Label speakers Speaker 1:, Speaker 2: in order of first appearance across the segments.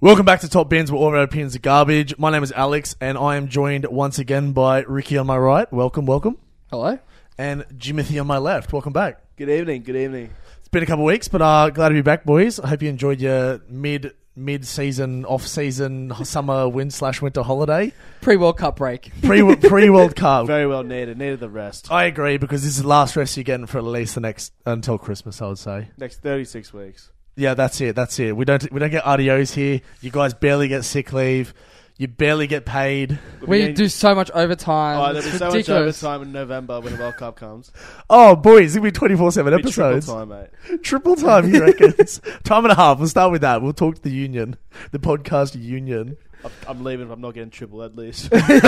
Speaker 1: Welcome back to Top Bins, where all of our opinions are garbage. My name is Alex, and I am joined once again by Ricky on my right. Welcome, welcome.
Speaker 2: Hello.
Speaker 1: And Jimothy on my left. Welcome back.
Speaker 3: Good evening. Good evening.
Speaker 1: It's been a couple of weeks, but uh, glad to be back, boys. I hope you enjoyed your mid mid season, off season, summer, win slash winter holiday,
Speaker 2: Pre World Cup break.
Speaker 1: pre pre World Cup.
Speaker 3: Very well needed. Needed the rest.
Speaker 1: I agree because this is the last rest you're getting for at least the next until Christmas. I would say.
Speaker 3: Next 36 weeks.
Speaker 1: Yeah, that's it. That's it. We don't we don't get RDOs here. You guys barely get sick leave. You barely get paid.
Speaker 2: We
Speaker 3: We'll be-
Speaker 2: do so much overtime.
Speaker 3: Oh,
Speaker 2: it's
Speaker 3: there'll be so much
Speaker 2: ridiculous.
Speaker 3: overtime in November when the World Cup comes.
Speaker 1: Oh, boys, it'll be twenty four seven
Speaker 3: It'll be triple
Speaker 1: episodes.
Speaker 3: time, mate.
Speaker 1: Triple time, he reckons. time and a half. We'll start with that. We'll talk to the union, the podcast union.
Speaker 3: I'm, I'm leaving if I'm not getting triple at least.
Speaker 1: We'll have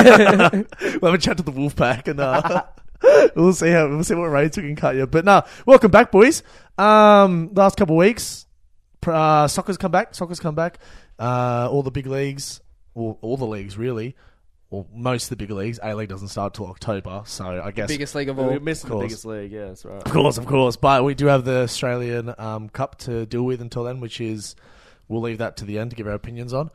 Speaker 1: a chat to the Wolfpack and uh, we'll see how we'll see what rates we can cut you. But no, welcome back, boys. Um, last couple of weeks, pr- uh, soccer's come back. Soccer's come back. Uh, all the big leagues, all, all the leagues really, or most of the big leagues. A League doesn't start till October, so I guess
Speaker 2: Biggest league of all.
Speaker 3: We're missing the
Speaker 1: course.
Speaker 3: biggest league. Yeah, that's right.
Speaker 1: Of course, of course. But we do have the Australian um, Cup to deal with until then, which is we'll leave that to the end to give our opinions on.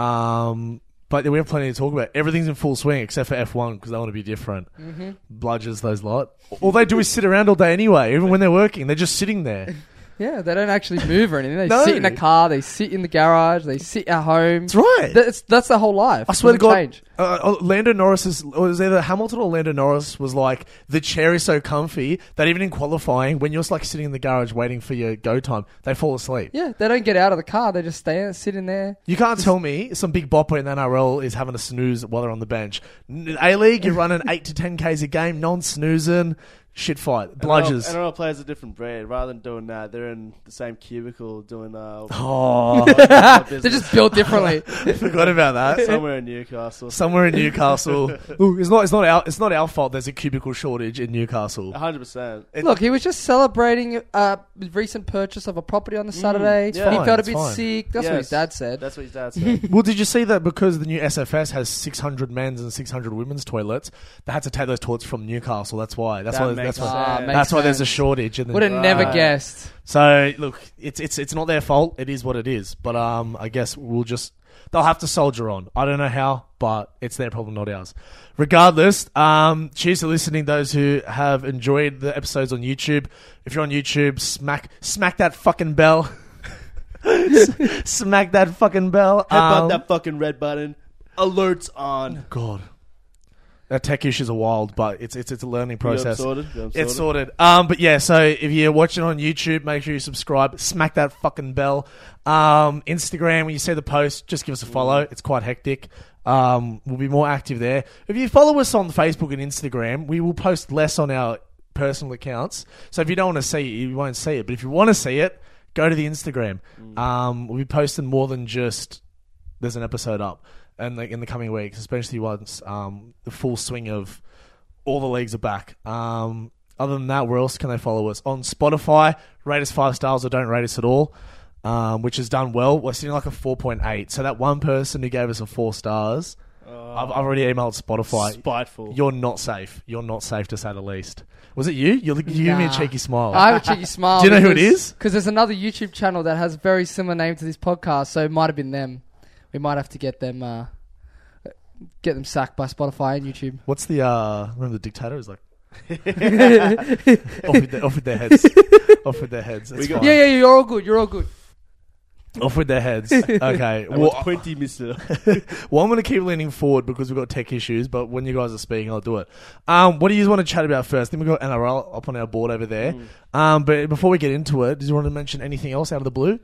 Speaker 1: Um, but we have plenty to talk about. Everything's in full swing except for F1 because they want to be different. Mm-hmm. Bludgers those lot. All they do is sit around all day anyway, even when they're working. They're just sitting there.
Speaker 2: Yeah, they don't actually move or anything. They
Speaker 1: No.
Speaker 2: sit in a car, they sit in the garage, they sit at home.
Speaker 1: That's right.
Speaker 2: That's, that's their whole life.
Speaker 1: I swear to
Speaker 2: Doesn't
Speaker 1: God,
Speaker 2: change.
Speaker 1: uh, oh, Lando Norris is, or it was either Hamilton or Lando Norris was like, the chair is so comfy that even in qualifying, when you're like sitting in the garage waiting for your go time, they fall asleep.
Speaker 2: Yeah, they don't get out of the car, they just stay sit in there.
Speaker 1: You can't tell me some big bopper in the NRL is having a snooze while they're on the bench. A League, you're running eight to ten k's a game, non-snoozing, shit fight, bludgers.
Speaker 3: NRL players are different breed. Rather than doing that, they're in the same cubicle doing uh,
Speaker 1: Oh,
Speaker 2: They're just built differently.
Speaker 1: I forgot about that.
Speaker 3: somewhere in Newcastle.
Speaker 1: Somewhere in Newcastle, Look, it's not it's not our it's not our fault. There's a cubicle shortage in
Speaker 3: Uh,
Speaker 1: Newcastle.
Speaker 3: 100%.
Speaker 2: Look, he was just celebrating a recent purchase of a property on the Saturday.
Speaker 3: it's fine,
Speaker 2: he felt a
Speaker 1: Mm, it's
Speaker 2: bit
Speaker 1: fine.
Speaker 2: sick. That's what his
Speaker 3: Yes.
Speaker 2: dad said.
Speaker 3: That's what his dad said.
Speaker 1: Well, did you see that because the new SFS has 600 men's and 600 women's toilets, they had to take those toilets from Newcastle. That's why. That's
Speaker 3: That
Speaker 1: why.
Speaker 3: makes
Speaker 1: That's why.
Speaker 2: Ah,
Speaker 3: sense.
Speaker 2: makes
Speaker 1: That's why there's a
Speaker 2: sense.
Speaker 1: shortage. in the
Speaker 2: Would have never
Speaker 3: Right.
Speaker 2: guessed.
Speaker 1: So look, it's it's it's not their fault. It is what it is. But um, I guess we'll just they'll have to soldier on. I don't know how, but it's their problem, not ours. Regardless, um, cheers to listening. Those who have enjoyed the episodes on YouTube. If you're on YouTube, smack smack that fucking bell. smack that fucking bell.
Speaker 3: Headbutt
Speaker 1: Um,
Speaker 3: that fucking red button. Alerts on.
Speaker 1: God, that tech issues are wild, but it's it's it's a learning
Speaker 3: You got 'em
Speaker 1: process.
Speaker 3: sorted? You got 'em
Speaker 1: It's sorted. Um, but yeah, so if you're watching on YouTube, make sure you subscribe, smack that fucking bell. Um, Instagram, when you see the post, just give us a follow. It's quite hectic. Um, we'll be more active there. If you follow us on Facebook and Instagram, we will post less on our personal accounts. So if you don't want to see it, you won't see it. But if you want to see it, go to the Instagram. Um, we'll be posting more than just there's an episode up and like in the coming weeks, especially once um, the full swing of all the leagues are back. Um, other than that, where else can they follow us? On Spotify, rate us five stars or don't rate us at all, um, which has done well. We're sitting like a 4.8. So that one person who gave us a four stars, I've, I've already emailed Spotify.
Speaker 3: Spiteful.
Speaker 1: You're not safe. You're not safe to say the least. Was it you? You, you gave me a
Speaker 2: Nah.
Speaker 1: cheeky smile.
Speaker 2: I have a cheeky smile.
Speaker 1: Do you know who it is?
Speaker 2: Because there's another YouTube channel that has a very similar name to this podcast, so it might have been them. We might have to get them, uh, get them sacked by Spotify and YouTube.
Speaker 1: What's the uh? Remember the dictator is like. off, with their, off with their heads. off with their heads. It's
Speaker 3: We got-
Speaker 1: fine.
Speaker 2: Yeah, yeah, you're all good. You're all good.
Speaker 1: Off with their heads. Okay.
Speaker 3: I want
Speaker 1: well,
Speaker 3: 20, mister.
Speaker 1: well, I'm going to keep leaning forward because we've got tech issues, but when you guys are speaking, I'll do it. Um, what do you want to chat about first? Then we've got NRL up on our board over there.
Speaker 3: Mm.
Speaker 1: Um, but before we get into it, did you want to mention anything else out of the blue?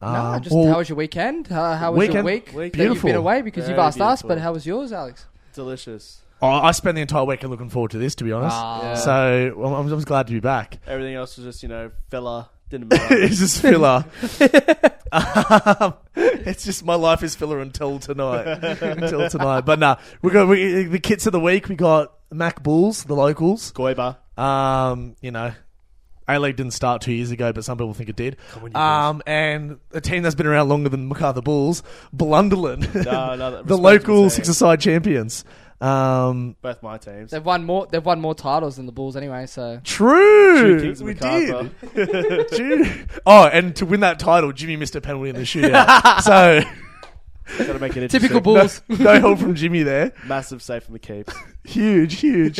Speaker 2: no,
Speaker 1: Um,
Speaker 2: just
Speaker 1: or-
Speaker 2: how was your weekend? How, how was
Speaker 1: Weekend?
Speaker 2: your week?
Speaker 3: Weekend.
Speaker 2: That you've
Speaker 1: Beautiful.
Speaker 2: been away because you've
Speaker 3: Very
Speaker 2: asked us, but
Speaker 3: beautiful.
Speaker 2: how was yours, Alex?
Speaker 3: Delicious.
Speaker 1: oh, I spent the entire weekend looking forward to this, to be honest.
Speaker 2: Ah.
Speaker 1: So well, I'm, I'm just glad to be back.
Speaker 3: Everything else was just, you know, filler. Didn't matter.
Speaker 1: it's just filler. um, it's just my life is filler until tonight. until tonight. But nah, we got we, the kits of the week. We got Mac Bulls, the locals.
Speaker 3: Goiba.
Speaker 1: Um, you know, A League didn't start two years ago, but some people think it did. Um, and a team that's been around longer than MacArthur Bulls, Blunderland,
Speaker 3: No, no,
Speaker 1: the
Speaker 3: respectable
Speaker 1: local
Speaker 3: team.
Speaker 1: six-a-side champions. Um,
Speaker 3: Both my teams.
Speaker 2: They've won more. They've won more titles than the Bulls anyway. So
Speaker 1: true,
Speaker 3: Two kings of
Speaker 1: we
Speaker 3: MacArthur.
Speaker 1: did. Ju- oh, and to win that title, Jimmy missed a penalty in the shootout. so
Speaker 3: Gotta make it
Speaker 2: Typical
Speaker 3: interesting.
Speaker 2: Bulls.
Speaker 1: no help from Jimmy there.
Speaker 3: Massive save from the keeps.
Speaker 1: Huge, huge.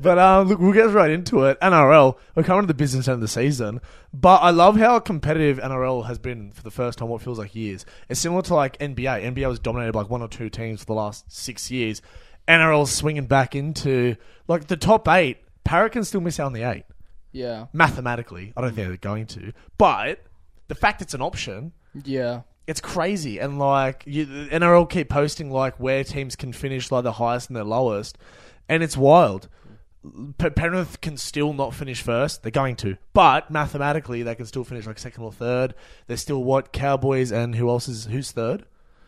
Speaker 1: but um, look, we'll get right into it. NRL, we're coming to the business end of the season, but I love how competitive NRL has been for the first time, what feels like years. It's similar to like NBA. NBA was dominated by like one or two teams for the last six years. NRL's swinging back into like the top eight. Para can still miss out on the eight.
Speaker 2: yeah,
Speaker 1: Mathematically, I don't think they're going to. But the fact it's an option
Speaker 2: yeah.
Speaker 1: it's crazy and like you, the NRL keep posting like where teams can finish like the highest and the lowest, and it's wild. P- Penrith can still not finish first. They're going to, but mathematically they can still finish like second or third. They're still what Cowboys and who else is who's third?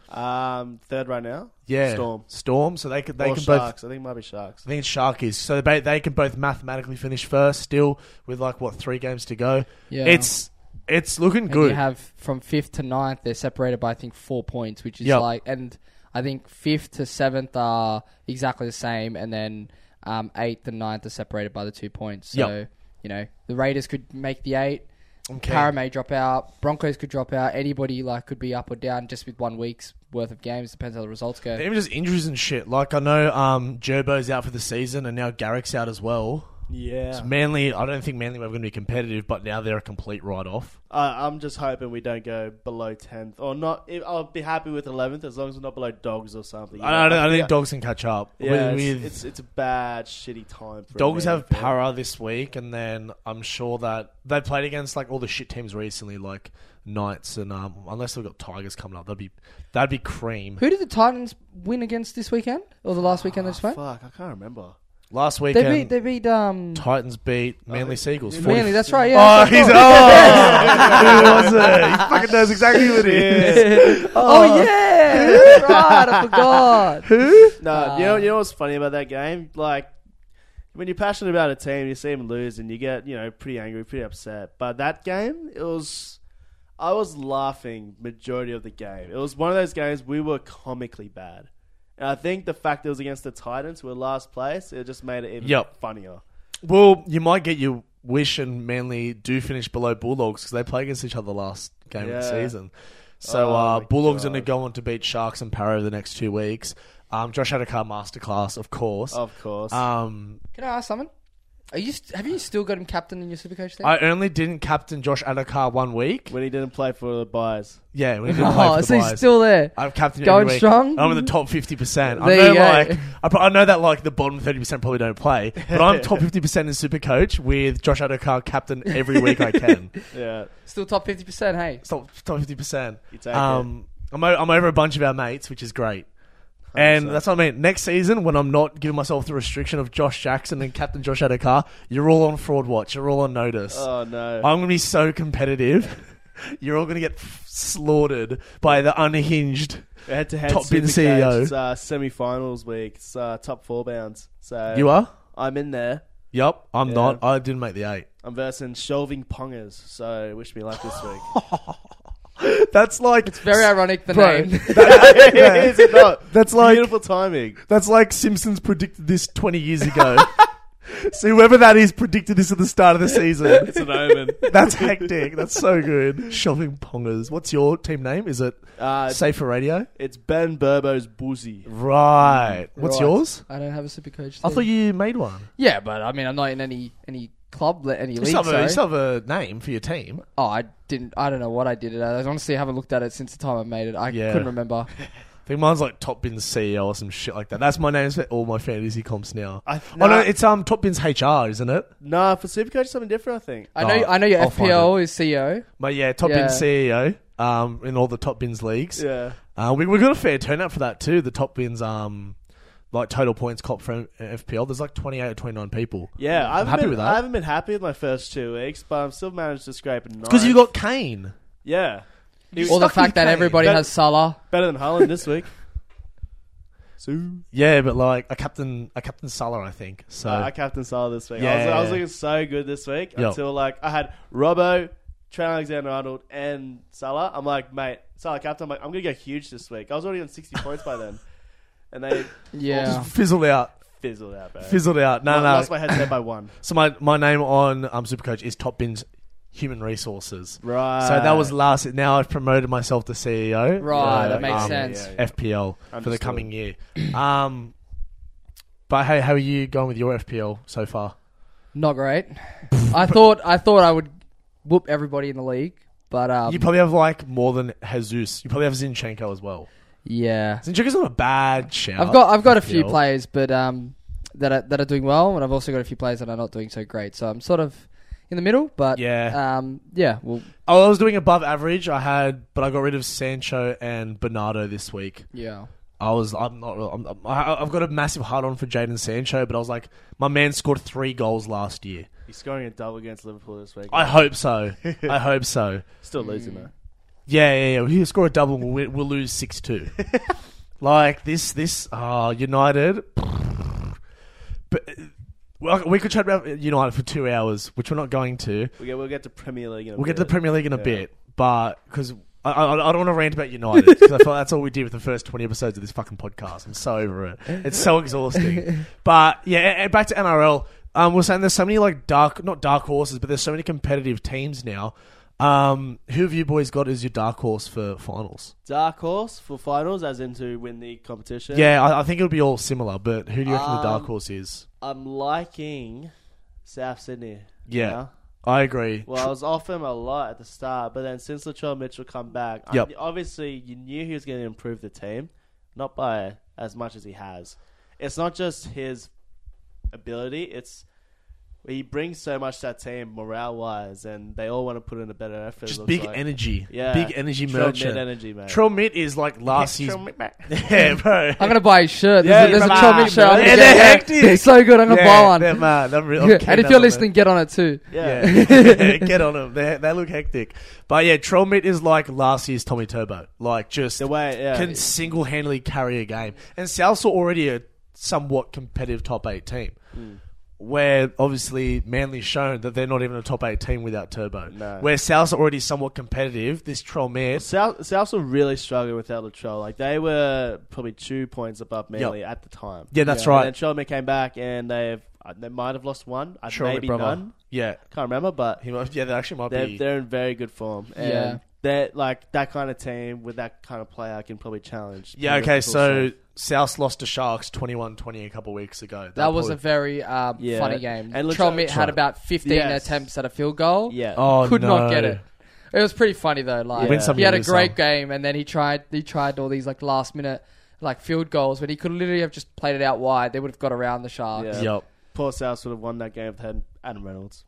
Speaker 3: Um, third right now.
Speaker 1: Yeah,
Speaker 3: Storm.
Speaker 1: Storm. So they could they
Speaker 3: or
Speaker 1: can both.
Speaker 3: sharks. I think it might be sharks.
Speaker 1: I think it's Sharkies. So they they can both mathematically finish first still with like what three games to go.
Speaker 2: Yeah.
Speaker 1: It's it's looking
Speaker 2: And
Speaker 1: good.
Speaker 2: you have from fifth to ninth, they're separated by I think four points, which is
Speaker 1: Yep.
Speaker 2: like, and I think fifth to seventh are exactly the same, and then um, eighth and ninth are separated by the two points. So
Speaker 1: Yep.
Speaker 2: you know the Raiders could make the eight.
Speaker 1: Okay.
Speaker 2: Para may drop out. Broncos could drop out. Anybody like could be up or down just with one week's worth of games. Depends how the results go.
Speaker 1: Even just injuries and shit. Like I know um Jerbo's out for the season and now Garrick's out as well.
Speaker 3: Yeah.
Speaker 1: So Manly, I don't think Manly were going to be competitive, but now they're a complete write-off.
Speaker 3: I I'm just hoping we don't go below tenth or not. If, I'll be happy with eleventh as long as we're not below dogs or something. you
Speaker 1: I, I
Speaker 3: know?
Speaker 1: don't, I don't
Speaker 3: Yeah.
Speaker 1: think dogs can catch up.
Speaker 3: Yeah,
Speaker 1: With-
Speaker 3: it's,
Speaker 1: with-
Speaker 3: it's it's a bad shitty time. for
Speaker 1: dogs have
Speaker 3: America.
Speaker 1: para this week, and then I'm sure that they played against like all the shit teams recently, like Knights and um. Unless they've got Tigers coming up, that'd be that'd be cream.
Speaker 2: Who did the Titans win against this weekend or the last weekend they just
Speaker 3: Oh,
Speaker 2: played?
Speaker 3: fuck, I can't remember.
Speaker 1: Last
Speaker 2: They
Speaker 1: weekend,
Speaker 2: beat. They beat. Um,
Speaker 1: Titans beat Manly Seagulls. 40
Speaker 2: Manly. That's right. Yeah.
Speaker 1: Oh,
Speaker 2: that's
Speaker 1: he's
Speaker 2: right.
Speaker 1: oh, who was it? He fucking knows exactly who it is.
Speaker 2: Oh, yeah, that's right. I forgot.
Speaker 3: No, you know you know what's funny about that game? Like when you're passionate about a team, you see them lose and you get you know pretty angry, pretty upset. But that game, it was. I was laughing majority of the game. It was one of those games we were comically bad, and I think the fact it was against the Titans, who were last place, it just made it even
Speaker 1: Yep.
Speaker 3: funnier.
Speaker 1: Well, you might get your wish and Manly do finish below Bulldogs because they play against each other last game of the
Speaker 3: Yeah.
Speaker 1: season. So
Speaker 3: Oh
Speaker 1: uh,
Speaker 3: my
Speaker 1: Bulldogs are
Speaker 3: God.
Speaker 1: going to go on to beat Sharks and Para over the next two weeks. Um, Josh Adokar masterclass, of course.
Speaker 3: Of course,
Speaker 1: Um,
Speaker 2: Can I ask something? Are you st- have you still got him captain in your supercoach team?
Speaker 1: I only didn't captain Josh Adokar one week.
Speaker 3: when he didn't play for the buys.
Speaker 1: Yeah, we didn't play
Speaker 2: oh,
Speaker 1: for the
Speaker 2: so he's
Speaker 1: Blyes.
Speaker 2: still there.
Speaker 1: I've captained
Speaker 2: Going
Speaker 1: every week.
Speaker 2: strong?
Speaker 1: I'm in the top fifty percent. I
Speaker 2: There
Speaker 1: know,
Speaker 2: you go.
Speaker 1: like, I, pro- I know that like the bottom thirty percent probably don't play, but I'm top fifty percent in Super Coach with Josh Adokar captain every week I can.
Speaker 3: Yeah,
Speaker 2: Still top fifty percent. Hey,
Speaker 1: Top top fifty percent.
Speaker 3: you take it.
Speaker 1: Um, I'm o- I'm over a bunch of our mates, which is great. And
Speaker 3: 100%.
Speaker 1: that's what I mean. Next season, when I'm not giving myself the restriction of Josh Jackson and Captain Josh Adokar, you're all on fraud watch. You're all on notice.
Speaker 3: Oh no!
Speaker 1: I'm going to be so competitive. You're all going to get f- slaughtered by the unhinged.
Speaker 3: Head to head
Speaker 1: Top bin E CEO.
Speaker 3: It's uh, semi-finals week. It's uh, top four bounds. So
Speaker 1: You are?
Speaker 3: I'm in there.
Speaker 1: Yep, I'm
Speaker 3: Yeah.
Speaker 1: not. I didn't make the eight.
Speaker 3: I'm versing shelving pongers. So wish me luck this
Speaker 1: Oh,
Speaker 3: week.
Speaker 1: That's like it's
Speaker 2: very ironic the
Speaker 1: Bro.
Speaker 2: name.
Speaker 3: Is it not?
Speaker 1: That's like
Speaker 3: Beautiful timing.
Speaker 1: that's like Simpsons predicted this 20 years ago. so whoever that is predicted this at the start of the season.
Speaker 3: It's an omen.
Speaker 1: That's hectic. That's so good. Shopping pongers. What's your team name? Is it
Speaker 3: Uh,
Speaker 1: Safer Radio?
Speaker 3: it's Ben Burbo's boozy.
Speaker 1: Right. What's
Speaker 2: Right.
Speaker 1: yours?
Speaker 2: I don't have a supercoach.
Speaker 1: I
Speaker 2: team.
Speaker 1: thought you made one.
Speaker 2: Yeah, but I mean, I'm not in any any club, le- any
Speaker 1: You
Speaker 2: league.
Speaker 1: still, have a, you
Speaker 2: so.
Speaker 1: still have a name for your team.
Speaker 2: Oh, I didn't. I don't know what I did it. as. I honestly haven't looked at it since the time I made it. I
Speaker 1: Yeah.
Speaker 2: couldn't remember.
Speaker 1: I think mine's like Top Bins CEO or some shit like that. That's my name for all my fantasy comps now.
Speaker 3: I,
Speaker 1: Oh no,
Speaker 3: nah,
Speaker 1: it's um Top Bins HR, isn't it?
Speaker 3: nah, for Supercoach, something different. I think.
Speaker 2: I know.
Speaker 1: Oh,
Speaker 2: I know your
Speaker 1: I'll find
Speaker 2: FPL is E CEO.
Speaker 1: But yeah, Top
Speaker 2: Yeah.
Speaker 1: Bins CEO um in all the Top Bins leagues.
Speaker 3: Yeah.
Speaker 1: Uh, we we got a fair turnout for that too. The top wins, um, like total points cop for FPL. There's like 28 or 29 people.
Speaker 3: Yeah, I haven't
Speaker 1: happy
Speaker 3: been,
Speaker 1: with that.
Speaker 3: I haven't been happy with my first two weeks, but I've still managed to scrape a nine.
Speaker 1: Because you got Kane.
Speaker 3: yeah, He
Speaker 2: Or
Speaker 3: was
Speaker 2: the
Speaker 1: stuck
Speaker 2: fact
Speaker 1: with
Speaker 2: that
Speaker 1: Kane.
Speaker 2: everybody
Speaker 3: That-
Speaker 2: has Salah.
Speaker 3: better than Haaland this week. So
Speaker 1: Yeah, but like a captain, a captain Salah, I think. So
Speaker 2: Ah,
Speaker 3: Uh, I captain Salah this week. I, was,
Speaker 1: Yeah.
Speaker 3: I was looking so good this week
Speaker 1: Yo.
Speaker 3: until like I had Robbo, Trent Alexander Arnold, and Salah. I'm like, mate, Salah captain. I'm like, I'm gonna go huge this week. I was already on 60 points by then, and they
Speaker 2: Yeah.
Speaker 1: fizzled out,
Speaker 3: fizzled out, bro.
Speaker 1: fizzled out. No,
Speaker 3: I
Speaker 1: no.
Speaker 3: lost my headset by one.
Speaker 1: so my my name on um Supercoach is Top Bins human resources.
Speaker 3: Right.
Speaker 1: So that was last. Now I've promoted myself to CEO.
Speaker 2: Right,
Speaker 1: uh,
Speaker 2: that makes
Speaker 1: um,
Speaker 2: sense.
Speaker 3: yeah, yeah.
Speaker 1: FPL for the
Speaker 3: Understood.
Speaker 1: coming year. Um, but hey, how are you going with your FPL so far?
Speaker 2: Not great. I thought I thought I would whoop everybody in the league, but um,
Speaker 1: you probably have like more than Jesus. You probably have Zinchenko as well.
Speaker 2: yeah,
Speaker 1: Zinchenko's not a bad shout.
Speaker 2: I've got I've got a few
Speaker 1: FPL.
Speaker 2: players, but um, that are, that are doing well, and I've also got a few players that are not doing so great. So I'm sort of in the middle, but
Speaker 1: Yeah.
Speaker 2: um, yeah, well,
Speaker 1: Oh, I was doing above average. I had, but I got rid of Sancho and Bernardo this week.
Speaker 2: yeah,
Speaker 1: I was. I'm not. real- I'm, I'm- I- I've got a massive hard on for Jaden Sancho, but I was like, my man scored three goals last year.
Speaker 3: He's scoring a double against Liverpool this week.
Speaker 1: I Mm. hope so. I hope so.
Speaker 3: Still losing though.
Speaker 1: Yeah, yeah, yeah. He'll score a double. and We'll, we'll lose six two. like this, this. Oh, United. But uh, well, we could chat about United for two hours, which we're not going to.
Speaker 3: We'll get, we'll get to Premier League. In a
Speaker 1: We'll get to
Speaker 3: bit.
Speaker 1: the Premier League in a
Speaker 3: Yeah.
Speaker 1: bit, but because I, I, I don't want to rant about United because I feel that's all we did with the first twenty episodes of this fucking podcast. I'm so over it. It's so exhausting. but yeah, and- and back to NRL. Um, we're saying there's so many like dark, not dark horses, but there's so many competitive teams now. Um, who have you boys got as your dark horse for finals?
Speaker 3: Dark horse for finals, as in to win the competition.
Speaker 1: Yeah, I, I think it would be all similar, but who do you reckon the dark
Speaker 3: Um,
Speaker 1: horse is?
Speaker 3: I'm liking South Sydney.
Speaker 1: Yeah,
Speaker 3: now.
Speaker 1: I agree.
Speaker 3: Well, I was off him a lot at the start, but then since Latrell Mitchell come back, I-
Speaker 1: Yep.
Speaker 3: obviously you knew he was going to improve the team, not by as much as he has. It's not just his ability; it's he brings so much to that team morale-wise, and they all want to put in a better effort. it
Speaker 1: Just
Speaker 3: looks
Speaker 1: big
Speaker 3: like.
Speaker 1: energy,
Speaker 3: yeah,
Speaker 1: big energy
Speaker 3: Trell
Speaker 1: merchant.
Speaker 3: mid energy, mate.
Speaker 1: Trill Mitt is like last
Speaker 3: Yeah, Trell
Speaker 1: season.
Speaker 3: mid, mate.
Speaker 1: Yeah, bro.
Speaker 2: I'm gonna buy his shirt. There's
Speaker 1: Yeah,
Speaker 2: a, there's a
Speaker 1: nah,
Speaker 2: Chomit shirt.
Speaker 1: man.
Speaker 2: I'm gonna
Speaker 1: Yeah,
Speaker 2: get-
Speaker 1: they're hectic.
Speaker 2: It's so good. I'm gonna buy one.
Speaker 1: They're mad. I'm re- I'm
Speaker 2: and
Speaker 1: keen
Speaker 2: if you're
Speaker 1: on it.
Speaker 2: listening, get on it too.
Speaker 3: yeah.
Speaker 1: Yeah, get on them. They, they look hectic. But yeah, Trollmit is like last year's Tommy Turbo. Like just
Speaker 3: the way, yeah,
Speaker 1: can single handedly carry a game. And Souths are already a somewhat competitive top eight team.
Speaker 3: Hmm.
Speaker 1: Where obviously Manly's shown that they're not even a top eight team without Turbo.
Speaker 3: No.
Speaker 1: Where Souths are already somewhat competitive, this Trollmit.
Speaker 3: South Souths were really struggling without Latrell. Like they were probably two points above Manly at the time.
Speaker 1: Yeah, that's right.
Speaker 3: And then Chalmers came back, and they've uh, they might have lost one, uh,
Speaker 1: Trollmit,
Speaker 3: maybe
Speaker 1: brother.
Speaker 3: none.
Speaker 1: Yeah.
Speaker 3: Can't remember, but
Speaker 1: He might, yeah, that actually might
Speaker 3: they're
Speaker 1: be.
Speaker 3: they're in very good form. And
Speaker 2: Yeah.
Speaker 3: They're like that kind of team with that kind of player can probably challenge.
Speaker 1: Yeah, okay, so Souths lost to Sharks 21 20 a couple weeks ago.
Speaker 2: That
Speaker 1: They'll
Speaker 2: was a
Speaker 1: probably-
Speaker 2: very um,
Speaker 3: Yeah.
Speaker 2: funny game.
Speaker 3: And
Speaker 2: And
Speaker 3: Latrell-
Speaker 2: Chomit had about 15
Speaker 3: Yes.
Speaker 2: attempts at a field goal.
Speaker 3: yeah,
Speaker 1: Oh,
Speaker 2: could
Speaker 1: no.
Speaker 2: not get it. It was pretty funny though. Like
Speaker 3: Win some,
Speaker 2: he
Speaker 1: you
Speaker 2: had a
Speaker 1: lose
Speaker 2: great
Speaker 1: some.
Speaker 2: game, and then he tried he tried all these like last minute like field goals, but he could literally have just played it out wide. They would have got around the Sharks.
Speaker 3: Yeah.
Speaker 2: Yeah,
Speaker 1: Yep.
Speaker 3: poor Souths would have won that game if they had Adam Reynolds.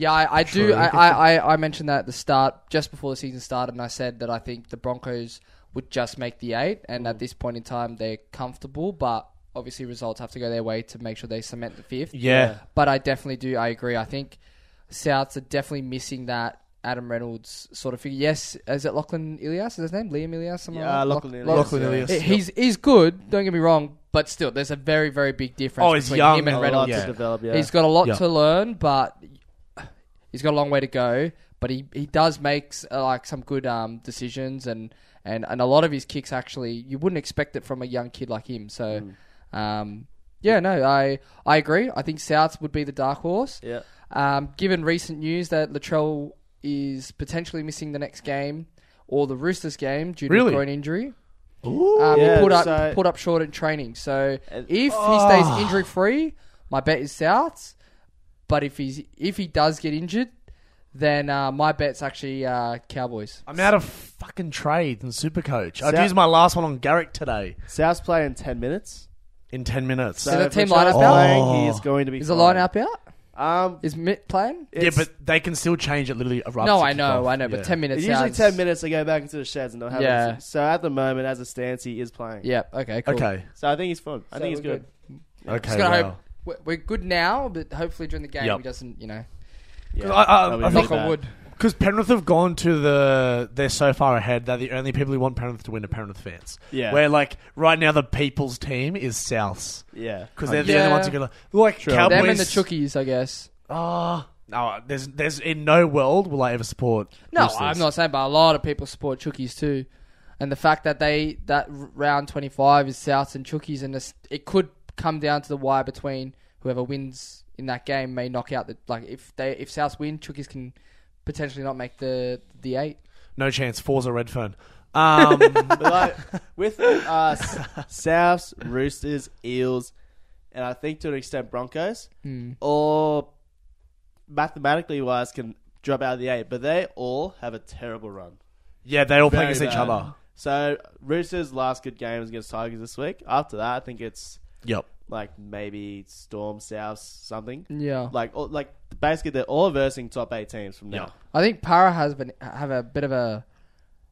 Speaker 2: I, I do.
Speaker 1: True.
Speaker 2: I, I, I I mentioned that at the start, just before the season started, and I said that I think the Broncos would just make the eight, and
Speaker 1: Mm.
Speaker 2: at this point in time, they're comfortable, but. Obviously, results have to go their way to make sure they cement the fifth.
Speaker 1: Yeah.
Speaker 2: But I definitely do. I agree. I think Souths are definitely missing that Adam Reynolds sort of figure. Yes, is it Lachlan Ilias? Is his name Liam Ilias? something
Speaker 3: Yeah,
Speaker 2: like
Speaker 3: Lachlan
Speaker 2: that?
Speaker 3: Ilias.
Speaker 2: Lach-
Speaker 1: Lachlan
Speaker 3: Yeah.
Speaker 1: Ilias.
Speaker 2: He- He's he's good. Don't get me wrong, but still, there's a very very big difference
Speaker 1: Oh, he's
Speaker 2: between
Speaker 1: young
Speaker 2: him
Speaker 1: a
Speaker 2: and
Speaker 1: lot,
Speaker 2: Reynolds.
Speaker 1: yeah.
Speaker 3: to develop. Yeah,
Speaker 2: He's got a lot
Speaker 1: Yeah.
Speaker 2: to learn, but he's got a long way to go. But he, he does make uh, like some good um, decisions and, and, and a lot of his kicks actually you wouldn't expect it from a young kid like him. So,
Speaker 3: Mm.
Speaker 2: um, yeah, no, I I agree. I think Souths would be the dark horse.
Speaker 3: yeah.
Speaker 2: Um, given recent news that Latrell is potentially missing the next game or the Roosters game due to
Speaker 1: Really?
Speaker 2: a groin injury,
Speaker 1: Ooh.
Speaker 2: um,
Speaker 3: Yeah,
Speaker 2: he pulled up
Speaker 3: so-
Speaker 2: pulled up short in training. So
Speaker 3: And-
Speaker 2: if he
Speaker 1: Oh.
Speaker 2: stays injury free, my bet is Souths. But if he's if he does get injured, then uh, my bet's actually uh, Cowboys.
Speaker 1: I'm out of fucking trades and super coach. I'd
Speaker 3: Sou-
Speaker 1: use my last one on Garrick today
Speaker 3: Souths play in ten minutes.
Speaker 1: in 10 minutes.
Speaker 3: So
Speaker 2: the
Speaker 3: if
Speaker 2: team
Speaker 3: Latrell's
Speaker 2: lineup out?
Speaker 3: playing,
Speaker 1: Oh.
Speaker 3: He is going to be.
Speaker 2: Is the
Speaker 3: fine.
Speaker 2: lineup out?
Speaker 3: Um,
Speaker 2: Is Mitt playing?
Speaker 1: yeah,
Speaker 3: it's-
Speaker 1: but they can still change it literally. right
Speaker 2: no,
Speaker 1: to
Speaker 2: I know,
Speaker 1: kickoff.
Speaker 2: I know. But
Speaker 1: Yeah.
Speaker 2: ten minutes.
Speaker 3: It's usually
Speaker 2: sounds-
Speaker 3: ten minutes they go back into the sheds and they'll have
Speaker 2: Yeah.
Speaker 3: it. So at the moment, as a stance, he is playing.
Speaker 2: Yeah. Okay. Cool.
Speaker 1: Okay.
Speaker 3: So I think he's fun. I
Speaker 2: So
Speaker 3: think he's
Speaker 2: we're
Speaker 3: good.
Speaker 1: Okay.
Speaker 2: Just gotta
Speaker 1: wow.
Speaker 2: hope we're, we're good now, but hopefully during the game
Speaker 1: Yep.
Speaker 2: he doesn't. You know,
Speaker 1: I-
Speaker 3: Yeah.
Speaker 1: I-
Speaker 3: That'll be
Speaker 1: I
Speaker 3: really
Speaker 1: think-
Speaker 2: knock on
Speaker 3: bad.
Speaker 2: wood.
Speaker 1: Because Penrith have gone to the, they're so far ahead. They're the only people who want Penrith to win are Penrith fans.
Speaker 3: Yeah.
Speaker 1: Where like right now the people's team is Souths
Speaker 3: Yeah,
Speaker 1: because they're the
Speaker 2: Yeah.
Speaker 1: only ones who are gonna like
Speaker 3: True.
Speaker 1: Cowboys.
Speaker 2: Them and the Chookies, I guess.
Speaker 1: Ah, no, there's there's in no world will I ever support.
Speaker 2: No,
Speaker 1: Roosters.
Speaker 2: I'm not saying, but a lot of people support Chookies too, and the fact that they that r- round 25 is Souths and Chookies, and it's, it could come down to the wire between whoever wins in that game may knock out the like if they if Souths win, Chookies can potentially not make the the eight.
Speaker 1: No chance. Forza Redfern. Um,
Speaker 3: But like with uh, S- Souths, Roosters, Eels, and I think to an extent Broncos,
Speaker 2: Hmm.
Speaker 3: all mathematically wise can drop out of the eight, but they all have a terrible run.
Speaker 1: yeah, they all play
Speaker 3: Very
Speaker 1: against each
Speaker 3: bad.
Speaker 1: other.
Speaker 3: So Roosters' last good game is against Tigers this week. After that, I think it's
Speaker 1: Yep.
Speaker 3: like maybe Storm, Souths, something.
Speaker 2: Yeah,
Speaker 3: Like, all, like basically they're all versing top eight teams from now.
Speaker 1: Yeah.
Speaker 2: I think Para has been have a bit of a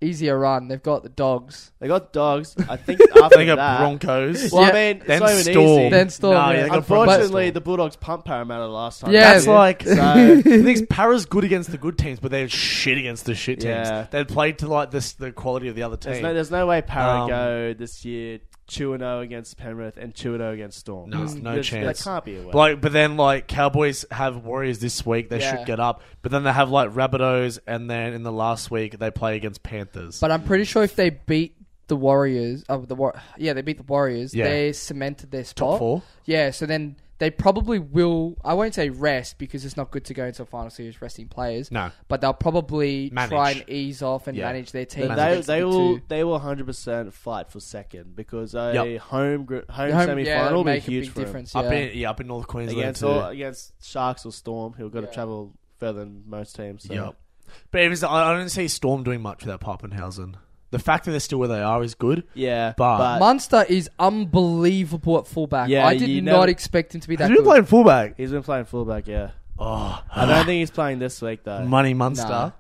Speaker 2: easier run. They've got the dogs.
Speaker 3: They got dogs. I think after
Speaker 1: They got
Speaker 3: that,
Speaker 1: Broncos.
Speaker 3: Well,
Speaker 2: Yeah.
Speaker 3: I mean, it's
Speaker 1: then
Speaker 3: not even
Speaker 1: Storm.
Speaker 3: easy.
Speaker 2: Then Storm,
Speaker 1: No,
Speaker 2: yeah.
Speaker 1: they got Broncos,
Speaker 3: Unfortunately,
Speaker 1: Storm.
Speaker 3: the Bulldogs pumped Parramatta last time.
Speaker 2: Yeah,
Speaker 1: That's
Speaker 2: dude.
Speaker 1: like
Speaker 3: So-
Speaker 1: the thing's Para's good against the good teams, but they're shit against the shit teams.
Speaker 3: Yeah.
Speaker 1: They played to like this the quality of the other
Speaker 3: There's
Speaker 1: team.
Speaker 3: no, there's no way Para
Speaker 1: Um,
Speaker 3: go this year 2 and 0 against Penrith and 2 and 0 against Storm.
Speaker 1: No,
Speaker 3: There's-
Speaker 1: no
Speaker 3: there's-
Speaker 1: chance.
Speaker 3: That can't be a way.
Speaker 1: like, but then like Cowboys have Warriors this week. They
Speaker 2: Yeah.
Speaker 1: should get up, but then they have like Rabbitohs, and then in the last week they play against Panthers.
Speaker 2: But I'm pretty sure if they beat the Warriors, oh, the War- yeah, they beat the Warriors.
Speaker 1: Yeah.
Speaker 2: They cemented their spot.
Speaker 1: Top four.
Speaker 2: Yeah, so then they probably will. I won't say rest because it's not good to go into a final series resting players.
Speaker 1: No.
Speaker 2: but they'll probably
Speaker 1: Manage.
Speaker 2: try and ease off and
Speaker 1: Yeah.
Speaker 2: manage their team.
Speaker 3: But they, they will they will 100% fight for second because a
Speaker 1: Yep.
Speaker 3: home gr- home,
Speaker 2: home,
Speaker 3: semifinal
Speaker 2: yeah,
Speaker 3: will be
Speaker 2: make
Speaker 3: huge
Speaker 2: a big
Speaker 3: for 'em.
Speaker 2: difference.
Speaker 1: Up
Speaker 2: yeah.
Speaker 1: in yeah, up in North Queensland
Speaker 3: against
Speaker 1: too.
Speaker 3: all, against Sharks or Storm who've got
Speaker 2: Yeah.
Speaker 3: to travel further than most teams. So.
Speaker 1: Yep. But it was, I I don't see Storm doing much without Pappenhausen. The fact that they're still where they are is good.
Speaker 3: Yeah,
Speaker 1: But-
Speaker 3: but,
Speaker 2: Munster is unbelievable at fullback.
Speaker 3: Yeah,
Speaker 2: I did
Speaker 3: you
Speaker 2: not
Speaker 3: never-
Speaker 2: expect him to be that
Speaker 1: Who
Speaker 2: good.
Speaker 1: playing fullback?
Speaker 3: he's been playing fullback. Yeah,
Speaker 1: Oh,
Speaker 3: I don't think he's playing this week though.
Speaker 1: Money Munster.
Speaker 2: Nah.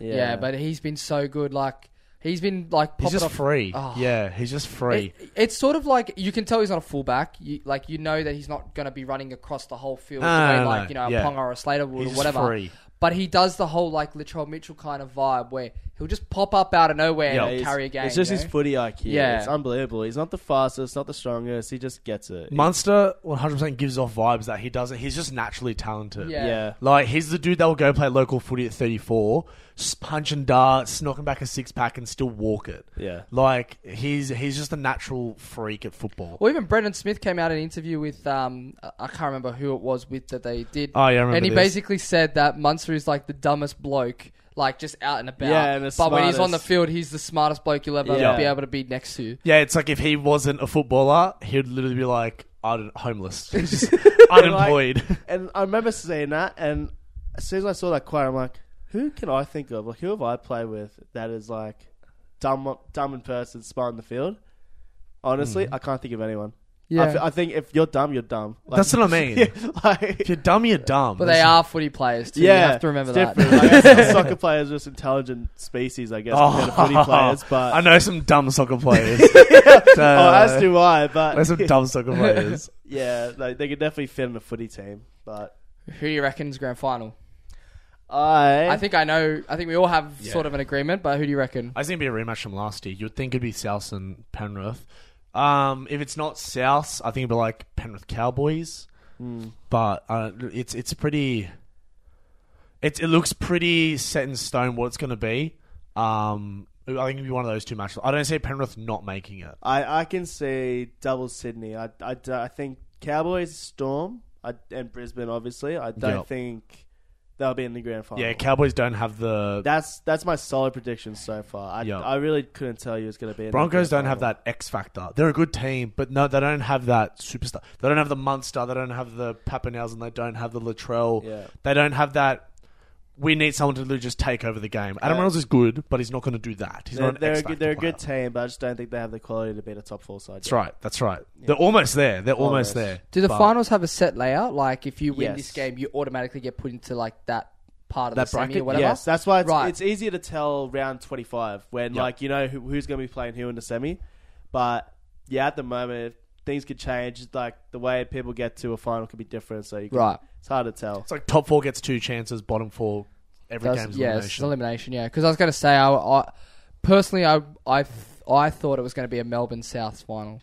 Speaker 3: yeah.
Speaker 2: yeah. but he's been so good. Like he's been like
Speaker 1: He's
Speaker 2: popping
Speaker 1: just
Speaker 2: off.
Speaker 1: free.
Speaker 2: Oh.
Speaker 1: Yeah, he's just free.
Speaker 2: It, it's sort of like you can tell he's not a fullback. You, like you know that he's not going to be running across the whole field
Speaker 1: No,
Speaker 2: the way
Speaker 1: no, no,
Speaker 2: like you know
Speaker 1: yeah.
Speaker 2: a Ponga or a Slater would
Speaker 1: He's
Speaker 2: or
Speaker 1: just
Speaker 2: whatever.
Speaker 1: free.
Speaker 2: But he does the whole like Latrell Mitchell kind of vibe where he'll just pop up out of nowhere
Speaker 1: Yeah,
Speaker 2: and
Speaker 3: It's-
Speaker 2: carry a game.
Speaker 3: It's just
Speaker 2: you
Speaker 3: his
Speaker 2: know?
Speaker 3: footy IQ.
Speaker 2: Yeah.
Speaker 3: It's unbelievable. He's not the fastest, not the strongest. He just gets it.
Speaker 1: Munster 100% gives off vibes that he doesn't. He's just naturally talented.
Speaker 2: Yeah.
Speaker 3: yeah.
Speaker 1: Like, he's the dude that will go play local footy at 34, s- punch and darts, knocking back a six pack, and still walk it.
Speaker 3: Yeah.
Speaker 1: Like, he's he's just a natural freak at football.
Speaker 2: Well, even Brendan Smith came out in an interview with um, I- I can't remember who it was with that they did.
Speaker 1: Oh, yeah, I remember
Speaker 2: and he
Speaker 1: this.
Speaker 2: basically said that Munster is like the dumbest bloke, like just out and about.
Speaker 3: Yeah, and the
Speaker 2: but when he's on the
Speaker 3: smartest.
Speaker 2: field, he's the smartest bloke you'll ever
Speaker 3: Yeah.
Speaker 2: be able to be next to.
Speaker 1: Yeah, it's like if he wasn't a footballer, he'd literally be like, I don't, homeless, Just unemployed.
Speaker 3: And I remember seeing that, and as soon as I saw that quote, I'm like, who can I think of? Like, who have I played with that is like dumb, dumb in person, smart in the field? Honestly,
Speaker 1: Hmm.
Speaker 3: I can't think of anyone.
Speaker 2: Yeah.
Speaker 3: I, f- I think if you're dumb, you're dumb. Like,
Speaker 1: That's what I mean.
Speaker 3: like,
Speaker 1: If you're dumb, you're dumb.
Speaker 2: But they are footy players too.
Speaker 3: yeah,
Speaker 2: you have to remember
Speaker 3: it's
Speaker 2: that.
Speaker 3: different. Like, soccer players are just intelligent species, I guess, compared to footy players. But
Speaker 1: Oh, I know some dumb soccer players. So,
Speaker 3: oh, as do I.
Speaker 1: I
Speaker 3: But
Speaker 1: know some dumb soccer players.
Speaker 3: Yeah, like they could definitely fit in a footy team, but
Speaker 2: Who do you reckon's grand final?
Speaker 3: I
Speaker 2: I think I know. I think we all have
Speaker 1: Yeah.
Speaker 2: sort of an agreement. But who do you reckon?
Speaker 1: I just think it'd be a rematch from last year. You'd think it'd be South and Penrith. Um, if it's not South, I think it'd be like Penrith Cowboys. But uh, it's it's pretty. It it looks pretty set in stone what it's going to be. Um, I think it'd be one of those two matches. I don't see Penrith not making it.
Speaker 3: I, I can see double Sydney. I, I, d- I think Cowboys, Storm, I, and Brisbane. Obviously, I don't
Speaker 1: Yep.
Speaker 3: think they'll be in the grand final.
Speaker 1: Yeah, Cowboys don't have the
Speaker 3: that's that's my solid prediction so far. I,
Speaker 1: Yep.
Speaker 3: I really couldn't tell you it's going to be. in the
Speaker 1: Broncos
Speaker 3: grand
Speaker 1: don't have
Speaker 3: final.
Speaker 1: that X factor. They're a good team, but no, they don't have that superstar. They don't have the Munster. They don't have the Pappenhausen. They don't have the Latrell.
Speaker 3: Yeah.
Speaker 1: They don't have that. We need someone to literally just take over the game. Adam
Speaker 3: Yeah.
Speaker 1: Reynolds is good, but he's not going to do that. He's
Speaker 3: They're,
Speaker 1: not an
Speaker 3: they're, a
Speaker 1: X
Speaker 3: good,
Speaker 1: factor
Speaker 3: they're a
Speaker 1: player.
Speaker 3: good team, but I just don't think they have the quality to beat a top four side.
Speaker 1: That's right. That's right. They're almost there. They're almost,
Speaker 3: Almost.
Speaker 1: there.
Speaker 2: Do the
Speaker 1: But
Speaker 2: finals have a set layout? Like if you win
Speaker 3: Yes.
Speaker 2: this game, you automatically get put into like that part of
Speaker 1: That
Speaker 2: the semi
Speaker 1: bracket?
Speaker 2: or whatever.
Speaker 3: Yes, that's why it's,
Speaker 2: Right.
Speaker 3: it's easier to tell round 25 when,
Speaker 1: Yep.
Speaker 3: like, you know who, who's going to be playing who in the semi. But, yeah, at the moment, things could change. Like, the way people get to a final could be different. So, you can,
Speaker 2: Right.
Speaker 3: it's hard to tell.
Speaker 1: It's like top four gets two chances, bottom four every
Speaker 2: That's-
Speaker 1: game's
Speaker 2: yeah, it's
Speaker 1: elimination.
Speaker 2: elimination. Yeah, because I was going to say, I, I personally, I I th- I thought it was going to be a Melbourne South final.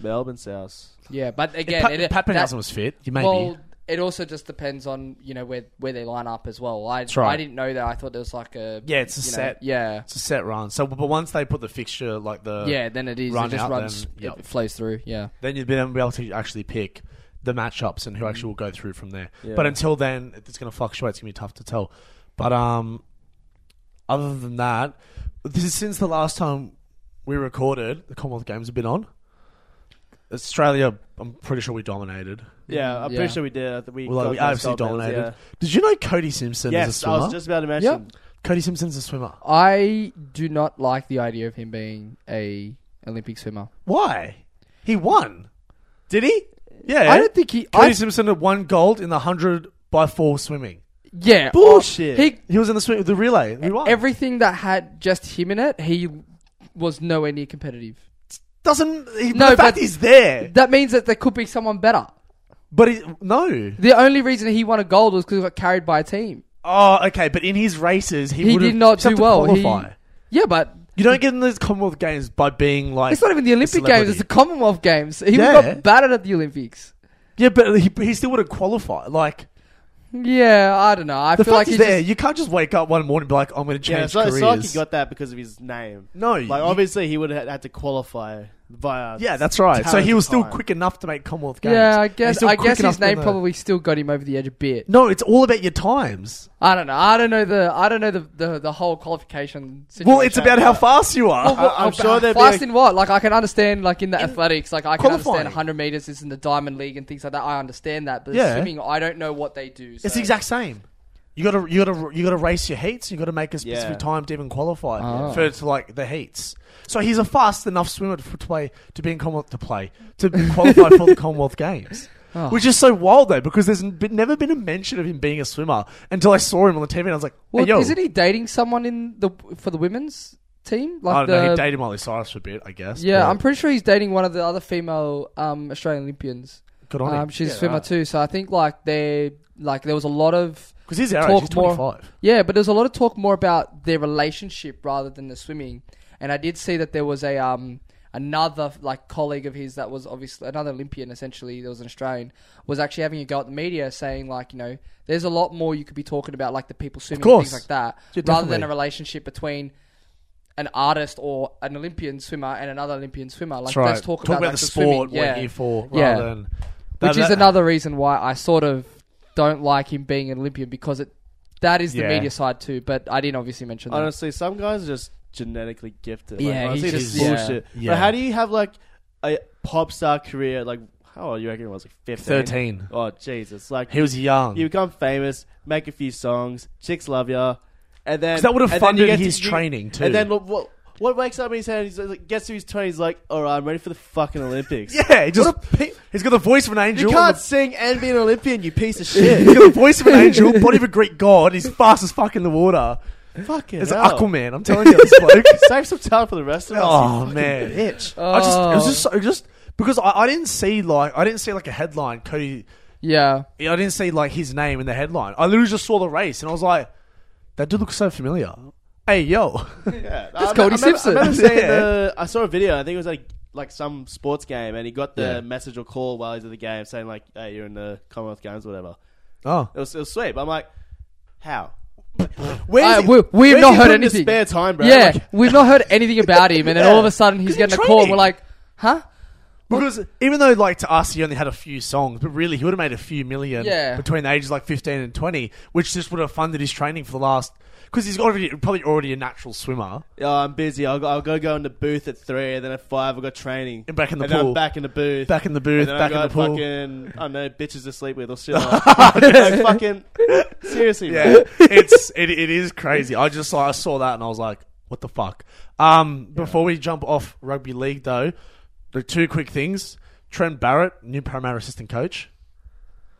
Speaker 3: Melbourne South.
Speaker 2: Yeah, but again,
Speaker 1: If
Speaker 2: it,
Speaker 1: Pat,
Speaker 2: that-
Speaker 1: Pappenhausen was fit. You maybe.
Speaker 2: Well, it also just depends on you know where where they line up as well. I
Speaker 1: right.
Speaker 2: I didn't know that. I thought there was like a
Speaker 1: Yeah, it's a
Speaker 2: you know,
Speaker 1: set.
Speaker 2: yeah,
Speaker 1: it's a set run. So, but once they put the fixture like the
Speaker 2: yeah. Then it is.
Speaker 1: run
Speaker 2: it just
Speaker 1: out,
Speaker 2: runs.
Speaker 1: then- yep.
Speaker 2: It flows through. Yeah.
Speaker 1: then you'd be then be able to actually pick the matchups and who actually will go through from there.
Speaker 3: Yeah.
Speaker 1: But until then, it's going to fluctuate. It's going to be tough to tell. But um, other than that, this is since the last time we recorded. The Commonwealth Games have been on. Australia, I'm pretty sure we dominated.
Speaker 3: Yeah, I'm
Speaker 2: Yeah.
Speaker 3: pretty sure we did. I think we,
Speaker 1: Well,
Speaker 3: got
Speaker 1: we
Speaker 3: those
Speaker 1: absolutely
Speaker 3: gold medals,
Speaker 1: dominated.
Speaker 3: yeah.
Speaker 1: Did you know Cody Simpson is a
Speaker 3: Yes, I
Speaker 1: swimmer?
Speaker 3: was just about to mention.
Speaker 1: Cody Simpson's a swimmer.
Speaker 2: I do not like the idea of him being a Olympic swimmer.
Speaker 1: Why? He won.
Speaker 3: Did he?
Speaker 1: Yeah.
Speaker 2: I don't think he.
Speaker 1: Cody
Speaker 2: I,
Speaker 1: Simpson had won gold in the 100 by 4 swimming.
Speaker 2: yeah, oh,
Speaker 3: Bullshit.
Speaker 2: He
Speaker 1: He was in the swim, the relay. He won.
Speaker 2: everything that had just him in it, he was nowhere near competitive.
Speaker 1: doesn't he,
Speaker 2: No,
Speaker 1: the fact
Speaker 2: but-
Speaker 1: he's there.
Speaker 2: That means that there could be someone better.
Speaker 1: But he, no.
Speaker 2: The only reason he won a gold was because he got carried by a team.
Speaker 1: Oh, okay. But in his races, he,
Speaker 2: He
Speaker 1: would've-
Speaker 2: did not
Speaker 1: just have
Speaker 2: do
Speaker 1: to
Speaker 2: well. He-
Speaker 1: Qualify.
Speaker 2: Yeah, but
Speaker 1: You don't get in the Commonwealth Games by being like.
Speaker 2: it's not even the Olympic
Speaker 1: celebrity.
Speaker 2: Games; it's the Commonwealth Games. He
Speaker 1: Yeah.
Speaker 2: got battered at the Olympics.
Speaker 1: yeah, but he, he still would have qualified. Like
Speaker 2: Yeah, I don't know. I
Speaker 1: the
Speaker 2: feel
Speaker 1: fact
Speaker 2: like
Speaker 1: is
Speaker 2: he's
Speaker 1: there.
Speaker 2: just-
Speaker 1: you can't just wake up one morning and be like, "I'm going to change
Speaker 3: Yeah, it's like, it's
Speaker 1: careers."
Speaker 3: not like he got that because of his name.
Speaker 1: no,
Speaker 3: Like
Speaker 1: you-
Speaker 3: obviously he would have had to qualify via.
Speaker 1: yeah, that's right. So
Speaker 3: talent
Speaker 1: he was still
Speaker 3: time.
Speaker 1: quick enough to make Commonwealth Games.
Speaker 2: yeah, I
Speaker 1: He's
Speaker 2: guess.
Speaker 1: still
Speaker 2: I
Speaker 1: quick
Speaker 2: guess
Speaker 1: enough
Speaker 2: his
Speaker 1: to
Speaker 2: name
Speaker 1: know.
Speaker 2: probably still got him over the edge a bit.
Speaker 1: No, it's all about your times.
Speaker 2: I don't know. I don't know the. I don't know the the, the whole qualification. Situation.
Speaker 1: Well, it's about how fast you are.
Speaker 3: I- I'm
Speaker 2: Well,
Speaker 3: sure there'd be
Speaker 2: fast
Speaker 3: a-
Speaker 2: in what? Like I can understand, like in the athletics, like I can
Speaker 1: qualifying.
Speaker 2: understand 100 meters is in the diamond league and things like that. I understand that, but
Speaker 1: Yeah.
Speaker 2: swimming, I don't know what they do. So.
Speaker 1: It's the exact same. You gotta, you gotta, you gotta race your heats. You gotta make a specific
Speaker 3: Yeah.
Speaker 1: time to even qualify
Speaker 2: Ah.
Speaker 1: for to like the heats. So he's a fast enough swimmer to play to be in Commonwealth to play to qualify for the Commonwealth Games,
Speaker 2: Oh.
Speaker 1: which is so wild though because there's n- been, never been a mention of him being a swimmer until I saw him on the TV and I was like,
Speaker 2: Well,
Speaker 1: hey, yo,
Speaker 2: isn't he dating someone in the for the women's team? Like
Speaker 1: I don't
Speaker 2: the,
Speaker 1: know. He dated Miley Cyrus for a bit, I guess.
Speaker 2: yeah,
Speaker 1: but
Speaker 2: I'm pretty sure he's dating one of the other female um, Australian Olympians.
Speaker 1: good on
Speaker 2: Um,
Speaker 1: him
Speaker 2: she's
Speaker 3: Yeah,
Speaker 2: a swimmer
Speaker 3: right.
Speaker 2: too, so I think like they like there was a lot of
Speaker 1: because he's our age.
Speaker 2: talk
Speaker 1: He's
Speaker 2: more-
Speaker 1: 25.
Speaker 2: Yeah, but there's a lot of talk more about their relationship rather than the swimming. And I did see that there was a um another like colleague of his that was obviously another Olympian essentially, that was an Australian, was actually having a go at the media saying like, you know, there's a lot more you could be talking about like the people swimming and
Speaker 1: course.
Speaker 2: things like that.
Speaker 1: Yeah,
Speaker 2: rather than
Speaker 1: definitely.
Speaker 2: a relationship between an artist or an Olympian swimmer and another Olympian swimmer. Like
Speaker 1: That's right.
Speaker 2: let's talk,
Speaker 1: about,
Speaker 2: like,
Speaker 1: the
Speaker 2: swimming.
Speaker 1: sport.
Speaker 2: yeah.
Speaker 1: What here for?
Speaker 2: Yeah.
Speaker 1: Rather than
Speaker 2: Which is
Speaker 1: another.
Speaker 2: another reason why I sort of don't like him being an Olympian because it that is the
Speaker 1: Yeah.
Speaker 2: media side too. But I didn't obviously mention that.
Speaker 3: Honestly, some guys are just genetically gifted. Like,
Speaker 2: Yeah, he's
Speaker 3: honestly, it's
Speaker 1: just-
Speaker 2: yeah.
Speaker 3: bullshit.
Speaker 1: Yeah.
Speaker 3: But how do you have like a pop star career? Like how old you reckon it was? Like fifteen.
Speaker 1: 13.
Speaker 3: Oh Jesus! Like
Speaker 1: He was young.
Speaker 3: you become famous, make a few songs, chicks love ya, and then
Speaker 1: 'Cause that would have
Speaker 3: and then you
Speaker 1: funded
Speaker 3: get to-
Speaker 1: his
Speaker 3: you-
Speaker 1: training too.
Speaker 3: And then look, what what wakes up in his head? He's like, gets to his twenties, he's like, all right, I'm ready for the fucking Olympics.
Speaker 1: yeah, he just he's got the voice of an
Speaker 3: You
Speaker 1: angel.
Speaker 3: can't
Speaker 1: and
Speaker 3: sing and be an Olympian, you piece of
Speaker 1: the-
Speaker 3: shit.
Speaker 1: he's got the voice of an angel, body of a Greek god. He's fast as fuck in the water.
Speaker 3: fucking
Speaker 1: It's
Speaker 3: hell.
Speaker 1: Aquaman. I'm telling you, this bloke.
Speaker 3: Save some time for the rest of us. you
Speaker 1: oh
Speaker 3: fucking
Speaker 1: man,
Speaker 3: bitch.
Speaker 1: I just it was
Speaker 2: Oh.
Speaker 1: just so, just because I, I didn't see like I didn't see like a headline. Cody,
Speaker 2: yeah.
Speaker 1: I didn't see like his name in the headline. I literally just saw the race and I was like, that dude looks so familiar. Hey yo,
Speaker 3: Yeah,
Speaker 2: That's
Speaker 3: I-
Speaker 2: Cody
Speaker 3: I remember-
Speaker 2: Simpson.
Speaker 3: I, remember seeing
Speaker 1: Yeah.
Speaker 3: the- I saw a video. I think it was like like some sports game, and he got the
Speaker 1: Yeah.
Speaker 3: message or call while he's at the game saying like, "Hey, you're in the Commonwealth Games, or whatever."
Speaker 1: oh
Speaker 3: It was, it was sweet. But I'm like, how?
Speaker 1: where's
Speaker 2: I-
Speaker 1: he-
Speaker 2: we, we have
Speaker 3: Where's
Speaker 2: not
Speaker 3: he
Speaker 2: heard
Speaker 3: putting his
Speaker 2: anything.
Speaker 3: Spare time, bro.
Speaker 2: yeah,
Speaker 3: Like,
Speaker 2: we've not heard anything about him, and then
Speaker 1: Yeah.
Speaker 2: all of a sudden he's
Speaker 1: He's in
Speaker 2: getting a call. And
Speaker 1: training.
Speaker 2: we're like, huh?
Speaker 1: Because even though, like, to us, he only had a few songs, but really, he would have made a few million
Speaker 2: Yeah.
Speaker 1: between the ages like 15 and 20, which just would have funded his training for the last. Because he's already, probably already a natural swimmer.
Speaker 3: oh, I'm busy. I'll go, I'll go go in the booth at three, and then at five I've got training.
Speaker 1: And back in the
Speaker 3: and then I'm
Speaker 1: pool.
Speaker 3: back in the booth.
Speaker 1: Back in the
Speaker 3: and
Speaker 1: booth,
Speaker 3: then
Speaker 1: back in
Speaker 3: I
Speaker 1: the
Speaker 3: got
Speaker 1: pool.
Speaker 3: fucking, I don't know, bitches to sleep with or shit. Like, like, fucking, seriously,
Speaker 1: Yeah,
Speaker 3: man.
Speaker 1: it's it, it is crazy. I just I saw that and I was like, what the fuck? Um, before we jump off rugby league though, the two quick things: Trent Barrett, new Parramatta assistant coach,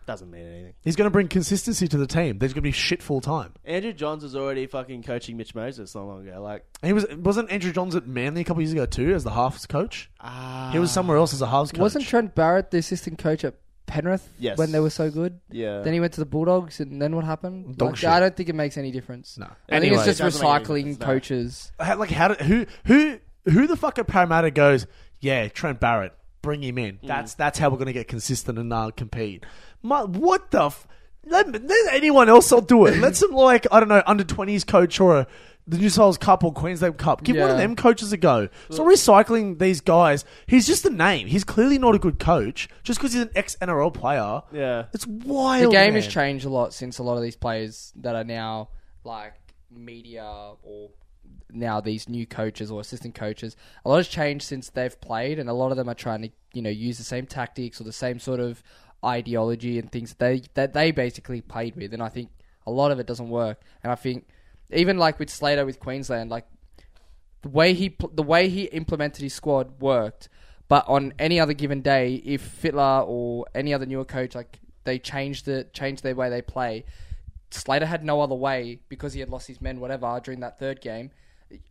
Speaker 3: Doesn't mean anything.
Speaker 1: he's going to bring consistency to the team. There's going to be shit full time.
Speaker 3: Andrew Johns was already fucking coaching Mitch Moses not long ago. Like,
Speaker 1: And he was wasn't Andrew Johns at Manly a couple years ago too as the halves coach.
Speaker 3: ah,
Speaker 1: He was somewhere else as a halves coach.
Speaker 2: Wasn't Trent Barrett the assistant coach at Penrith
Speaker 3: Yes.
Speaker 2: when they were so good?
Speaker 3: yeah.
Speaker 2: Then he went to the Bulldogs, and then what happened?
Speaker 1: Dog
Speaker 2: Like,
Speaker 1: shit.
Speaker 2: I don't think it makes any difference.
Speaker 1: No.
Speaker 2: I think
Speaker 1: Anyway.
Speaker 2: it's just
Speaker 3: It doesn't make any
Speaker 2: recycling
Speaker 3: difference, no.
Speaker 2: coaches.
Speaker 1: How- like how? Do, who who who the fuck at Parramatta goes? Yeah, Trent Barrett, bring him in.
Speaker 2: Mm.
Speaker 1: That's that's how we're gonna get consistent and uh, compete. My, what the? F- let, let anyone else will do it. Let some like I don't know under twenties coach or a, the New South Wales Cup or Queensland Cup. Give one of
Speaker 2: Yeah.
Speaker 1: them coaches a go. So recycling these guys. He's just a name. He's clearly not a good coach just because he's an ex NRL player.
Speaker 3: yeah.
Speaker 1: It's wild.
Speaker 2: The game
Speaker 1: man.
Speaker 2: has changed a lot since a lot of these players that are now like media or now these new coaches or assistant coaches, a lot has changed since they've played, and a lot of them are trying to you know use the same tactics or the same sort of ideology and things that they that they basically played with, and I think a lot of it doesn't work. And I think even like with Slater with Queensland, like the way he pl- the way he implemented his squad worked. But on any other given day, if Fitler or any other newer coach like they changed the changed their way they play, Slater had no other way because he had lost his men, whatever, during that third game,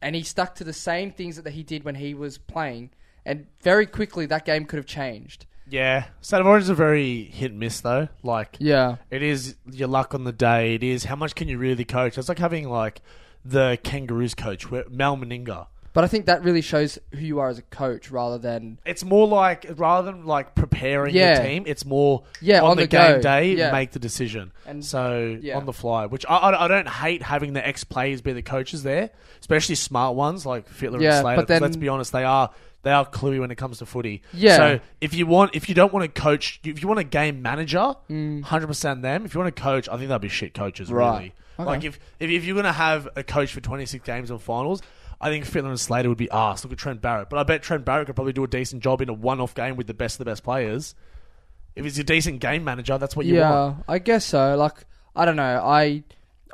Speaker 2: and he stuck to the same things that he did when he was playing. And very quickly, that game could have changed.
Speaker 1: Yeah, state of origin is a very hit and miss though. Like,
Speaker 2: Yeah,
Speaker 1: it is your luck on the day. It is how much can you really coach. It's like having like the Kangaroos coach, where- Mal Meninga.
Speaker 2: but I think that really shows who you are as a coach, rather than
Speaker 1: It's more like rather than like preparing
Speaker 2: Yeah.
Speaker 1: your team, it's more
Speaker 2: Yeah,
Speaker 1: on,
Speaker 2: on
Speaker 1: the,
Speaker 2: the
Speaker 1: game
Speaker 2: go.
Speaker 1: day
Speaker 2: Yeah.
Speaker 1: make the decision.
Speaker 2: And-
Speaker 1: so
Speaker 2: yeah.
Speaker 1: on the fly, which I, I, I don't hate having the ex players be the coaches there, especially smart ones like Fitler
Speaker 2: Yeah,
Speaker 1: and Slater.
Speaker 2: but
Speaker 1: 'cause
Speaker 2: then-
Speaker 1: let's be honest, they are they are cluey when it comes to footy.
Speaker 2: Yeah.
Speaker 1: So if you want, if you don't want to coach, if you want a game manager, hundred percent them. If you want to coach, I think that'd be shit coaches.
Speaker 2: Mm. Right.
Speaker 1: Really. Like if, if if you're gonna have a coach for 26 games and finals, I think Fitler and Slater would be asked. Look at Trent Barrett, but I bet Trent Barrett could probably do a decent job in a one-off game with the best of the best players. If he's a decent game manager, that's what you
Speaker 2: yeah,
Speaker 1: want.
Speaker 2: I guess so. Like I don't know. I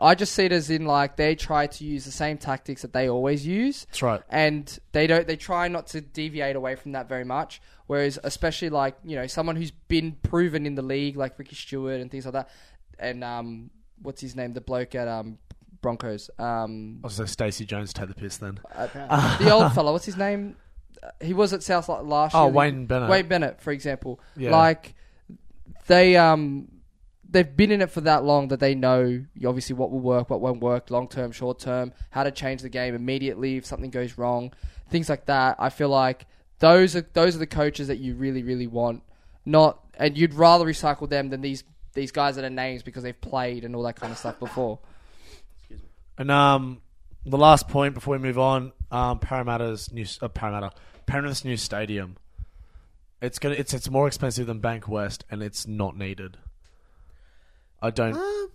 Speaker 2: I just see it as in like they try to use the same tactics that they always use.
Speaker 1: That's right.
Speaker 2: And they don't they try not to deviate away from that very much. Whereas especially like, you know, someone who's been proven in the league like Ricky Stewart and things like that. And um what's his name? The bloke at um Broncos. Um
Speaker 1: Also, Stacey Jones take the piss then.
Speaker 2: the old fella, what's his name? Uh, He was at South Lo- last
Speaker 1: Oh,
Speaker 2: year.
Speaker 1: Wayne Bennett.
Speaker 2: Wayne Bennett, for example.
Speaker 1: Yeah.
Speaker 2: Like they um they've been in it for that long that they know obviously what will work, what won't work, long term, short term, how to change the game immediately if something goes wrong, things like that. I feel like those are those are the coaches that you really really want. Not and you'd rather recycle them than these these guys that are names because they've played and all that kind of stuff before.
Speaker 1: And um, the last point before we move on, um, Parramatta's new uh, Parramatta, Parramatta's new stadium. It's gonna it's it's more expensive than Bank West, and it's not needed. I don't.
Speaker 3: Um.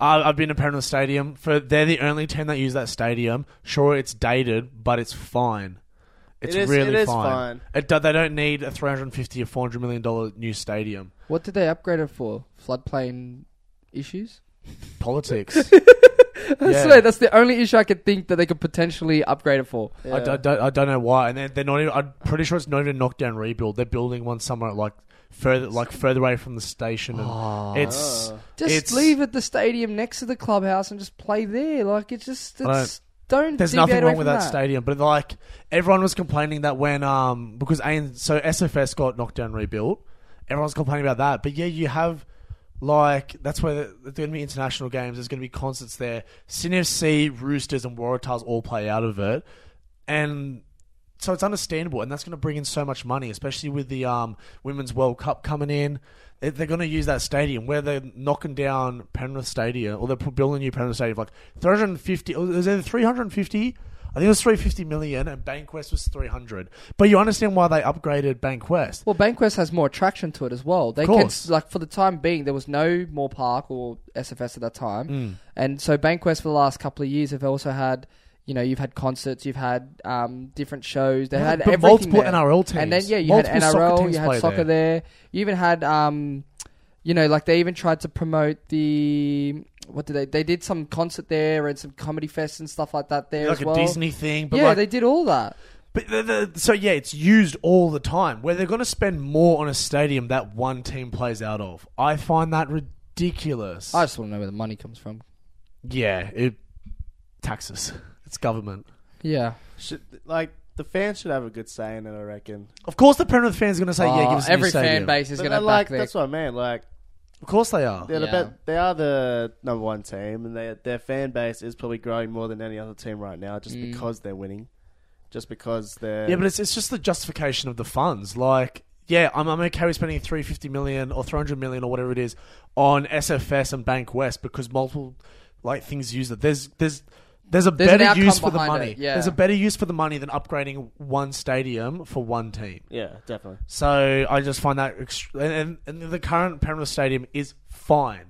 Speaker 1: I, I've been to Parramatta Stadium for they're the only team that use that stadium. Sure, it's dated, but it's fine. It's
Speaker 3: It is-
Speaker 1: really
Speaker 3: it is
Speaker 1: fine.
Speaker 3: fine.
Speaker 1: It do, they don't need a three hundred and fifty or four hundred million dollar new stadium.
Speaker 2: What did they upgrade it for? Floodplain issues?
Speaker 1: Politics.
Speaker 2: I
Speaker 1: Yeah.
Speaker 2: swear, that's the only issue I could think that they could potentially upgrade it for.
Speaker 1: I, d- I don't, I don't know why, and they're, they're not even. I'm pretty sure it's not even a knockdown rebuild. They're building one somewhere like further, like further away from the station. And It's
Speaker 2: Just
Speaker 1: It's-
Speaker 2: leave it the stadium next to the clubhouse and just play there. Like it's just
Speaker 1: don't-
Speaker 2: it's, don't.
Speaker 1: there's
Speaker 2: deviate
Speaker 1: nothing
Speaker 2: away
Speaker 1: wrong with
Speaker 2: from
Speaker 1: that, stadium, but like everyone was complaining that when um because AN, so SFS got knockdown rebuilt, everyone's complaining about that. But yeah, you have like that's where the, there's going to be international games. There's going to be concerts there. CNFC, Roosters, and Waratahs all play out of it, and so it's understandable, and that's going to bring in so much money, especially with the um, Women's World Cup coming in. They- They're going to use that stadium where they're knocking down Penrith Stadium, or they're building a new Penrith Stadium, like 350, or was it 350? I think it was 350 million, and Bankwest was 300. But you understand why they upgraded Bankwest.
Speaker 2: Well, Bankwest has more attraction to it as well. They can
Speaker 1: course.
Speaker 2: like for the time being, there was no more park or SFS at that time,
Speaker 1: Mm.
Speaker 2: and so Bankwest for the last couple of years have also had. You know, you've had concerts, you've had um, different shows. They
Speaker 1: Yeah,
Speaker 2: had
Speaker 1: but
Speaker 2: everything
Speaker 1: multiple
Speaker 2: there.
Speaker 1: NRL teams.
Speaker 2: and then yeah, you
Speaker 1: Multiple
Speaker 2: had
Speaker 1: soccer
Speaker 2: NRL,
Speaker 1: teams
Speaker 2: you
Speaker 1: play
Speaker 2: had soccer there. You even had um, you know, like they even tried to promote the what did they? They did some concert there and some comedy fests and stuff like that there
Speaker 1: Like
Speaker 2: as well.
Speaker 1: a Disney thing, but
Speaker 2: yeah,
Speaker 1: like
Speaker 2: they did all that.
Speaker 1: But the, the, so yeah, it's used all the time. Where they're going to spend more on a stadium that one team plays out of, I find that ridiculous.
Speaker 2: I just want to know where the money comes from.
Speaker 1: yeah, it taxes. It's government.
Speaker 2: Yeah,
Speaker 3: Should, like the fans should have a good say in it. I reckon.
Speaker 1: Of course, the Penrith fans are going to say, "Yeah,
Speaker 2: Oh,
Speaker 1: give us a new
Speaker 2: every fan
Speaker 1: stadium."
Speaker 2: base is
Speaker 3: But
Speaker 2: going to
Speaker 3: then, like
Speaker 2: back their
Speaker 3: that's what I mean. Like
Speaker 1: Of course, they are.
Speaker 3: they're the
Speaker 2: Yeah.
Speaker 3: be- they are the number one team, and they, their fan base is probably growing more than any other team right now, just
Speaker 1: Mm.
Speaker 3: because they're winning, just because they're
Speaker 1: Yeah, but it's, it's just the justification of the funds. Like, yeah, I'm, I'm okay with spending 350 million or 300 million or whatever it is on SFS and Bank West because multiple like things use it. There's there's there's a
Speaker 2: an
Speaker 1: better
Speaker 2: outcome
Speaker 1: use for the
Speaker 2: behind
Speaker 1: money.
Speaker 2: it, yeah.
Speaker 1: There's a better use for the money than upgrading one stadium for one team.
Speaker 3: yeah, definitely.
Speaker 1: So I just find that ext- and, and and the current Penrith Stadium is fine.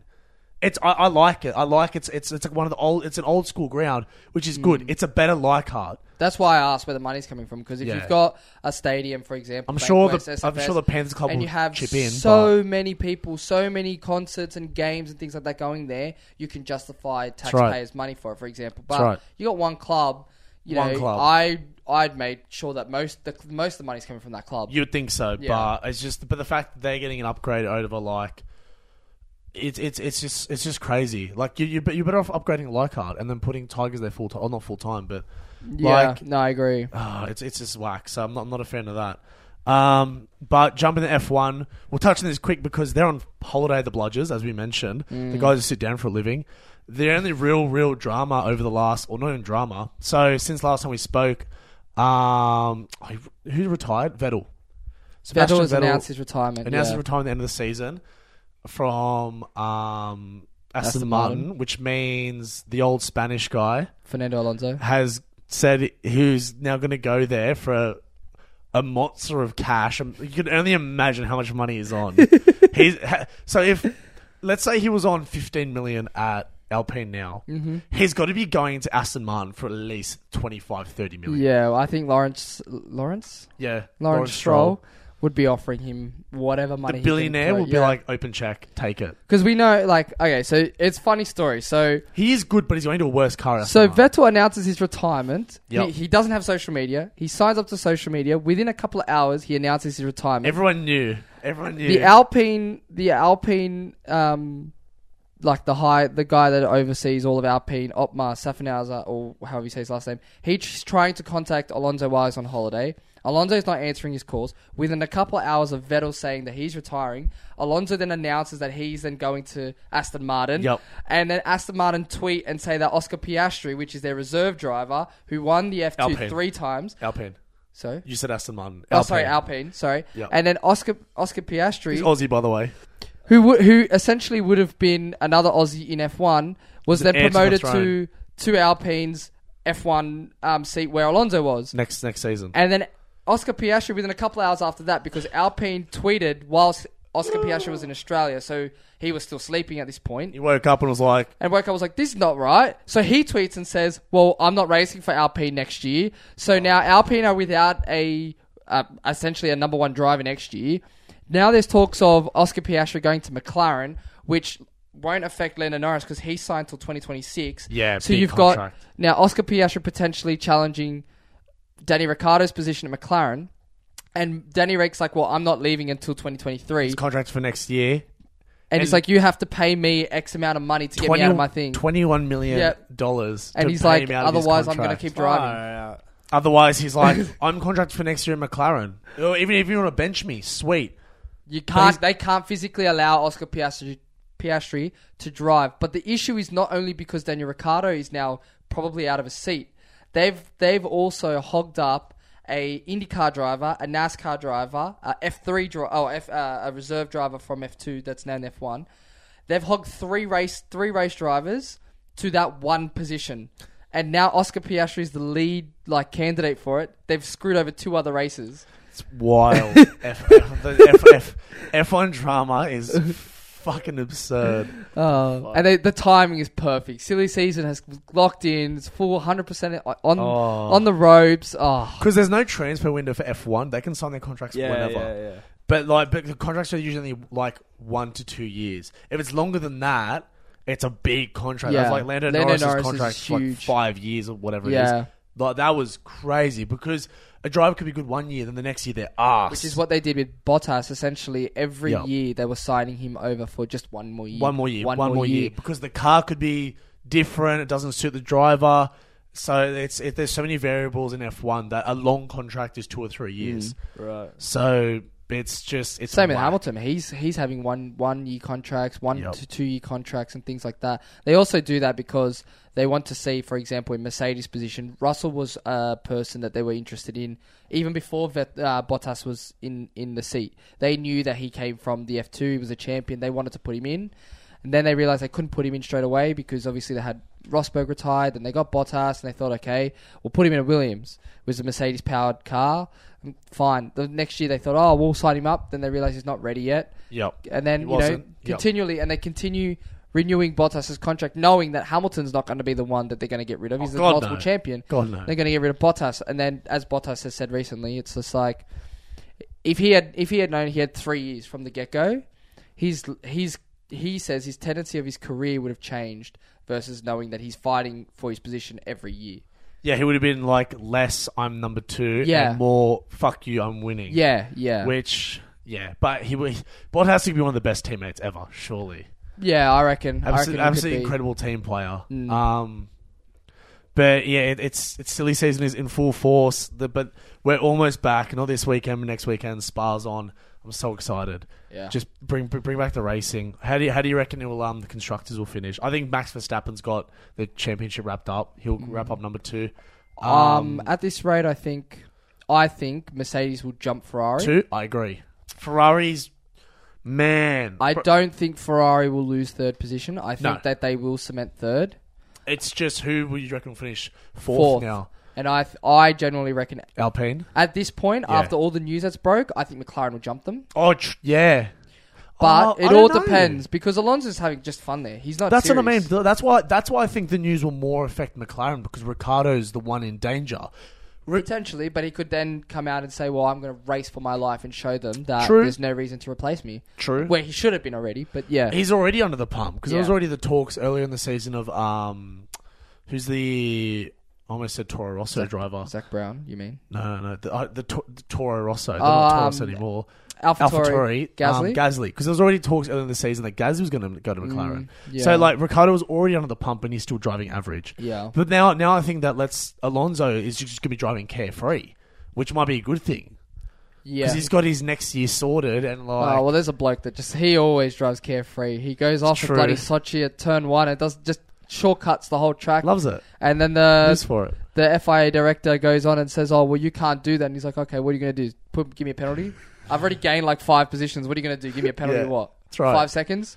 Speaker 1: It's I, I like it. I like it's it's it's like one of the old. It's an old school ground, which is good.
Speaker 2: Mm.
Speaker 1: It's a better Leichhardt.
Speaker 2: That's why I asked where the money's coming from because if
Speaker 1: Yeah.
Speaker 2: you've got a stadium, for example,
Speaker 1: I'm sure the
Speaker 2: Bankwest,
Speaker 1: I'm
Speaker 2: SFS,
Speaker 1: sure the Panthers Club
Speaker 2: and
Speaker 1: will
Speaker 2: you have
Speaker 1: chip in.
Speaker 2: so many people, so many concerts and games and things like that going there, you can justify
Speaker 1: right.
Speaker 2: taxpayers' money for it, for example. But
Speaker 1: right.
Speaker 2: you got one club, you
Speaker 1: One
Speaker 2: know,
Speaker 1: club.
Speaker 2: I I'd made sure that most the most of the money's coming from that club.
Speaker 1: but you would think so,
Speaker 2: Yeah.
Speaker 1: but it's just but the fact that they're getting an upgrade over like it's it's it's just it's just crazy. Like you you you're better off upgrading Leichhardt and then putting Tigers there full time. Oh, not full time, but
Speaker 2: yeah,
Speaker 1: like
Speaker 2: no, I agree.
Speaker 1: Ah, it's it's just whack. So I'm not, I'm not a fan of that. Um, but jumping to F1, we'll touch on this quick because they're on holiday. The Bludgers, as we mentioned, the
Speaker 2: Mm.
Speaker 1: guys who sit down for a living. The only real, real drama over the last, or not even drama. So since last time we spoke, um, I- who retired? Vettel. Sebastian
Speaker 2: Vettel has announced his retirement.
Speaker 1: announced
Speaker 2: yeah.
Speaker 1: his retirement at the end of the season from um, Aston,
Speaker 2: Aston
Speaker 1: Martin,
Speaker 2: Martin.
Speaker 1: which means the old Spanish guy
Speaker 2: Fernando Alonso.
Speaker 1: has said who's now going to go there for a, a monster of cash. Um, You can only imagine how much money he's on. he's ha- so if let's say he was on 15 million at Alpine now,
Speaker 2: Mm-hmm.
Speaker 1: he's got to be going to Aston Martin for at least 25, 30 million.
Speaker 2: Yeah, well, I think Lawrence Lawrence
Speaker 1: Yeah,
Speaker 2: Lawrence Stroll, would be offering him whatever money.
Speaker 1: The
Speaker 2: he can
Speaker 1: billionaire
Speaker 2: throw-
Speaker 1: will be
Speaker 2: yeah.
Speaker 1: like, open check, take it.
Speaker 2: because we know like okay, so it's a funny story. So
Speaker 1: He is good, but he's going to a worse car. at
Speaker 2: so
Speaker 1: Aston Martin.
Speaker 2: Vettel announces his retirement.
Speaker 1: Yep.
Speaker 2: He, he doesn't have social media. He signs up to social media. Within a couple of hours, he announces his retirement.
Speaker 1: everyone knew, everyone knew.
Speaker 2: The Alpine, the Alpine, um, like the high, the guy that oversees all of Alpine, Otmar Safenhauser, or however you say his last name, he's trying to contact Alonso while he's on holiday. Alonso's not answering his calls. Within a couple of hours of Vettel saying that he's retiring, Alonso then announces that he's then going to Aston Martin.
Speaker 1: Yep.
Speaker 2: And then Aston Martin tweet and say that Oscar Piastri, which is their reserve driver, who won the F2
Speaker 1: Alpine.
Speaker 2: three times.
Speaker 1: Alpine.
Speaker 2: So.
Speaker 1: You said Aston Martin.
Speaker 2: Oh, sorry, Alpine. Sorry,
Speaker 1: Yep.
Speaker 2: and then Oscar Oscar Piastri
Speaker 1: He's Aussie, by the way.
Speaker 2: who would who essentially would have been another Aussie in F1 was then
Speaker 1: heir to the
Speaker 2: promoted to
Speaker 1: throne.
Speaker 2: to Alpine's F1 um, seat where Alonso was,
Speaker 1: Next next season.
Speaker 2: and then Oscar Piastri within a couple hours after that because Alpine tweeted whilst Oscar Piastri was in Australia, so he was still sleeping at this point.
Speaker 1: He woke up and was like,
Speaker 2: And Woko was like, "This is not right." So he tweets and says, "Well, I'm not racing for Alpine next year." So now Alpine are without a uh, essentially a number one driver next year. Now there's talks of Oscar Piastri going to McLaren, which won't affect Lando Norris because he signed till 2026.
Speaker 1: Yeah,
Speaker 2: So
Speaker 1: big
Speaker 2: you've
Speaker 1: contract.
Speaker 2: got now Oscar Piastri potentially challenging Danny Ricciardo's position at McLaren. And Danny Rick's like, well, I'm not leaving until 2023, and,
Speaker 1: contract for next year.
Speaker 2: it's like you have to pay me X amount of money to get me out of my thing.
Speaker 1: Twenty-one million
Speaker 2: Yep.
Speaker 1: dollars.
Speaker 2: and
Speaker 1: to
Speaker 2: he's
Speaker 1: pay
Speaker 2: like,
Speaker 1: him out of his
Speaker 2: otherwise I'm going to
Speaker 1: contract."
Speaker 2: keep driving.
Speaker 4: Uh,
Speaker 3: Far out.
Speaker 1: Otherwise, he's like, I'm contracted for next year in McLaren. Or even if you want to bench me, sweet.
Speaker 2: You
Speaker 1: he's-
Speaker 2: can't. They can't physically allow Oscar Piastri, Piastri to drive. But the issue is not only because Daniel Ricciardo is now probably out of a seat. They've they've also hogged up a IndyCar driver, a NASCAR driver, a F3 driver, oh, F, uh, a reserve driver from F2 that's now in F1. They've hogged three race three race drivers to that one position. And now Oscar Piastri is the lead like candidate for it. They've screwed over two other races.
Speaker 1: It's wild. F, F, the F, F, F1 drama is fucking absurd.
Speaker 2: Oh, and they, the timing is perfect. Silly season has locked in. It's full 100 percent on on the ropes. Oh,
Speaker 1: Because there's no transfer window for F1. They can sign their contracts
Speaker 3: Yeah,
Speaker 1: whenever.
Speaker 3: yeah, yeah.
Speaker 1: But like, but the contracts are usually like one to two years. If it's longer than that, it's a big contract.
Speaker 2: Yeah.
Speaker 1: That's like Lando,
Speaker 2: Lando
Speaker 1: Norris's
Speaker 2: Norris is
Speaker 1: contract for like
Speaker 2: huge.
Speaker 1: five years or whatever it
Speaker 2: Yeah.
Speaker 1: is. Like that was crazy because a driver could be good one year, then the next year they're ass.
Speaker 2: which is what they did with Bottas. Essentially, every
Speaker 1: Yeah.
Speaker 2: year they were signing him over for just one more year.
Speaker 1: one more year, one, more, year. because the car could be different. It doesn't suit the driver. So it's it, there's so many variables in F1 that a long contract is two or three years.
Speaker 3: Right.
Speaker 1: So it's just it's
Speaker 2: Mm. Same with
Speaker 1: whack.
Speaker 2: Hamilton. He's he's having one one year contracts, one
Speaker 1: Yep.
Speaker 2: to two year contracts, and things like that. They also do that because they want to see, for example, in Mercedes' position, Russell was a person that they were interested in even before Vet, uh, Bottas was in in the seat. They knew that he came from the F two. He was a champion. They wanted to put him in, and then they realized they couldn't put him in straight away because obviously they had Rosberg retired, and they got Bottas, and they thought, okay, we'll put him in a Williams, which is a Mercedes powered car. Fine. The next year they thought, oh, we'll sign him up. Then they realized he's not ready yet,
Speaker 1: Yep.
Speaker 2: and then
Speaker 1: He
Speaker 2: you know
Speaker 1: wasn't. Yep.
Speaker 2: continually, and they continue renewing Bottas's contract, knowing that Hamilton's not going to be the one that they're going to get rid of. He's the
Speaker 1: Oh, God,
Speaker 2: multiple
Speaker 1: no.
Speaker 2: champion.
Speaker 1: God no.
Speaker 2: They're going to get rid of Bottas, and then as Bottas has said recently, it's just like if he had if he had known he had three years from the get go, he's he's he says his tendency of his career would have changed versus knowing that he's fighting for his position every year.
Speaker 1: Yeah, he would have been like less. I'm number two.
Speaker 2: Yeah.
Speaker 1: and more. Fuck you. I'm winning.
Speaker 2: Yeah, yeah,
Speaker 1: which yeah, but he would. Bot has to be one of the best teammates ever. Surely,
Speaker 2: yeah. I reckon. I reckon
Speaker 1: absolutely,
Speaker 2: he could
Speaker 1: absolutely
Speaker 2: be-
Speaker 1: incredible team player.
Speaker 2: Mm.
Speaker 1: Um, but yeah, it, it's it's silly season is in full force. The, but we're almost back. Not this weekend, but next weekend. Spas on. I'm so excited.
Speaker 2: Yeah.
Speaker 1: Just bring bring bring back the racing. How do you, how do you reckon it will um the constructors will finish? I think Max Verstappen's got the championship wrapped up. He'll
Speaker 2: Mm.
Speaker 1: wrap up number two.
Speaker 2: Um, at this rate, I think, I think Mercedes will jump Ferrari.
Speaker 1: two. I agree. Ferrari's man.
Speaker 2: I
Speaker 1: Bro-
Speaker 2: don't think Ferrari will lose third position. I think
Speaker 1: No.
Speaker 2: that they will cement third,
Speaker 1: It's just who will you reckon will finish fourth,
Speaker 2: fourth,
Speaker 1: now?
Speaker 2: and I, th- I generally reckon
Speaker 1: Alpine.
Speaker 2: at this point,
Speaker 1: Yeah.
Speaker 2: after all the news that's broke, I think McLaren will jump them.
Speaker 1: Oh tr- yeah,
Speaker 2: But
Speaker 1: Oh, I
Speaker 2: it
Speaker 1: don't
Speaker 2: all
Speaker 1: know.
Speaker 2: depends because Alonso's having just fun there. He's not.
Speaker 1: That's
Speaker 2: serious.
Speaker 1: what I mean. Th- That's why. That's why I think the news will more affect McLaren because Ricardo's the one in danger. Ri-
Speaker 2: Potentially, but he could then come out and say, "Well, I'm going to race for my life and show them that
Speaker 1: True.
Speaker 2: there's no reason to replace me."
Speaker 1: True.
Speaker 2: Where he should have been already, but yeah,
Speaker 1: He's already under the pump because there was
Speaker 2: Yeah.
Speaker 1: already the talks earlier in the season of um, who's the I almost said Toro Rosso driver.
Speaker 2: Zach Brown, you mean
Speaker 1: No, no, no. The, uh, the, Tor- the Toro Rosso. They're not Toro Rosso
Speaker 2: Um,
Speaker 1: anymore.
Speaker 2: AlphaTauri,
Speaker 1: AlphaTauri,
Speaker 2: Gasly?
Speaker 1: um, Gasly, because there was already talks earlier in the season that Gasly was going to go to McLaren.
Speaker 2: Mm, yeah.
Speaker 1: So like Ricardo was already under the pump and he's still driving average.
Speaker 2: Yeah.
Speaker 1: But now, now I think that lets Alonso is just going to be driving carefree, which might be a good thing
Speaker 2: Yeah.
Speaker 1: because he's got his next year sorted and like.
Speaker 2: Oh well, there's a bloke that just he always drives carefree. He goes off at
Speaker 1: true.
Speaker 2: bloody Sochi at turn one and does just shortcuts the whole track.
Speaker 1: Loves it.
Speaker 2: and then
Speaker 1: Lives
Speaker 2: the
Speaker 1: for it.
Speaker 2: the FIA director goes on and says, "Oh well, you can't do that." And he's like, "Okay, what are you going to do? Put give me a penalty? I've already gained like five positions. What are you going to do? Give me a penalty?
Speaker 1: Yeah,
Speaker 2: what?
Speaker 1: that's right.
Speaker 2: Five seconds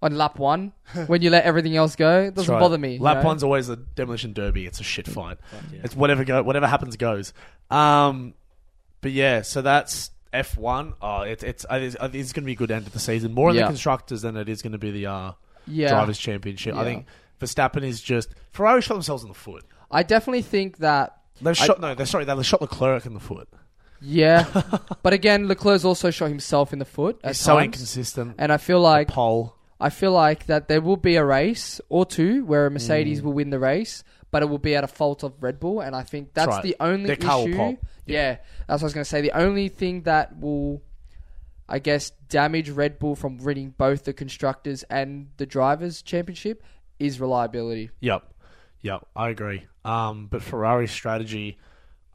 Speaker 2: on lap one when you let everything else go. It doesn't
Speaker 1: That's right.
Speaker 2: bother me. you
Speaker 1: Lap
Speaker 2: know?
Speaker 1: one's always a demolition derby. It's a shit fight. It's whatever go, whatever happens goes. Um, but yeah, so that's F one. Oh, it, it's I think it's going to be a good end of the season. More in
Speaker 2: Yeah.
Speaker 1: the constructors than it is going to be the uh,
Speaker 2: Yeah.
Speaker 1: drivers' championship.
Speaker 2: Yeah.
Speaker 1: I think Verstappen is just Ferrari shot themselves in the foot.
Speaker 2: I definitely think that.
Speaker 1: They have shot no, they sorry, they shot Leclerc in the foot.
Speaker 2: Yeah, but again, Leclerc's also shot himself in the foot. At
Speaker 1: It's so
Speaker 2: times.
Speaker 1: inconsistent.
Speaker 2: And I feel like
Speaker 1: Pole.
Speaker 2: I feel like that there will be a race or two where a Mercedes
Speaker 1: Mm.
Speaker 2: will win the race, but it will be at a fault of Red Bull, and I think that's,
Speaker 1: right.
Speaker 2: the only
Speaker 1: Their car will
Speaker 2: issue.
Speaker 1: pop.
Speaker 2: Yeah. that's what I was going to say. The only thing that will, I guess, damage Red Bull from winning both the constructors and the drivers' championship is reliability.
Speaker 1: Yep. Yep. I agree. Um, but Ferrari's strategy,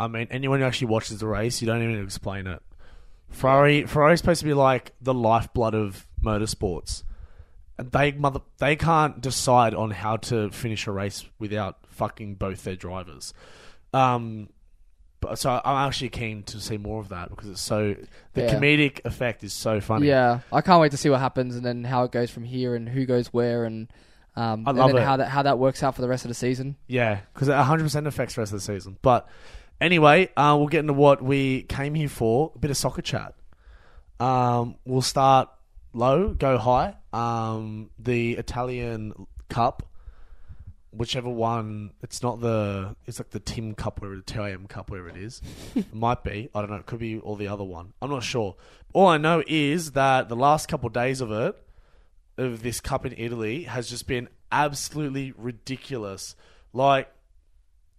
Speaker 1: I mean, anyone who actually watches the race, you don't even explain it. Ferrari Ferrari's supposed to be like the lifeblood of motorsports. And They mother they can't decide on how to finish a race without fucking both their drivers. Um but, so I'm actually keen to see more of that because it's so the
Speaker 2: Yeah.
Speaker 1: comedic effect is so funny.
Speaker 2: Yeah, I can't wait to see what happens and then how it goes from here and who goes where and. Um,
Speaker 1: I
Speaker 2: and
Speaker 1: love
Speaker 2: then
Speaker 1: it.
Speaker 2: how that how that works out for the rest of the season.
Speaker 1: Yeah, because it 100% affects the rest of the season. But anyway, uh, we'll get into what we came here for a bit of soccer chat. Um, we'll start low, go high. Um, the Italian Cup, whichever one, it's not the, it's like the Tim Cup, whatever, the TIM Cup, whatever it is. it might be. I don't know. It could be all the other one. I'm not sure. All I know is that the last couple of days of it, of this cup in Italy has just been absolutely ridiculous. Like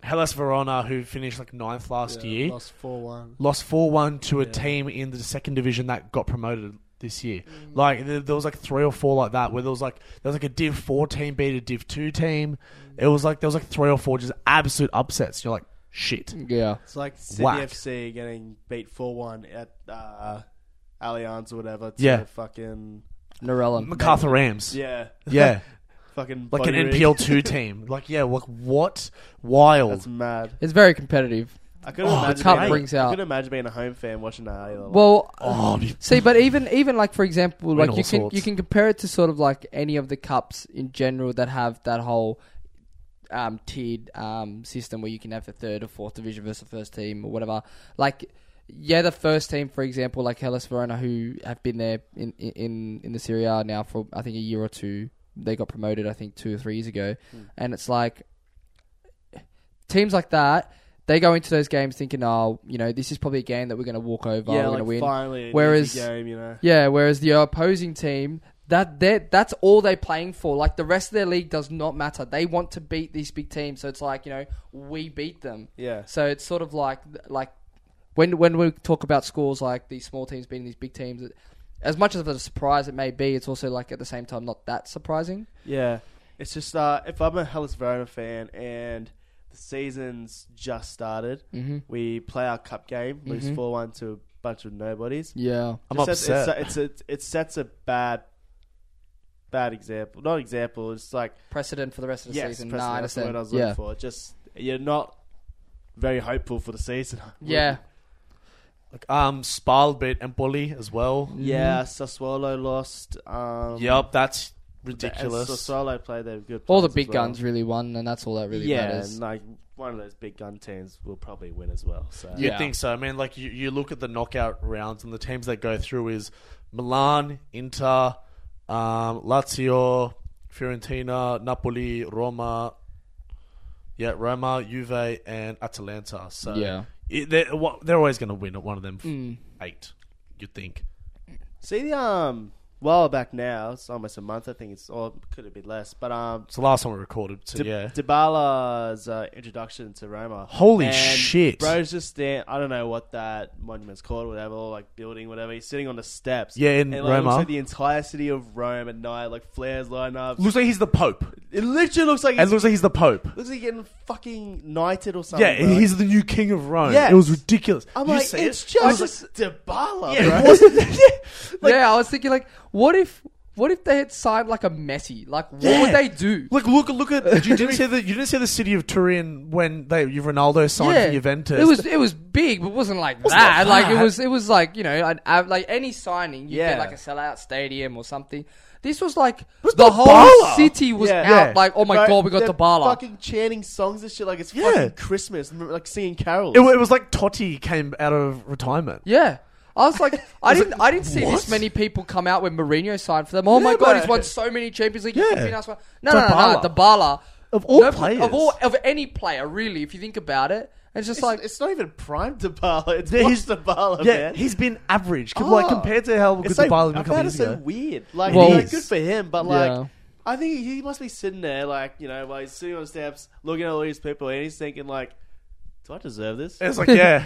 Speaker 1: Hellas Verona, who finished like ninth last year,
Speaker 4: Lost 4 1.
Speaker 1: lost 4 1 to a team in the second division that got promoted this year.
Speaker 4: Mm.
Speaker 1: Like, there, there was like three or four like that, where there was like, there was like a Div 4 team beat a Div 2 team.
Speaker 4: Mm.
Speaker 1: It was like, there was like three or four just absolute upsets. You're like, shit.
Speaker 4: Mm.
Speaker 2: Yeah,
Speaker 4: It's like City
Speaker 1: Whack.
Speaker 4: FC getting beat 4 1 at uh, Allianz or whatever. To
Speaker 1: Yeah.
Speaker 4: Fucking.
Speaker 2: Norella.
Speaker 1: MacArthur Rams.
Speaker 4: Yeah.
Speaker 1: Yeah.
Speaker 4: fucking.
Speaker 1: Like an
Speaker 4: body rig.
Speaker 1: NPL2 team. Like, yeah, like what? Wild.
Speaker 4: That's mad.
Speaker 2: It's very competitive.
Speaker 4: I couldn't
Speaker 1: Oh, the
Speaker 4: imagine.
Speaker 1: cup
Speaker 4: being-
Speaker 2: brings
Speaker 4: I
Speaker 2: out-
Speaker 4: couldn't imagine being a home fan watching that. either.
Speaker 2: Well,
Speaker 1: oh, it'd be
Speaker 2: See, but even even like for example, like
Speaker 1: all
Speaker 2: you can
Speaker 1: sorts.
Speaker 2: you can compare it to sort of like any of the cups in general that have that whole um, tiered um, system where you can have the third or fourth division versus the first team or whatever. Like, yeah, the first team, for example, like Hellas Verona, who have been there in in in the Serie A now for I think a year or two they got promoted, I think, two or three years ago.
Speaker 1: Hmm.
Speaker 2: And it's like teams like that, they go into those games thinking, oh, you know, this is probably a game that we're going to walk over,
Speaker 3: yeah,
Speaker 2: we're
Speaker 3: like
Speaker 2: going to win.
Speaker 3: finally, an easy
Speaker 2: Whereas-
Speaker 3: game, you know,
Speaker 2: Yeah, whereas the opposing team, that they're- that's all they're playing for. Like the rest of their league does not matter. They want to beat these big teams, so it's like you know we beat them.
Speaker 3: yeah,
Speaker 2: So it's sort of like like when when we talk about schools like these small teams beating these big teams. It, as much of a surprise it may be, it's also like at the same time not that surprising.
Speaker 3: yeah. It's just uh, if I'm a Hellas Verona fan and the season's just started,
Speaker 2: Mm-hmm.
Speaker 3: we play our cup game, lose
Speaker 2: Mhm.
Speaker 3: four one to a bunch of nobodies.
Speaker 2: Yeah,
Speaker 1: I'm
Speaker 3: It sets-
Speaker 1: upset.
Speaker 3: It's, it's a, it sets a bad, bad example. Not example. It's like
Speaker 2: precedent for the rest of the
Speaker 3: yes,
Speaker 2: season.
Speaker 3: Preston,
Speaker 2: nah, I
Speaker 3: that's the word
Speaker 2: understand.
Speaker 3: I was looking
Speaker 2: yeah,
Speaker 3: for. Just you're not very hopeful for the season.
Speaker 2: yeah,
Speaker 1: Like, um, Spal beat Empoli as well.
Speaker 3: yeah.
Speaker 2: Mm-hmm.
Speaker 3: Sassuolo lost. Um,
Speaker 1: Yep, that's
Speaker 3: the- and
Speaker 1: ridiculous.
Speaker 3: Sassuolo played their good.
Speaker 2: All the
Speaker 3: players as
Speaker 2: big
Speaker 3: well.
Speaker 2: guns really won, and that's all that really
Speaker 3: yeah,
Speaker 2: matters.
Speaker 3: and like one of those big gun teams will probably win as well. So
Speaker 1: You'd
Speaker 2: Yeah.
Speaker 1: think so. I mean, like you, you look at the knockout rounds and the teams that go through is Milan, Inter, um, Lazio, Fiorentina, Napoli, Roma. Yeah, Roma, Juve, and Atalanta. So
Speaker 2: Yeah.
Speaker 1: it, they're, wha- they're always going to win at one of them f-
Speaker 2: Mm.
Speaker 1: eight. You'd think.
Speaker 3: see the um while back now. It's almost a month. I think it's or it could have been less, but um.
Speaker 1: It's the last one we recorded. So
Speaker 3: D-
Speaker 1: yeah,
Speaker 3: Dybala's uh, introduction to Roma.
Speaker 1: Holy
Speaker 3: And
Speaker 1: shit.
Speaker 3: Bro's just there. I don't know what that monument's called, whatever, or like building, whatever. He's sitting on the steps.
Speaker 1: Yeah, in
Speaker 3: and, like,
Speaker 1: Roma.
Speaker 3: Looks at the entire city of Rome at night, like flares line up.
Speaker 1: looks like he's the Pope.
Speaker 3: It literally looks like
Speaker 1: It
Speaker 3: it's,
Speaker 1: looks like he's the Pope.
Speaker 3: looks like he's getting fucking knighted or something.
Speaker 1: Yeah,
Speaker 3: bro.
Speaker 1: he's the new king of Rome.
Speaker 3: Yes.
Speaker 1: It was ridiculous.
Speaker 3: I'm
Speaker 1: Did you
Speaker 3: like,
Speaker 1: see
Speaker 3: it's
Speaker 1: it? I was
Speaker 3: just Dybala.
Speaker 1: like,
Speaker 3: bro.
Speaker 1: yeah, it wasn't-
Speaker 2: yeah, I was thinking like, what if what if they had signed like a Messi? Like, what
Speaker 1: Yeah.
Speaker 2: would they do?
Speaker 1: Look, look, look at you didn't see the you didn't see the city of Turin when they you Ronaldo signed for Juventus.
Speaker 2: It was it was big, but it wasn't like that.
Speaker 1: like
Speaker 2: Like it
Speaker 1: that.
Speaker 2: was it was like you know an, av- like any signing, you
Speaker 3: Yeah.
Speaker 2: get like a sellout stadium or something. This was like
Speaker 1: was
Speaker 2: the whole
Speaker 1: Dybala.
Speaker 2: city was
Speaker 3: Yeah.
Speaker 2: out.
Speaker 1: Yeah.
Speaker 2: Like oh my
Speaker 3: Bro,
Speaker 2: god, we got
Speaker 3: they're
Speaker 2: Dybala.
Speaker 3: Fucking chanting songs and shit like it's
Speaker 1: Yeah.
Speaker 3: fucking Christmas, m- like singing carols.
Speaker 1: It, wa- it was like Totti came out of retirement.
Speaker 2: yeah. I was like, I didn't, I didn't see
Speaker 1: what?
Speaker 2: this many people come out when Mourinho signed for them. Oh my god, he's
Speaker 1: bro.
Speaker 2: won so many Champions League.
Speaker 1: Yeah.
Speaker 2: he's been us one- No, no, no, no,
Speaker 1: Dybala.
Speaker 2: Dybala.
Speaker 1: Of all
Speaker 2: No,
Speaker 1: players,
Speaker 2: of all of any player, really, if you think about it, it's just
Speaker 3: It's,
Speaker 2: like
Speaker 3: it's not even prime Dybala. It's
Speaker 1: Yeah,
Speaker 3: yeah,
Speaker 1: he's-
Speaker 3: Dybala,
Speaker 1: yeah,
Speaker 3: man.
Speaker 1: he's been average. Com-
Speaker 3: Oh.
Speaker 1: like compared to how good
Speaker 3: It's
Speaker 1: the
Speaker 3: so,
Speaker 1: Bayern was a
Speaker 3: I
Speaker 1: couple
Speaker 3: found it
Speaker 1: years
Speaker 3: so
Speaker 1: ago.
Speaker 3: weird. Like,
Speaker 2: Well-
Speaker 3: you know, good for him, but like,
Speaker 2: Yeah.
Speaker 3: I think he must be sitting there, like, you know, while he's sitting on the steps, looking at all these people, and he's thinking, like, do I deserve this?
Speaker 1: It was like yeah,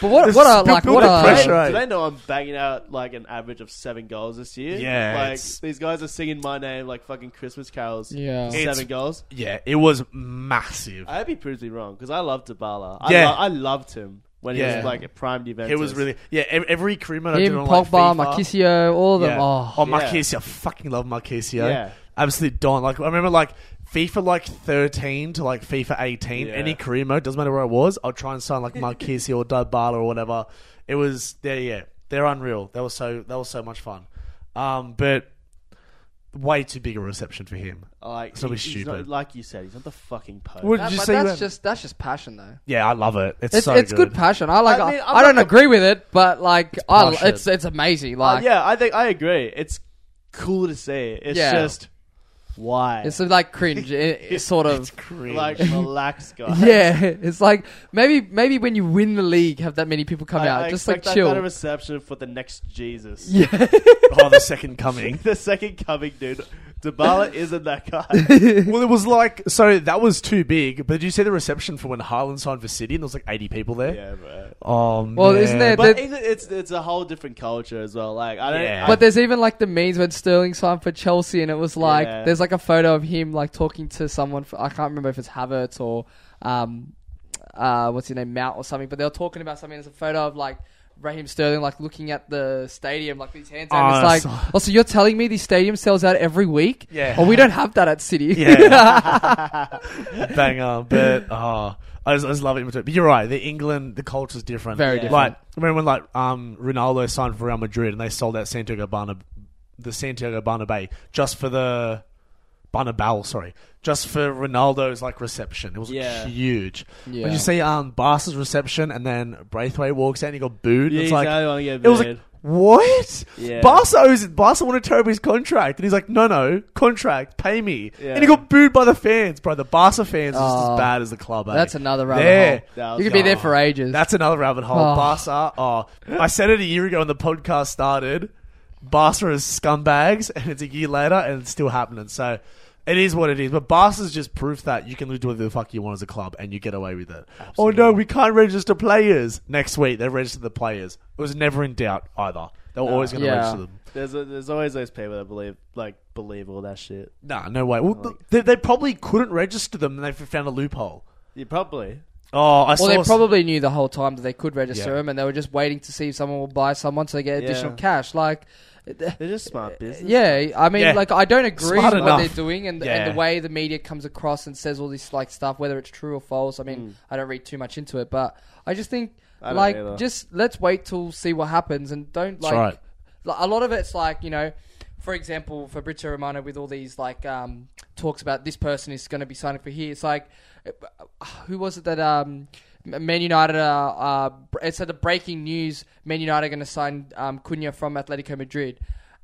Speaker 2: But what-
Speaker 1: This
Speaker 2: what a-
Speaker 1: built-
Speaker 2: like,
Speaker 1: built
Speaker 2: what
Speaker 1: the
Speaker 2: a-
Speaker 1: pressure,
Speaker 3: do
Speaker 1: right?
Speaker 3: they know I'm banging out like an average of seven goals this year?
Speaker 1: Yeah,
Speaker 3: like
Speaker 1: it's-
Speaker 3: these guys are singing my name like fucking Christmas carols.
Speaker 2: Yeah.
Speaker 3: seven
Speaker 1: It's-
Speaker 3: goals.
Speaker 1: Yeah, it was massive.
Speaker 3: I hope he proves me wrong because I love Dybala. I
Speaker 1: Yeah.
Speaker 3: lo- I loved him when he
Speaker 1: Yeah.
Speaker 3: was like a prime Juventus.
Speaker 1: It was really yeah. ev- Every Cremo I did
Speaker 2: him,
Speaker 1: on like,
Speaker 2: Pogba,
Speaker 1: FIFA,
Speaker 2: Marchisio, all of them.
Speaker 1: Yeah.
Speaker 2: Oh,
Speaker 1: Oh,
Speaker 3: Yeah.
Speaker 1: Marquisio. I fucking love Marquisio.
Speaker 3: Yeah.
Speaker 1: Absolute don. Like, I remember, like, FIFA, like, 13 to, like, FIFA 18,
Speaker 3: Yeah.
Speaker 1: any career mode, doesn't matter where I was, I'll try and sign, like, Marquisio or Dybala or whatever. It was, they're, yeah, they're unreal. That was so, that was so much fun. Um, but way too big a reception for him.
Speaker 3: like
Speaker 1: So
Speaker 3: he-
Speaker 1: he's
Speaker 3: he's not-
Speaker 1: stupid.
Speaker 3: like you said, he's not the fucking pope.
Speaker 1: Would
Speaker 2: That-
Speaker 1: you
Speaker 2: but
Speaker 1: say
Speaker 2: that's
Speaker 1: that-
Speaker 2: just that's just passion though.
Speaker 1: Yeah, I love it. It's,
Speaker 2: It's
Speaker 1: so
Speaker 2: it's
Speaker 1: good.
Speaker 2: good. passion. I like.
Speaker 3: I
Speaker 2: I,
Speaker 3: mean, I'm
Speaker 2: I don't
Speaker 3: not-
Speaker 2: agree with it, but like, I,
Speaker 1: passion.
Speaker 2: it's it's amazing.
Speaker 3: Uh,
Speaker 2: Like,
Speaker 3: yeah, I think I agree. It's cool to see. It's
Speaker 2: Yeah.
Speaker 3: just why
Speaker 2: it's like cringe. It, it's sort of.
Speaker 1: it's cringe.
Speaker 3: like relax, guys.
Speaker 2: yeah, it's like maybe maybe when you win the league, have that many people come
Speaker 3: I,
Speaker 2: out.
Speaker 3: I
Speaker 2: just like
Speaker 3: expect that
Speaker 2: chill.
Speaker 3: kind of reception for the next Jesus.
Speaker 2: yeah,
Speaker 1: oh, the second coming.
Speaker 3: the second coming, dude. Dybala isn't that guy.
Speaker 1: Well, it was like so that was too big. But did you see the reception for when Haaland signed for City and there was like eighty people there?
Speaker 3: yeah, bro.
Speaker 1: Oh man!
Speaker 2: Well, isn't there-
Speaker 3: But
Speaker 2: The-
Speaker 3: England, it's it's a whole different culture as well. Like I don't.
Speaker 1: Yeah.
Speaker 3: I-
Speaker 2: but there's even like the memes when Sterling signed for Chelsea, and it was like
Speaker 3: Yeah.
Speaker 2: there's like a photo of him like talking to someone. For, I can't remember if it's Havertz or um, uh, what's his name, Mount or something. But they were talking about something. There's a photo of like Raheem Sterling like looking at the stadium, like these hands.
Speaker 1: Oh,
Speaker 2: out.
Speaker 1: I
Speaker 2: it's
Speaker 1: saw-
Speaker 2: like, oh, so you're telling me these stadium sells out every week?
Speaker 1: Yeah.
Speaker 2: Well, we don't have that at City.
Speaker 1: Yeah. Banger, but oh, I just, I just love it. But you're right. The England, the culture's different.
Speaker 2: Very
Speaker 3: Yeah.
Speaker 2: different.
Speaker 1: Like remember when like um Ronaldo signed for Real Madrid and they sold out Santiago Barna, the Santiago Barnabé just for the Barnabal, sorry, just for Ronaldo's like reception. It was
Speaker 3: Yeah.
Speaker 1: huge.
Speaker 2: Yeah.
Speaker 1: When you see um Barca's reception and then Braithwaite walks out and he got booed,
Speaker 3: Yeah,
Speaker 1: it's
Speaker 3: he's
Speaker 1: like
Speaker 3: the only one to get
Speaker 1: it was like
Speaker 3: booed.
Speaker 1: what?
Speaker 3: Yeah.
Speaker 1: Barca owes Barca want to tear up his contract, and he's like, no, no, contract, pay me.
Speaker 3: Yeah.
Speaker 1: And he got booed by the fans, bro. The Barca fans are just
Speaker 2: Oh.
Speaker 1: as bad as the club. eh?
Speaker 2: That's another rabbit
Speaker 1: There.
Speaker 3: That
Speaker 2: hole.
Speaker 3: was
Speaker 2: You could be there
Speaker 3: gone.
Speaker 2: for ages.
Speaker 1: That's another rabbit hole.
Speaker 2: Oh.
Speaker 1: Barca. Oh, I said it a year ago when the podcast started. Barca is scumbags, and it's a year later, and it's still happening. So it is what it is. But Barca's just proof that you can do whatever the fuck you want as a club, and you get away with it. Oh no, we can't register players. Next week they register the players. It was never in doubt either. They were always going to
Speaker 2: Yeah.
Speaker 1: register them.
Speaker 3: There's a, there's always those people that believe like believe all that shit.
Speaker 1: Nah, no way. Well, th- they, they probably couldn't register them, and they found a loophole.
Speaker 3: You probably.
Speaker 1: Oh, I saw.
Speaker 2: well, they
Speaker 1: s-
Speaker 2: probably knew the whole time that they could register
Speaker 1: Yeah.
Speaker 2: them, and they were just waiting to see if someone will buy someone so they get additional
Speaker 3: Yeah.
Speaker 2: cash. Like,
Speaker 3: They're just smart business.
Speaker 2: yeah, I mean,
Speaker 1: Yeah.
Speaker 2: like I don't agree
Speaker 1: Smart
Speaker 2: with
Speaker 1: enough.
Speaker 2: what they're doing and, and
Speaker 1: Yeah.
Speaker 2: the way the media comes across and says all this like stuff, whether it's true or false. I
Speaker 1: Hmm.
Speaker 2: mean, I don't read too much into it, but I just think
Speaker 3: don't
Speaker 2: like
Speaker 3: either.
Speaker 2: just let's wait till see what happens and don't
Speaker 1: That's
Speaker 2: like
Speaker 1: right.
Speaker 2: li- a lot of it's like you know. For example, Fabrizio Romano with all these like um, talks about this person is going to be signing for here. It's like, uh, who was it that um, M- Man United? Uh, uh, br- it's at the breaking news: Man United are going to sign um, Cunha from Atletico Madrid,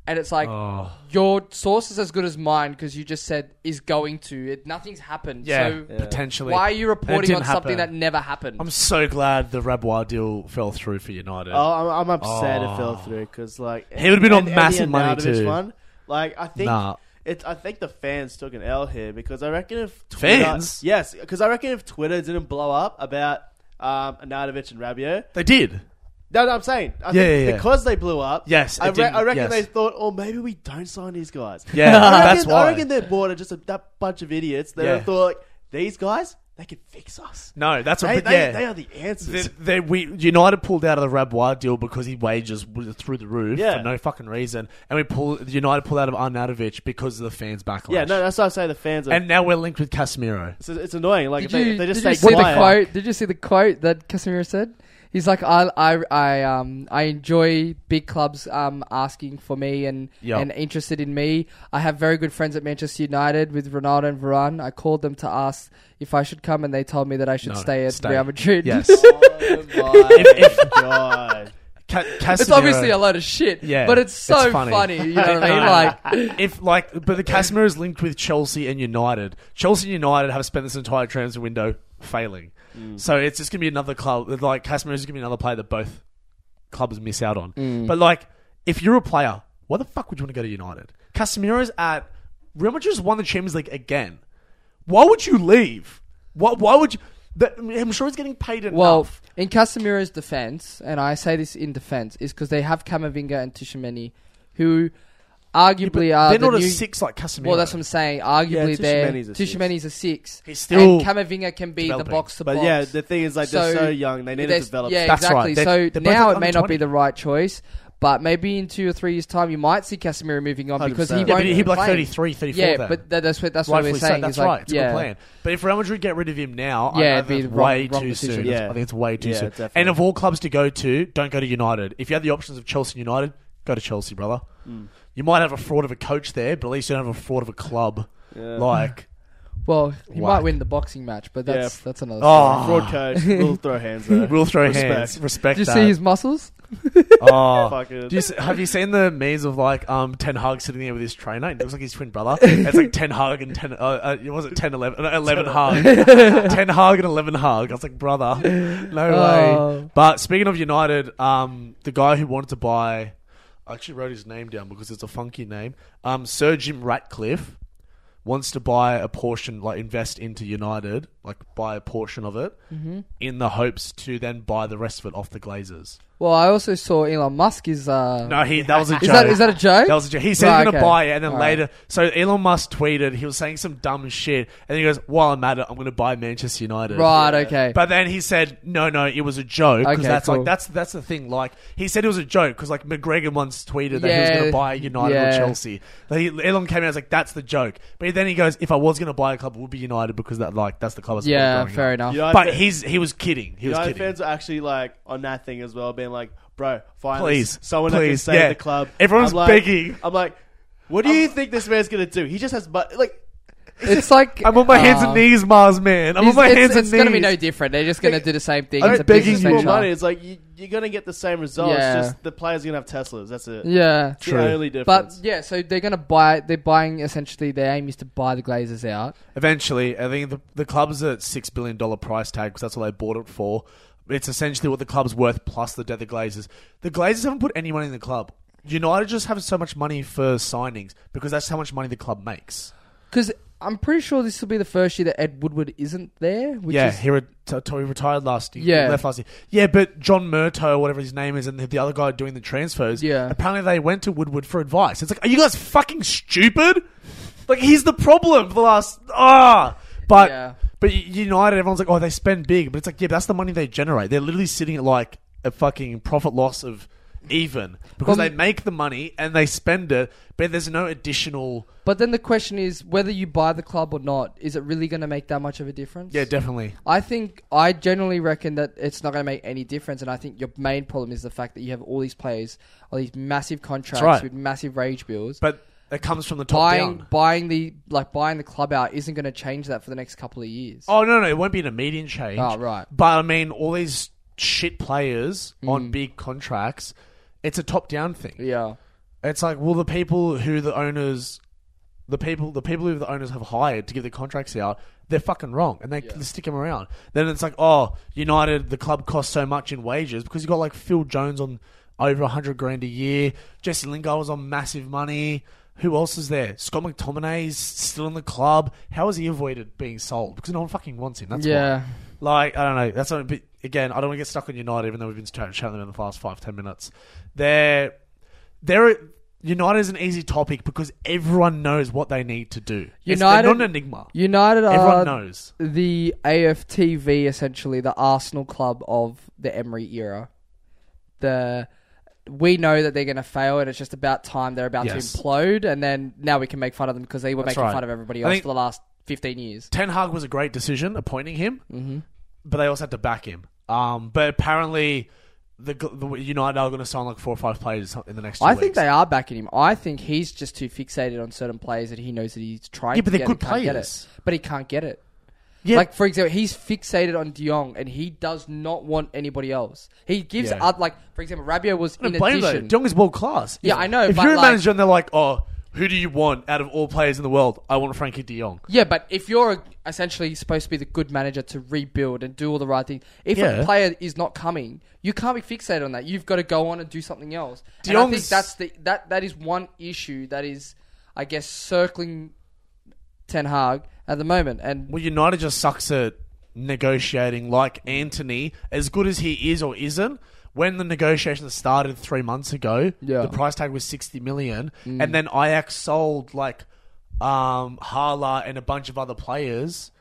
Speaker 2: and it's like
Speaker 1: Oh.
Speaker 2: your source is as good as mine because you just said is going to. It, nothing's happened.
Speaker 1: yeah,
Speaker 2: So
Speaker 1: potentially.
Speaker 2: why are you reporting
Speaker 1: didn't
Speaker 2: on something
Speaker 1: happen.
Speaker 2: that never happened?
Speaker 1: I'm so glad the Rabois deal fell through for United.
Speaker 3: Oh, I'm, I'm upset it fell
Speaker 1: Oh.
Speaker 3: through because like
Speaker 1: He would've been on
Speaker 3: and- and the
Speaker 1: massive money,
Speaker 3: Arnautovic
Speaker 1: too.
Speaker 3: One, like I think
Speaker 1: Nah.
Speaker 3: it. I think the fans took an L here because I reckon if Twitter,
Speaker 1: Fans?
Speaker 3: yes, because I reckon if Twitter didn't blow up about um, Anatovich and Rabio,
Speaker 1: They did.
Speaker 3: no, no, I'm saying, I
Speaker 1: Yeah,
Speaker 3: think
Speaker 1: yeah, yeah.
Speaker 3: because they blew up.
Speaker 1: Yes,
Speaker 3: I,
Speaker 1: it
Speaker 3: re-
Speaker 1: didn't-
Speaker 3: I reckon
Speaker 1: yes.
Speaker 3: they thought, oh, maybe we don't sign these guys.
Speaker 1: Yeah,
Speaker 3: I reckon,
Speaker 1: that's why.
Speaker 3: I reckon they're bored of just a, that bunch of idiots. They
Speaker 1: Yeah.
Speaker 3: thought these guys they can fix us.
Speaker 1: No, that's
Speaker 3: They,
Speaker 1: what.
Speaker 3: they,
Speaker 1: yeah,
Speaker 3: they are the answers.
Speaker 1: Th- they, we United pulled out of the Rabois deal because his wages were through the roof
Speaker 3: Yeah.
Speaker 1: for no fucking reason, and we pulled United pulled out of Arnautovic because of the fans backlash.
Speaker 3: yeah, no, that's why I say the fans are.
Speaker 1: and now we're linked with Casemiro.
Speaker 3: It's, it's annoying. Like if
Speaker 2: did
Speaker 3: they,
Speaker 2: you,
Speaker 3: if they just
Speaker 2: did you
Speaker 3: stay
Speaker 2: see the
Speaker 3: quiet.
Speaker 2: quote? Did you see the quote that Casemiro said? He's like, I, I, I, um, I enjoy big clubs um, asking for me and
Speaker 1: Yeah.
Speaker 2: and interested in me. I have very good friends at Manchester United with Ronaldo and Varane. I called them to ask if I should come, and they told me that I should
Speaker 1: No,
Speaker 2: stay at
Speaker 1: stay.
Speaker 2: Real Madrid.
Speaker 1: Yes,
Speaker 3: Oh
Speaker 1: If- if-
Speaker 3: my god!
Speaker 1: Ca- Casemiro.
Speaker 2: it's obviously a load of shit.
Speaker 1: Yeah,
Speaker 2: but it's so
Speaker 1: it's funny.
Speaker 2: funny. You know what I mean? Like,
Speaker 1: if like, but the Casemiro is linked with Chelsea and United. Chelsea and United have spent this entire transfer window failing,
Speaker 2: Mm.
Speaker 1: so it's just gonna be another club. Like Casemiro is gonna be another player that both clubs miss out on.
Speaker 2: Mm.
Speaker 1: But like, if you're a player, why the fuck would you want to go to United? Casemiro's at Real Madrid's won the Champions League again. Why would you leave? Why? Why would you? That, I'm sure he's getting paid enough.
Speaker 2: Well, in Casemiro's defense, and I say this in defense, is because they have Kamavinga and Tushimeni, who arguably are
Speaker 1: they're
Speaker 2: the
Speaker 1: not a
Speaker 2: new-
Speaker 1: six like Casemiro.
Speaker 2: Well, that's what I'm saying. Arguably, they're
Speaker 3: Tchouameni's a six.
Speaker 2: Tushimeni's a six.
Speaker 1: He's still
Speaker 2: and Kamavinga can be
Speaker 1: developing.
Speaker 2: the box to
Speaker 3: But
Speaker 2: box.
Speaker 3: yeah, the thing is, like they're so, young, they need to
Speaker 2: there's-
Speaker 3: develop.
Speaker 2: Yeah,
Speaker 1: That's right.
Speaker 2: exactly.
Speaker 1: They're-
Speaker 2: So
Speaker 1: they're both
Speaker 2: now
Speaker 1: under
Speaker 2: it may not
Speaker 1: 20.
Speaker 2: be the right choice, but maybe in two or three years' time, you might see Casemiro moving on because he
Speaker 1: yeah,
Speaker 2: won't.
Speaker 1: but he'd be like
Speaker 2: play.
Speaker 1: 33, 34
Speaker 2: Yeah,
Speaker 1: then.
Speaker 2: but that, that's what that's what
Speaker 1: Rightfully
Speaker 2: we're
Speaker 1: so.
Speaker 2: saying.
Speaker 1: That's
Speaker 2: is like,
Speaker 1: right. It's
Speaker 2: yeah.
Speaker 1: a good plan. But if Real Madrid get rid of him now, I
Speaker 2: Yeah,
Speaker 1: know
Speaker 2: it'd be
Speaker 1: that's
Speaker 2: wrong-
Speaker 1: way
Speaker 2: wrong
Speaker 1: too
Speaker 2: decision.
Speaker 1: soon.
Speaker 3: Yeah.
Speaker 1: I think it's way too
Speaker 3: Yeah,
Speaker 1: soon.
Speaker 3: definitely.
Speaker 1: And of all clubs to go to, don't go to United. If you had the options of Chelsea and United, go to Chelsea, brother.
Speaker 2: Mm.
Speaker 1: You might have a fraud of a coach there, but at least you don't have a fraud of a club. Like,
Speaker 2: Well, he
Speaker 1: Whack.
Speaker 2: might win the boxing match, but that's
Speaker 3: Yeah.
Speaker 2: that's another. story.
Speaker 1: oh,
Speaker 3: Broad coach, we'll throw hands. Though.
Speaker 1: we'll throw
Speaker 3: Respect.
Speaker 1: hands. Respect
Speaker 2: Did
Speaker 1: that.
Speaker 2: you see his muscles?
Speaker 1: oh.
Speaker 3: Fucking-
Speaker 1: Do you, s- have you seen the memes of like um Ten Hag sitting there with his trainer? It looks like his twin brother. It's like Ten Hag and Ten. Uh, uh, it was it Ten Eleven? No, Eleven Hag. Ten Hag and Eleven Hag. I was like, brother, no way.
Speaker 2: Oh.
Speaker 1: But speaking of United, um, the guy who wanted to buy, I actually wrote his name down because it's a funky name. Um, Sir Jim Ratcliffe wants to buy a portion, like invest into United, like buy a portion of it, in the hopes to then buy the rest of it off the Glazers.
Speaker 2: Well, I also saw Elon Musk is. Uh,
Speaker 1: No, he that was a joke.
Speaker 2: Is that- is that a joke?
Speaker 1: That was a joke. He said
Speaker 2: Right,
Speaker 1: he's gonna
Speaker 2: okay.
Speaker 1: buy it, and then
Speaker 2: All
Speaker 1: later, so Elon Musk tweeted he was saying some dumb shit, and he goes, "While I'm at it, I'm gonna buy Manchester United."
Speaker 2: Right. Okay.
Speaker 1: But then he said, "No, no, it was a joke." Because
Speaker 2: Okay,
Speaker 1: that's
Speaker 2: cool.
Speaker 1: like that's that's the thing. Like he said it was a joke because like McGregor once tweeted that he was
Speaker 2: Yeah,
Speaker 1: going to buy United or
Speaker 2: yeah.
Speaker 1: Chelsea. Like, he- Elon came out and was like, "That's the joke." But then he goes, "If I was going to buy a club, it would be United because that like that's the club." I supported
Speaker 2: yeah.
Speaker 1: growing
Speaker 2: Fair
Speaker 1: up."
Speaker 2: enough.
Speaker 3: United
Speaker 1: But
Speaker 3: fan-
Speaker 1: he's he was kidding. He was
Speaker 3: United
Speaker 1: kidding.
Speaker 3: fans are actually like on that thing as well, being like, "Bro, finally,
Speaker 1: Please,
Speaker 3: someone that can
Speaker 1: please,
Speaker 3: save
Speaker 1: yeah.
Speaker 3: the club."
Speaker 1: Everyone's
Speaker 3: I'm like,
Speaker 1: begging.
Speaker 3: I'm like, "What do you think this man's gonna do? He just has, but like,
Speaker 2: It's like
Speaker 1: I'm on my hands
Speaker 2: uh,
Speaker 1: and knees, Mars man. I'm on
Speaker 2: it's-
Speaker 1: my
Speaker 2: it's-
Speaker 1: hands and
Speaker 2: It's
Speaker 1: knees.
Speaker 2: gonna be no different. They're just gonna do the same thing.
Speaker 3: I'm
Speaker 2: It's a
Speaker 1: begging
Speaker 2: business
Speaker 1: you for
Speaker 3: More
Speaker 2: venture.
Speaker 3: money. It's like you, you're gonna get the same results.
Speaker 2: Yeah.
Speaker 3: Just the players are gonna have Teslas. That's it.
Speaker 2: Yeah.
Speaker 3: It's The only
Speaker 2: But
Speaker 3: difference.
Speaker 2: yeah, so they're gonna buy. They're buying essentially. Their aim is to buy the Glazers out.
Speaker 1: Eventually, I think the, the club's at six billion dollar price tag because that's what they bought it for. It's essentially what the club's worth plus the debt of the Glazers. The Glazers haven't put any money in the club. United just have so much money for signings because that's how much money the club makes.
Speaker 2: Because I'm pretty sure this will be the first year that Ed Woodward isn't there. Which
Speaker 1: yeah,
Speaker 2: is,
Speaker 1: he, re- t- t- he retired last year.
Speaker 2: Yeah.
Speaker 1: left last year. Yeah, but John Murto, whatever his name is, and the, the other guy doing the transfers.
Speaker 2: Yeah.
Speaker 1: apparently they went to Woodward for advice. It's like, are you guys fucking stupid? Like he's the problem. For the last ah, but
Speaker 2: Yeah.
Speaker 1: but U- United, everyone's like, oh, they spend big, but it's like, yeah, but that's the money they generate. They're literally sitting at like a fucking profit loss of even because
Speaker 2: Well,
Speaker 1: they make the money and they spend it, but there's no additional.
Speaker 2: But then the question is whether you buy the club or not. Is it really going to make that much of a difference?
Speaker 1: Yeah, definitely.
Speaker 2: I think I generally reckon that it's not going to make any difference, and I think your main problem is the fact that you have all these players, all these massive contracts
Speaker 1: right.
Speaker 2: with massive rage bills.
Speaker 1: But it comes from the top
Speaker 2: buying
Speaker 1: down.
Speaker 2: buying the like buying the club out isn't going to change that for the next couple of years.
Speaker 1: Oh no, no, it won't be an immediate change.
Speaker 2: Oh, right.
Speaker 1: But I mean, all these shit players
Speaker 2: Mm.
Speaker 1: on big contracts, it's a top-down thing.
Speaker 2: Yeah,
Speaker 1: It's like, well, the people who the owners, the people, the people who the owners have hired to give the contracts out, they're fucking wrong, and they stick 'em stick them around. Then it's like, oh, United, the club costs so much in wages because you got like Phil Jones on over hundred grand a year. Jesse Lingard was on massive money. Who else is there? Scott McTominay's still in the club. How has he avoided being sold? Because no one fucking wants him. That's why.
Speaker 2: yeah.
Speaker 1: Like, I don't know. That's not, but again, I don't want to get stuck on United, even though we've been chatting chatting them in the last five, ten minutes. They're, they're, United is an easy topic because everyone knows what they need to do. United, it's, they're
Speaker 2: United-
Speaker 1: not an enigma.
Speaker 2: United
Speaker 1: everyone
Speaker 2: are
Speaker 1: knows.
Speaker 2: the AFTV essentially the Arsenal club of the Emery era. The we know that they're going to fail, and it's just about time they're about
Speaker 1: Yes.
Speaker 2: to implode. And then now we can make fun of them because they were making
Speaker 1: right.
Speaker 2: fun of everybody
Speaker 1: I
Speaker 2: else
Speaker 1: think-
Speaker 2: for the last fifteen years.
Speaker 1: Ten Hag was a great decision appointing him,
Speaker 2: Mm-hmm.
Speaker 1: but they also had to back him. Um, but apparently, the, gl- the United are going to sign like four or five players in the next. Two
Speaker 2: I think
Speaker 1: weeks.
Speaker 2: they are backing him. I think he's just too fixated on certain players that he knows that he's trying.
Speaker 1: Yeah, but
Speaker 2: to
Speaker 1: they're
Speaker 2: get and
Speaker 1: good
Speaker 2: can't get
Speaker 1: players.
Speaker 2: it. But he can't get it.
Speaker 1: Yeah,
Speaker 2: Like for example, he's fixated on De Jong, and he does not want anybody else. He gives
Speaker 1: Yeah.
Speaker 2: up. Like for example, Rabio was
Speaker 1: I
Speaker 2: in
Speaker 1: don't blame them.
Speaker 2: addition.
Speaker 1: De Jong is world class.
Speaker 2: Yeah, I know,
Speaker 1: If
Speaker 2: but
Speaker 1: you're a
Speaker 2: like-
Speaker 1: manager and they're like, oh, who do you want out of all players in the world? I want Frankie De Jong.
Speaker 2: Yeah, but if you're essentially supposed to be the good manager to rebuild and do all the right things, if
Speaker 1: Yeah.
Speaker 2: a player is not coming, you can't be fixated on that. You've got to go on and do something else.
Speaker 1: De
Speaker 2: and I think
Speaker 1: Jong's-
Speaker 2: that's the that that is one issue that is, I guess, circling Ten Hag at the moment. And
Speaker 1: Well, United just sucks at negotiating. Like Anthony, as good as he is or isn't, when the negotiations started three months ago,
Speaker 2: Yeah.
Speaker 1: the price tag was sixty million, and then Ajax sold like um, Hala and a bunch of other players.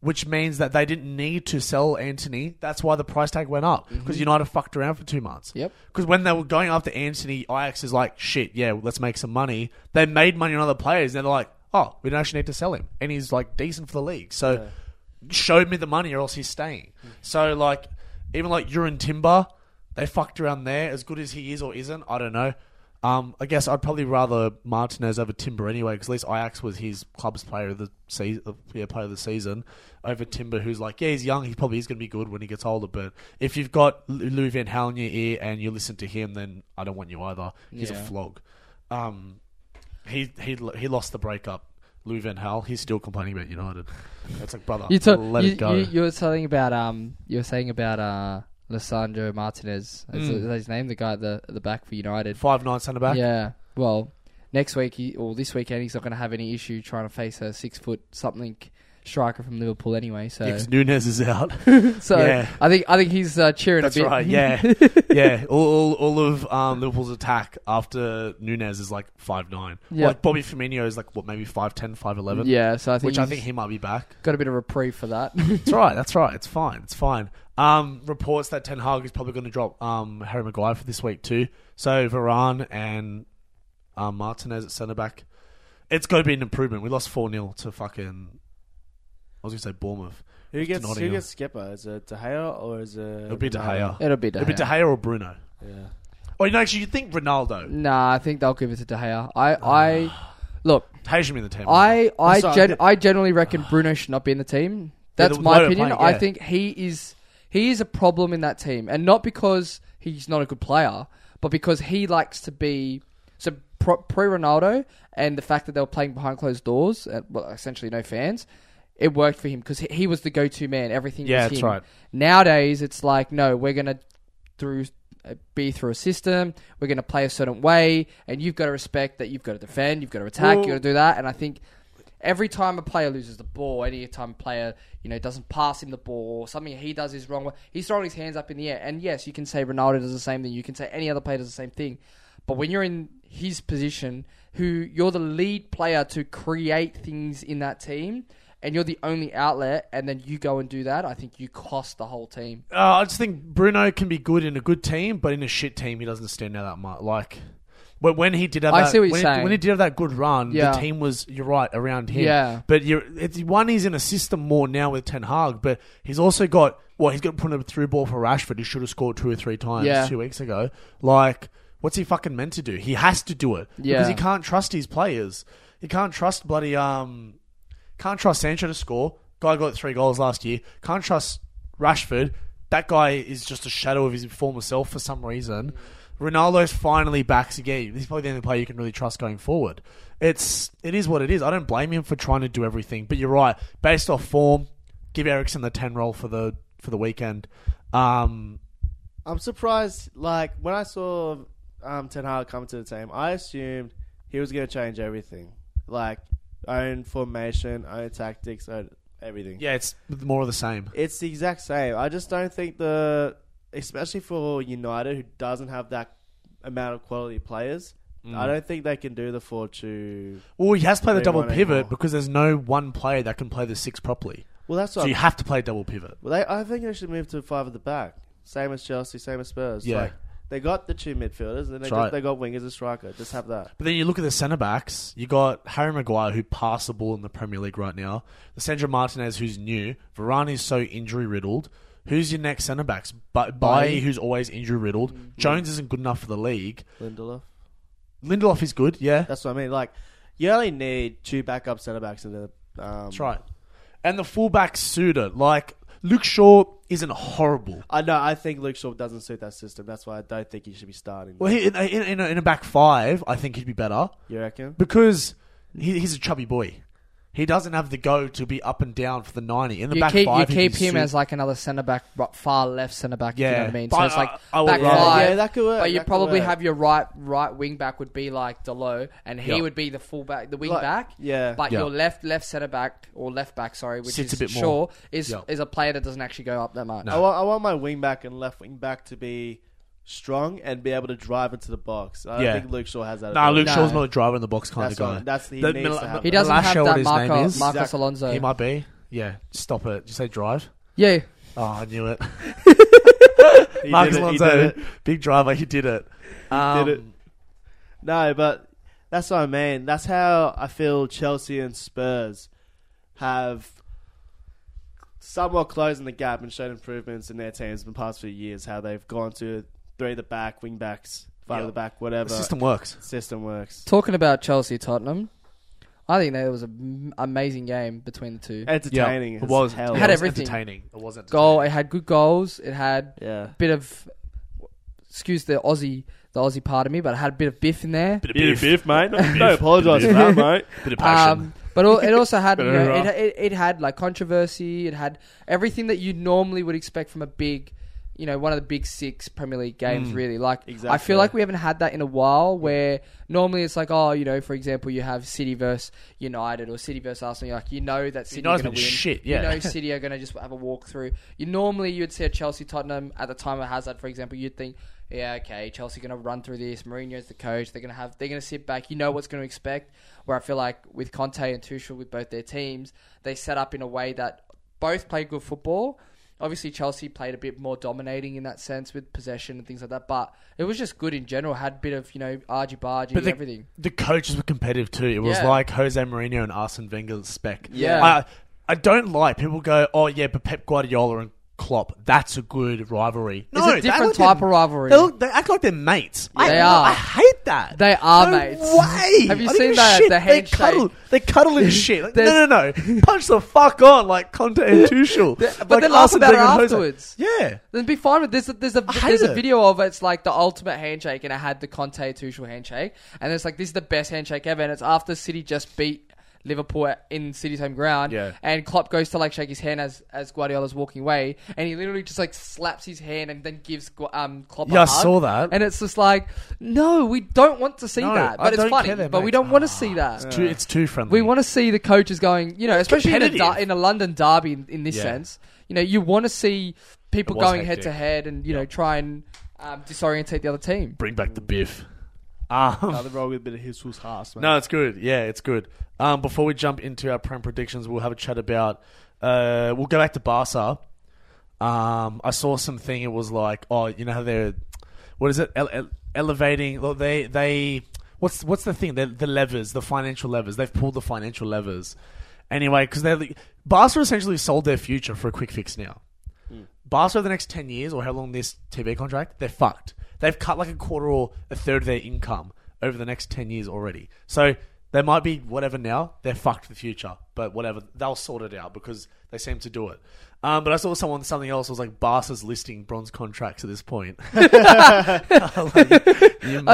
Speaker 1: Which means that they didn't need to sell Anthony. That's why the price tag went up because United fucked around for two months.
Speaker 2: Yep.
Speaker 1: Because when they were going after Anthony, Ajax is like, shit, yeah, let's make some money. They made money on other players, and they're like, oh, we don't actually need to sell him. And he's like decent for the league. So show me the money or else he's staying. So, like, even like Urin Timber, they fucked around there. As good as he is or isn't, I don't know. Um, I guess I'd probably rather Martinez over Timber anyway, because at least Ajax was his club's player of the season, yeah, player of the season, over Timber, who's like, yeah, he's young, he probably is going to be good when he gets older. But if you've got Lu- Louis Van Gaal in your ear and you listen to him, then I don't want you either. He's
Speaker 2: Yeah.
Speaker 1: a flog. Um, he he lo- he lost the breakup. Louis Van Gaal, he's still complaining about United. It's like brother,
Speaker 2: you took
Speaker 1: let
Speaker 2: you,
Speaker 1: it go.
Speaker 2: You, you were telling about um you were saying about uh Lissandro Martinez. Is,
Speaker 1: Mm.
Speaker 2: is that his name? The guy at the at the back for United.
Speaker 1: Five nine centre back.
Speaker 2: Yeah. Well, next week he, or this weekend he's not going to have any issue trying to face a six foot something striker from Liverpool anyway. So,
Speaker 1: because Nunes is out.
Speaker 2: so
Speaker 1: yeah.
Speaker 2: I think I think he's uh, cheering
Speaker 1: That's
Speaker 2: a bit.
Speaker 1: right. Yeah, yeah. All, all, all of um, Liverpool's attack after Nunez is like five nine.
Speaker 2: Yeah.
Speaker 1: Like Bobby Firmino is like what maybe 5'10", 5'11",
Speaker 2: Yeah. So I think
Speaker 1: which I
Speaker 2: he's
Speaker 1: think he might be back.
Speaker 2: got a bit of reprieve for that.
Speaker 1: That's right. That's right. It's fine. It's fine. Um, reports that Ten Hag is probably going to drop um, Harry Maguire for this week too. So Varane and um, Martinez at centre back. It's got to be an improvement. We lost four 0 to fucking. I was going to say Bournemouth.
Speaker 3: Who gets who
Speaker 1: Nottingham.
Speaker 3: gets skipper? Is it De Gea or is it?
Speaker 1: It'll be De Gea.
Speaker 2: It'll be De
Speaker 1: It'll be
Speaker 2: Gea.
Speaker 1: De Gea or Bruno. Oh,
Speaker 3: Yeah.
Speaker 1: Or you know, actually, you would think Ronaldo. Ah.
Speaker 2: Nah, I think they'll give it to De Gea. I I Look,
Speaker 1: Hayes should be in the team.
Speaker 2: I I
Speaker 3: Sorry.
Speaker 2: gen- I generally reckon Bruno should not be in the team. That's
Speaker 1: the way
Speaker 2: my
Speaker 1: we're
Speaker 2: opinion.
Speaker 1: playing,
Speaker 2: I
Speaker 1: yeah.
Speaker 2: think he is he is a problem in that team, and not because he's not a good player, but because he likes to be so pro- pre Ronaldo and the fact that they were playing behind closed doors, uh, well, essentially no fans. It worked for him because he, he was the go-to man. Everything
Speaker 1: Yeah,
Speaker 2: was
Speaker 1: that's
Speaker 2: him.
Speaker 1: right.
Speaker 2: Nowadays, it's like no, we're gonna through uh, be through a system. We're going to play a certain way, and you've got to respect that. You've got to defend. You've got to attack.
Speaker 1: Well-
Speaker 2: you've got to do that. And I think every time a player loses the ball, any time a player you know doesn't pass him the ball, or something he does is wrong. He's throwing his hands up in the air. And yes, you can say Ronaldo does the same thing. You can say any other player does the same thing. But when you're in his position, who you're the lead player to create things in that team. And you're the only outlet, and then you go and do that. I think you cost the whole team.
Speaker 1: Uh, I just think Bruno can be good in a good team, but in a shit team, he doesn't stand out that much. Like, but when he did have,
Speaker 2: I
Speaker 1: that,
Speaker 2: see what you're
Speaker 1: when, He,
Speaker 2: saying.
Speaker 1: when he did have that good run,
Speaker 2: Yeah.
Speaker 1: the team was you're right around him.
Speaker 2: Yeah.
Speaker 1: But you're it's, one, he's in a system more now with Ten Hag, but he's also got well, he's got to put a through ball for Rashford. He should have scored two or three times
Speaker 2: Yeah.
Speaker 1: two weeks ago. Like, what's he fucking meant to do? He has to do it because
Speaker 2: Yeah.
Speaker 1: he can't trust his players. He can't trust bloody um can't trust Sancho to score. Guy got three goals last year. Can't trust Rashford. That guy is just a shadow of his former self for some reason. Ronaldo's finally backs again. He's probably the only player you can really trust going forward. It's it is what it is. I don't blame him for trying to do everything, but you're right. Based off form, give Ericsson the ten roll for the for the weekend. Um,
Speaker 3: I'm surprised. Like when I saw um, Ten Hag come to the team, I assumed he was going to change everything, like own formation, own tactics, own everything.
Speaker 1: yeah, it's more of the same.
Speaker 3: It's the exact same. I just don't think the, especially for United, who doesn't have that amount of quality players.
Speaker 1: Mm.
Speaker 3: I don't think they can do the four two.
Speaker 1: Well, he has played the
Speaker 3: They
Speaker 1: double
Speaker 3: want it
Speaker 1: pivot
Speaker 3: more.
Speaker 1: because there's no one player that can play the six properly.
Speaker 3: Well, that's what
Speaker 1: So
Speaker 3: I'm
Speaker 1: you have to play double pivot.
Speaker 3: Well, they, I think they should move to five at the back, same as Chelsea, same as Spurs.
Speaker 1: Yeah.
Speaker 3: Like, they got the two midfielders, and then they,
Speaker 1: That's right.
Speaker 3: just, they got wingers and striker. Just have that.
Speaker 1: But then you look at the centre backs. You got Harry Maguire, who passed the ball in the Premier League right now. Lissandra Martinez, who's new. Varane is so injury riddled. Who's your next centre backs? But Bailly, who's always injury riddled. Jones isn't good enough for the league.
Speaker 3: Lindelof.
Speaker 1: Lindelof is good, yeah.
Speaker 3: That's what I mean. Like, you only need two backup centre backs in the. Um,
Speaker 1: That's right. And the fullback suitor, like Luke Shaw, isn't horrible.
Speaker 3: I know. I think Luke Shaw doesn't suit that system. That's why I don't think he should be starting.
Speaker 1: Well, he, in, in, in, a, in a back five, I think he'd be better.
Speaker 3: you reckon?
Speaker 1: because he, he's a chubby boy. He doesn't have the go to be up and down for the ninety in the
Speaker 2: you
Speaker 1: back
Speaker 2: keep
Speaker 1: five.
Speaker 2: you
Speaker 1: he'd
Speaker 2: keep
Speaker 1: be
Speaker 2: him
Speaker 1: suit-
Speaker 2: as like another centre back, ro- far left centre back. if You know
Speaker 1: Yeah.
Speaker 2: what I mean?
Speaker 1: But
Speaker 2: so it's like
Speaker 1: I- I would
Speaker 2: back
Speaker 1: rather-
Speaker 2: five.
Speaker 3: Yeah, that could work,
Speaker 2: But you
Speaker 3: that could
Speaker 2: probably
Speaker 3: work.
Speaker 2: have your right right wing back would be like Delo, and he
Speaker 1: Yeah.
Speaker 2: would be the full back, the wing
Speaker 3: Like-
Speaker 2: back.
Speaker 3: yeah.
Speaker 2: But
Speaker 1: Yeah.
Speaker 2: your left left centre back or left back, sorry, which
Speaker 1: Sits
Speaker 2: is
Speaker 1: a bit
Speaker 2: Shaw
Speaker 1: more.
Speaker 2: is
Speaker 1: Yeah.
Speaker 2: is a player that doesn't actually go up that much.
Speaker 1: No.
Speaker 3: I want, I want my wing back and left wing back to be strong and be able to drive into the box. I don't
Speaker 1: Yeah.
Speaker 3: think Luke Shaw has that.
Speaker 1: Nah, Luke
Speaker 2: No.
Speaker 1: Shaw's not a driver in the box kind
Speaker 3: That's
Speaker 1: of guy.
Speaker 3: what- that's- he needs to have
Speaker 2: He doesn't
Speaker 1: Lash
Speaker 2: have
Speaker 1: what
Speaker 2: that
Speaker 1: his
Speaker 2: Marco,
Speaker 1: name is.
Speaker 2: Marcos
Speaker 3: Exactly.
Speaker 2: Alonso.
Speaker 1: He might be. Yeah, stop it. Did you say drive?
Speaker 2: yeah,
Speaker 1: Oh, I knew it.
Speaker 3: He
Speaker 1: Marcus
Speaker 3: did it, he
Speaker 1: Alonso,
Speaker 3: did it.
Speaker 1: big driver. He did it. Um,
Speaker 3: it. No, but that's what I mean. That's how I feel Chelsea and Spurs have somewhat closing the gap and shown improvements in their teams in the past few years. How they've gone to three at the back, wing backs, five at the back, whatever
Speaker 1: The system works.
Speaker 3: system works.
Speaker 2: talking about Chelsea Tottenham, I think that was an amazing game between the two.
Speaker 3: Entertaining.
Speaker 1: Yeah,
Speaker 3: as
Speaker 1: it was.
Speaker 3: Hell.
Speaker 1: yeah,
Speaker 2: Had
Speaker 1: it was
Speaker 2: everything.
Speaker 1: Entertaining. It was entertaining.
Speaker 2: Goal. It had good goals. It had
Speaker 3: Yeah.
Speaker 2: bit of excuse the Aussie the Aussie part of me, but I had a bit of biff in there.
Speaker 1: Bit of
Speaker 4: Bit of
Speaker 1: beef.
Speaker 4: beef, mate.
Speaker 3: Don't
Speaker 4: Don't apologise
Speaker 3: apologise for
Speaker 4: for
Speaker 3: that,
Speaker 4: that, mate.
Speaker 1: Bit of passion.
Speaker 2: Um, but al- it also had you
Speaker 4: Bit of
Speaker 2: know, it,
Speaker 4: hurrah.
Speaker 2: it, it had like controversy. It had everything that you normally would expect from a big, you know, one of the big six Premier League
Speaker 1: Mm.
Speaker 2: games. Really, like I
Speaker 3: Exactly.
Speaker 2: feel like we haven't had that in a while. Where normally it's like, oh, you know, for example, you have City versus United or City versus Arsenal. You're like you know that City are
Speaker 1: United's
Speaker 2: going to
Speaker 1: been
Speaker 2: win.
Speaker 1: shit,
Speaker 2: You
Speaker 1: yeah.
Speaker 2: know City are going to just have a walkthrough. You normally you'd see a Chelsea Tottenham at the time of Hazard, for example. You'd think, yeah, okay, Chelsea going to run through this. Mourinho's the coach. They're going to have they're going to sit back. You know what's going to expect. Where I feel like with Conte and Tuchel, with both their teams, they set up in a way that both play good football. Obviously, Chelsea played a bit more dominating in that sense with possession and things like that, but it was just good in general. Had a bit of you know argy bargy,
Speaker 1: But the,
Speaker 2: everything.
Speaker 1: the coaches were competitive too. It was
Speaker 2: Yeah.
Speaker 1: like Jose Mourinho and Arsene Wenger's spec.
Speaker 2: Yeah.
Speaker 1: I, I don't like people go, oh yeah, but Pep Guardiola and Klopp, that's a good rivalry. No,
Speaker 2: a
Speaker 1: they
Speaker 2: different
Speaker 1: look
Speaker 2: type
Speaker 1: at-
Speaker 2: of rivalry.
Speaker 1: They, look, they act like they're mates. I,
Speaker 2: They are.
Speaker 1: I hate that.
Speaker 2: They are
Speaker 1: no
Speaker 2: mates.
Speaker 1: Way.
Speaker 2: Have
Speaker 1: I don't
Speaker 2: you seen
Speaker 1: give a
Speaker 2: that-
Speaker 1: shit.
Speaker 2: the
Speaker 1: they
Speaker 2: handshake?
Speaker 1: cuddle. They cuddle and shit. Like, no, no,
Speaker 2: There's-
Speaker 1: no. Punch the fuck on like Conte and Tuchel.
Speaker 2: but they laugh
Speaker 1: us and
Speaker 2: about it
Speaker 1: Declan Jose.
Speaker 2: afterwards.
Speaker 1: Yeah.
Speaker 2: Then be fine with this. There's a
Speaker 1: hate
Speaker 2: there's a
Speaker 1: it.
Speaker 2: video of it. it's like the ultimate handshake, and it had the Conte Tuchel handshake, and it's like this is the best handshake ever, and it's after City just beat Liverpool at- in City's home ground,
Speaker 1: Yeah.
Speaker 2: and Klopp goes to like shake his hand as as Guardiola's walking away, and he literally just like slaps his hand and then gives Gu- um Klopp.
Speaker 1: Yeah,
Speaker 2: a
Speaker 1: I
Speaker 2: hug.
Speaker 1: saw that.
Speaker 2: and it's just like no, we don't want to see
Speaker 1: No,
Speaker 2: that,
Speaker 1: I
Speaker 2: but it's
Speaker 1: don't
Speaker 2: funny,
Speaker 1: care that
Speaker 2: but we
Speaker 1: much. Ah,
Speaker 2: don't want to see that.
Speaker 1: It's too, it's too friendly.
Speaker 2: We want to see the coaches going, you know, especially in a,
Speaker 1: competitive.
Speaker 2: der- in a London derby in, in this
Speaker 1: Yeah.
Speaker 2: sense. You know, you want to see people
Speaker 1: It was
Speaker 2: going head
Speaker 1: hectic.
Speaker 2: to head and, you know, try and um, disorientate the other team.
Speaker 1: bring back the biff.
Speaker 2: Oh,
Speaker 1: Um,
Speaker 4: Nothing wrong with a bit of his was harsh, man.
Speaker 1: No, it's good. Yeah, it's good. Um, before we jump into our prem predictions, we'll have a chat about. Uh, we'll go back to Barca. Um, I saw something. It was like, oh, you know how they're, what is it? Ele- ele- elevating. well, They they. What's what's the thing? The, the levers, the financial levers. They've pulled the financial levers. Anyway, because they're the- Barca essentially sold their future for a quick fix now. Mm. Barca over the next 10 years or how long this TV contract, they're fucked. They've cut like a quarter or a third of their income over the next 10 years already. So they might be whatever now, they're fucked for the future, but whatever, they'll sort it out because they seem to do it. Um, but I saw someone, something else was like Barca's listing bronze contracts at this point. like, you
Speaker 2: I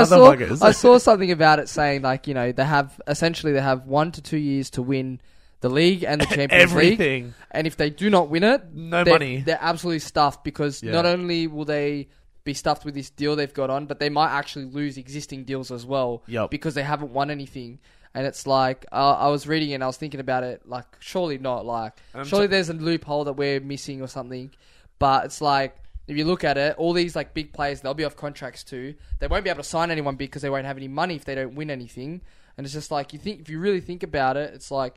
Speaker 2: saw,
Speaker 1: motherfuckers.
Speaker 2: I saw something about it saying, like, you know, they have essentially they have one to two years to win the league and the Champions League.
Speaker 1: Everything.
Speaker 2: And if they do not win it,
Speaker 1: No
Speaker 2: they're,
Speaker 1: money.
Speaker 2: They're absolutely stuffed because
Speaker 1: Yeah.
Speaker 2: not only will they be stuffed with this deal they've got on, but they might actually lose existing deals as well
Speaker 1: Yep.
Speaker 2: because they haven't won anything. And it's like uh, I was reading and I was thinking about it. Like, surely not. Like, surely there's a loophole that we're missing or something. But it's like if you look at it, all these like big players they'll be off contracts too. They won't be able to sign anyone because they won't have any money if they don't win anything. And it's just like you think if you really think about it, it's like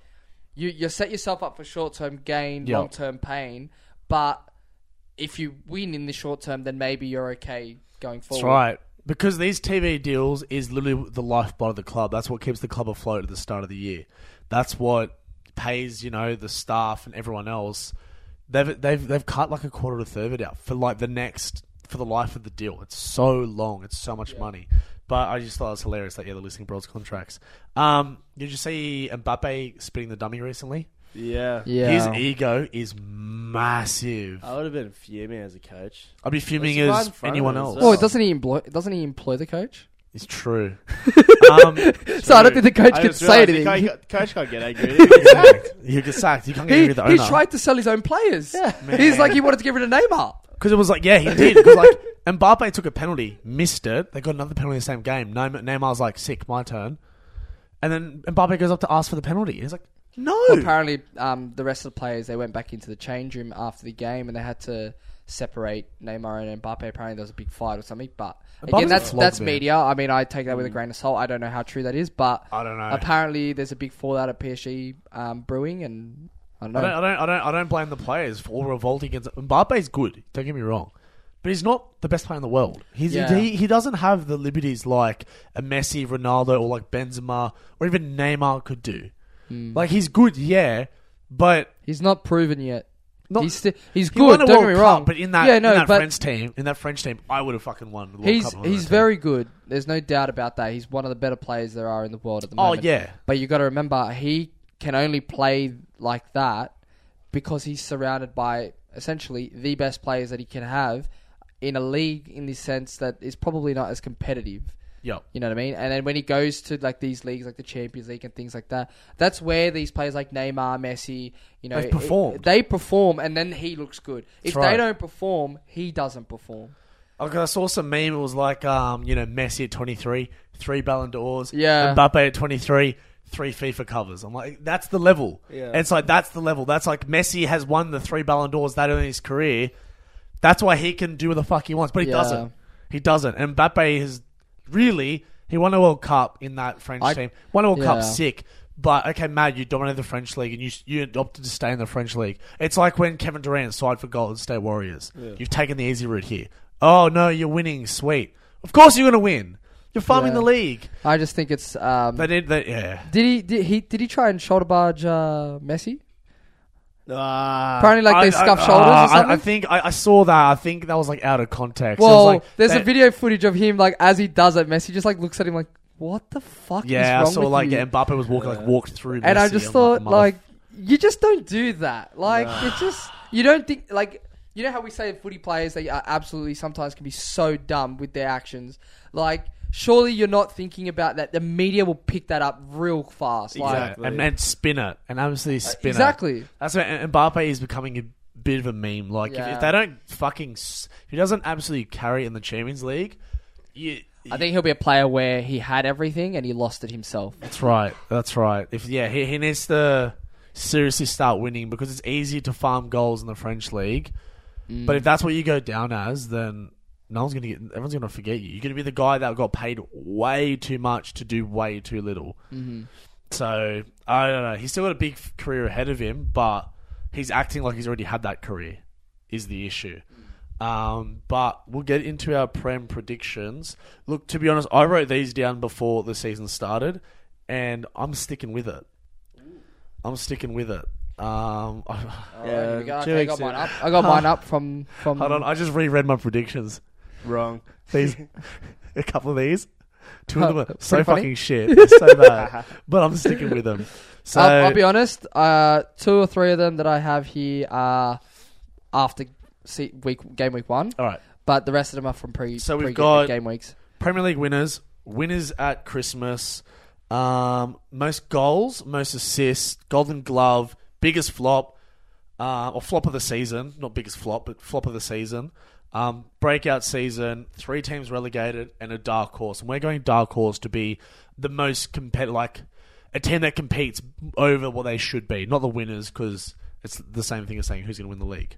Speaker 2: you you set yourself up for short term gain,
Speaker 1: Yep.
Speaker 2: long term pain. But if you win in the short term, then maybe you're okay going forward.
Speaker 1: That's right. Because these TV deals is literally the lifeblood of the club. That's what keeps the club afloat at the start of the year. That's what pays, you know, the staff and everyone else. They've they've they've cut like a quarter to a third of it out for like the next for the life of the deal. It's so long. It's so much money. But I just thought it was hilarious that yeah, they're listing bronze contracts. Um, did you see Mbappe spitting the dummy recently?
Speaker 4: Yeah.
Speaker 2: Yeah. Uh,
Speaker 1: His ego is massive.
Speaker 4: I would have been fuming as a coach.
Speaker 1: I'd be fuming
Speaker 4: It's right
Speaker 1: as
Speaker 4: in front of
Speaker 1: anyone
Speaker 4: us.
Speaker 1: else.
Speaker 2: Oh, doesn't he employ? Doesn't he employ the coach?
Speaker 1: It's true. um,
Speaker 2: So I don't think the coach
Speaker 4: I
Speaker 2: could
Speaker 4: just
Speaker 2: say
Speaker 4: realised he
Speaker 2: anything. He,
Speaker 4: can't- Coach can't get angry.
Speaker 1: You get sacked. You can't get
Speaker 2: he,
Speaker 1: rid of the owner.
Speaker 2: tried to sell his own players. He's like he wanted to get rid of Neymar.
Speaker 1: because it was like, yeah, he did. 'Cause, like, Mbappe took a penalty, missed it. They got another penalty in the same game. Neym- Neymar's like, sick, my turn. And then Mbappe goes up to ask for the penalty. And he's like, no.
Speaker 2: Well, apparently, um, the rest of the players they went back into the change room after the game and they had to separate Neymar and Mbappe. Apparently, there was a big fight or something. But
Speaker 1: Mbappe's a
Speaker 2: again, that's
Speaker 1: flog
Speaker 2: that's
Speaker 1: there.
Speaker 2: media. I mean, I take that with a grain of salt. I don't know how true that is, but
Speaker 1: I don't know.
Speaker 2: Apparently, there's a big fallout at PSG um, brewing, and I don't know.
Speaker 1: I don't, I don't, I don't, I don't blame the players for revolting against Mbappe's good. Don't get me wrong, but he's not the best player in the world. He's,
Speaker 2: Yeah.
Speaker 1: he, he doesn't have the liberties like a Messi, Ronaldo, or like Benzema, or even Neymar could do.
Speaker 2: Hmm.
Speaker 1: Like he's good, yeah, but
Speaker 2: He's not proven yet.
Speaker 1: Not-
Speaker 2: he's sti- he's
Speaker 1: He won
Speaker 2: good.
Speaker 1: a
Speaker 2: Don't get
Speaker 1: World
Speaker 2: me
Speaker 1: Cup,
Speaker 2: wrong,
Speaker 1: but in that,
Speaker 2: yeah, no,
Speaker 1: in that
Speaker 2: but
Speaker 1: French team, in that French team, I would have fucking won the World
Speaker 2: he's
Speaker 1: Cup. on
Speaker 2: he's
Speaker 1: that
Speaker 2: very good. There's no doubt about that. He's one of the better players there are in the world at the
Speaker 1: Oh,
Speaker 2: moment.
Speaker 1: yeah.
Speaker 2: but you got to remember he can only play like that because he's surrounded by essentially the best players that he can have in a league in the sense that is probably not as competitive.
Speaker 1: Team. Yep.
Speaker 2: You know what I mean? And then when he goes to like these leagues, like the Champions League and things like that, that's where these players like Neymar, Messi, you know,
Speaker 1: They've performed.
Speaker 2: they perform, and then he looks good. If
Speaker 1: That's right.
Speaker 2: they don't perform, he doesn't perform.
Speaker 1: Okay, Oh, I saw some meme. It was like, um, you know, Messi at 23, three Ballon d'Ors.
Speaker 2: Yeah.
Speaker 1: Mbappe at 23, three FIFA covers. I'm like, that's the level.
Speaker 4: Yeah.
Speaker 1: It's like, that's the level. That's like Messi has won the three Ballon d'Ors that early in his career. That's why he can do what the fuck he wants, but he
Speaker 2: Yeah.
Speaker 1: doesn't. He doesn't. And Mbappe has really, he won a World Cup in that French
Speaker 2: I-
Speaker 1: team. Won a World Cup,
Speaker 2: Yeah.
Speaker 1: sick. But okay, Mad, you dominated the French league and you you opted to stay in the French league. It's like when Kevin Durant signed for Golden State Warriors. You've taken the easy route here. Oh no, you're winning, sweet. Of course you're gonna win. You're farming the
Speaker 2: Yeah.
Speaker 1: league.
Speaker 2: I just think it's. Um,
Speaker 1: They did that. Yeah,
Speaker 2: did he did he did he try and shoulder barge uh, Messi?
Speaker 3: Ah,
Speaker 2: Apparently, like they
Speaker 1: Uh, I- I-
Speaker 2: stuff
Speaker 1: uh,
Speaker 2: shoulders or
Speaker 1: I-
Speaker 2: something.
Speaker 1: I, think I, I saw that. I think that was like out of context. It was
Speaker 2: well,
Speaker 1: like,
Speaker 2: there's
Speaker 1: they-
Speaker 2: a video footage of him like as he does it. Messi just like looks at him like, "What the fuck
Speaker 1: Yeah, I
Speaker 2: is wrong
Speaker 1: saw
Speaker 2: with
Speaker 1: like
Speaker 2: you?"
Speaker 1: yeah, Mbappe was walking like walked through,
Speaker 2: and I
Speaker 1: Messi.
Speaker 2: just
Speaker 1: I'm
Speaker 2: thought
Speaker 1: motherf-
Speaker 2: like, you just don't do that. Like it's just you don't think like you know how we say footy players they are absolutely sometimes can be so dumb with their actions. Like surely you're not thinking about that. The media will pick that up real fast.
Speaker 1: yeah,
Speaker 2: Like,
Speaker 1: and, and spin it, and obviously spin it.
Speaker 2: Uh, exactly.
Speaker 1: That's why and Mbappe is becoming a bit of a meme. Like if,
Speaker 2: Yeah.
Speaker 1: if they don't fucking, s- if he doesn't absolutely carry in the Champions League, you,
Speaker 2: I think he'll be a player where he had everything and he lost it himself.
Speaker 1: That's right. That's right. If yeah, he, he needs to seriously start winning because it's easy to farm goals in the French league. But if that's what you go down as, then no one's gonna get. Everyone's gonna forget you. You're gonna be the guy that got paid way too much to do way too little. So I don't know. He's still got a big f- career ahead of him, but he's acting like he's already had that career. Is the issue. Um, but we'll get into our Prem predictions. Look, to be honest, I wrote these down before the season started, and I'm sticking with it. I'm sticking with it. Um,
Speaker 2: Yeah,
Speaker 3: Yeah,
Speaker 2: here we go.
Speaker 3: two
Speaker 2: Okay, I
Speaker 3: weeks
Speaker 2: got
Speaker 3: in.
Speaker 2: mine up. I got mine up from from.
Speaker 1: hold on, I just reread my predictions.
Speaker 3: wrong.
Speaker 1: These, a couple of these, two of them are
Speaker 2: Oh, Pretty
Speaker 1: so
Speaker 2: funny.
Speaker 1: fucking shit, They're so bad. but I'm sticking with them. So
Speaker 2: I'll, I'll be honest. Uh, two or three of them that I have here are after se- week game week one,
Speaker 1: all right.
Speaker 2: but the rest of them are from pre.
Speaker 1: So we've
Speaker 2: pre-
Speaker 1: got-
Speaker 2: game weeks.
Speaker 1: Premier League winners, winners at Christmas, um, most goals, most assists, Golden Glove, biggest flop, uh, or flop of the season, not biggest flop, but flop of the season, um, breakout season, three teams relegated, and a dark horse. And we're going dark horse to be the most competitive, like a team that competes over what they should be, not the winners, because it's the same thing as saying who's going to win the league.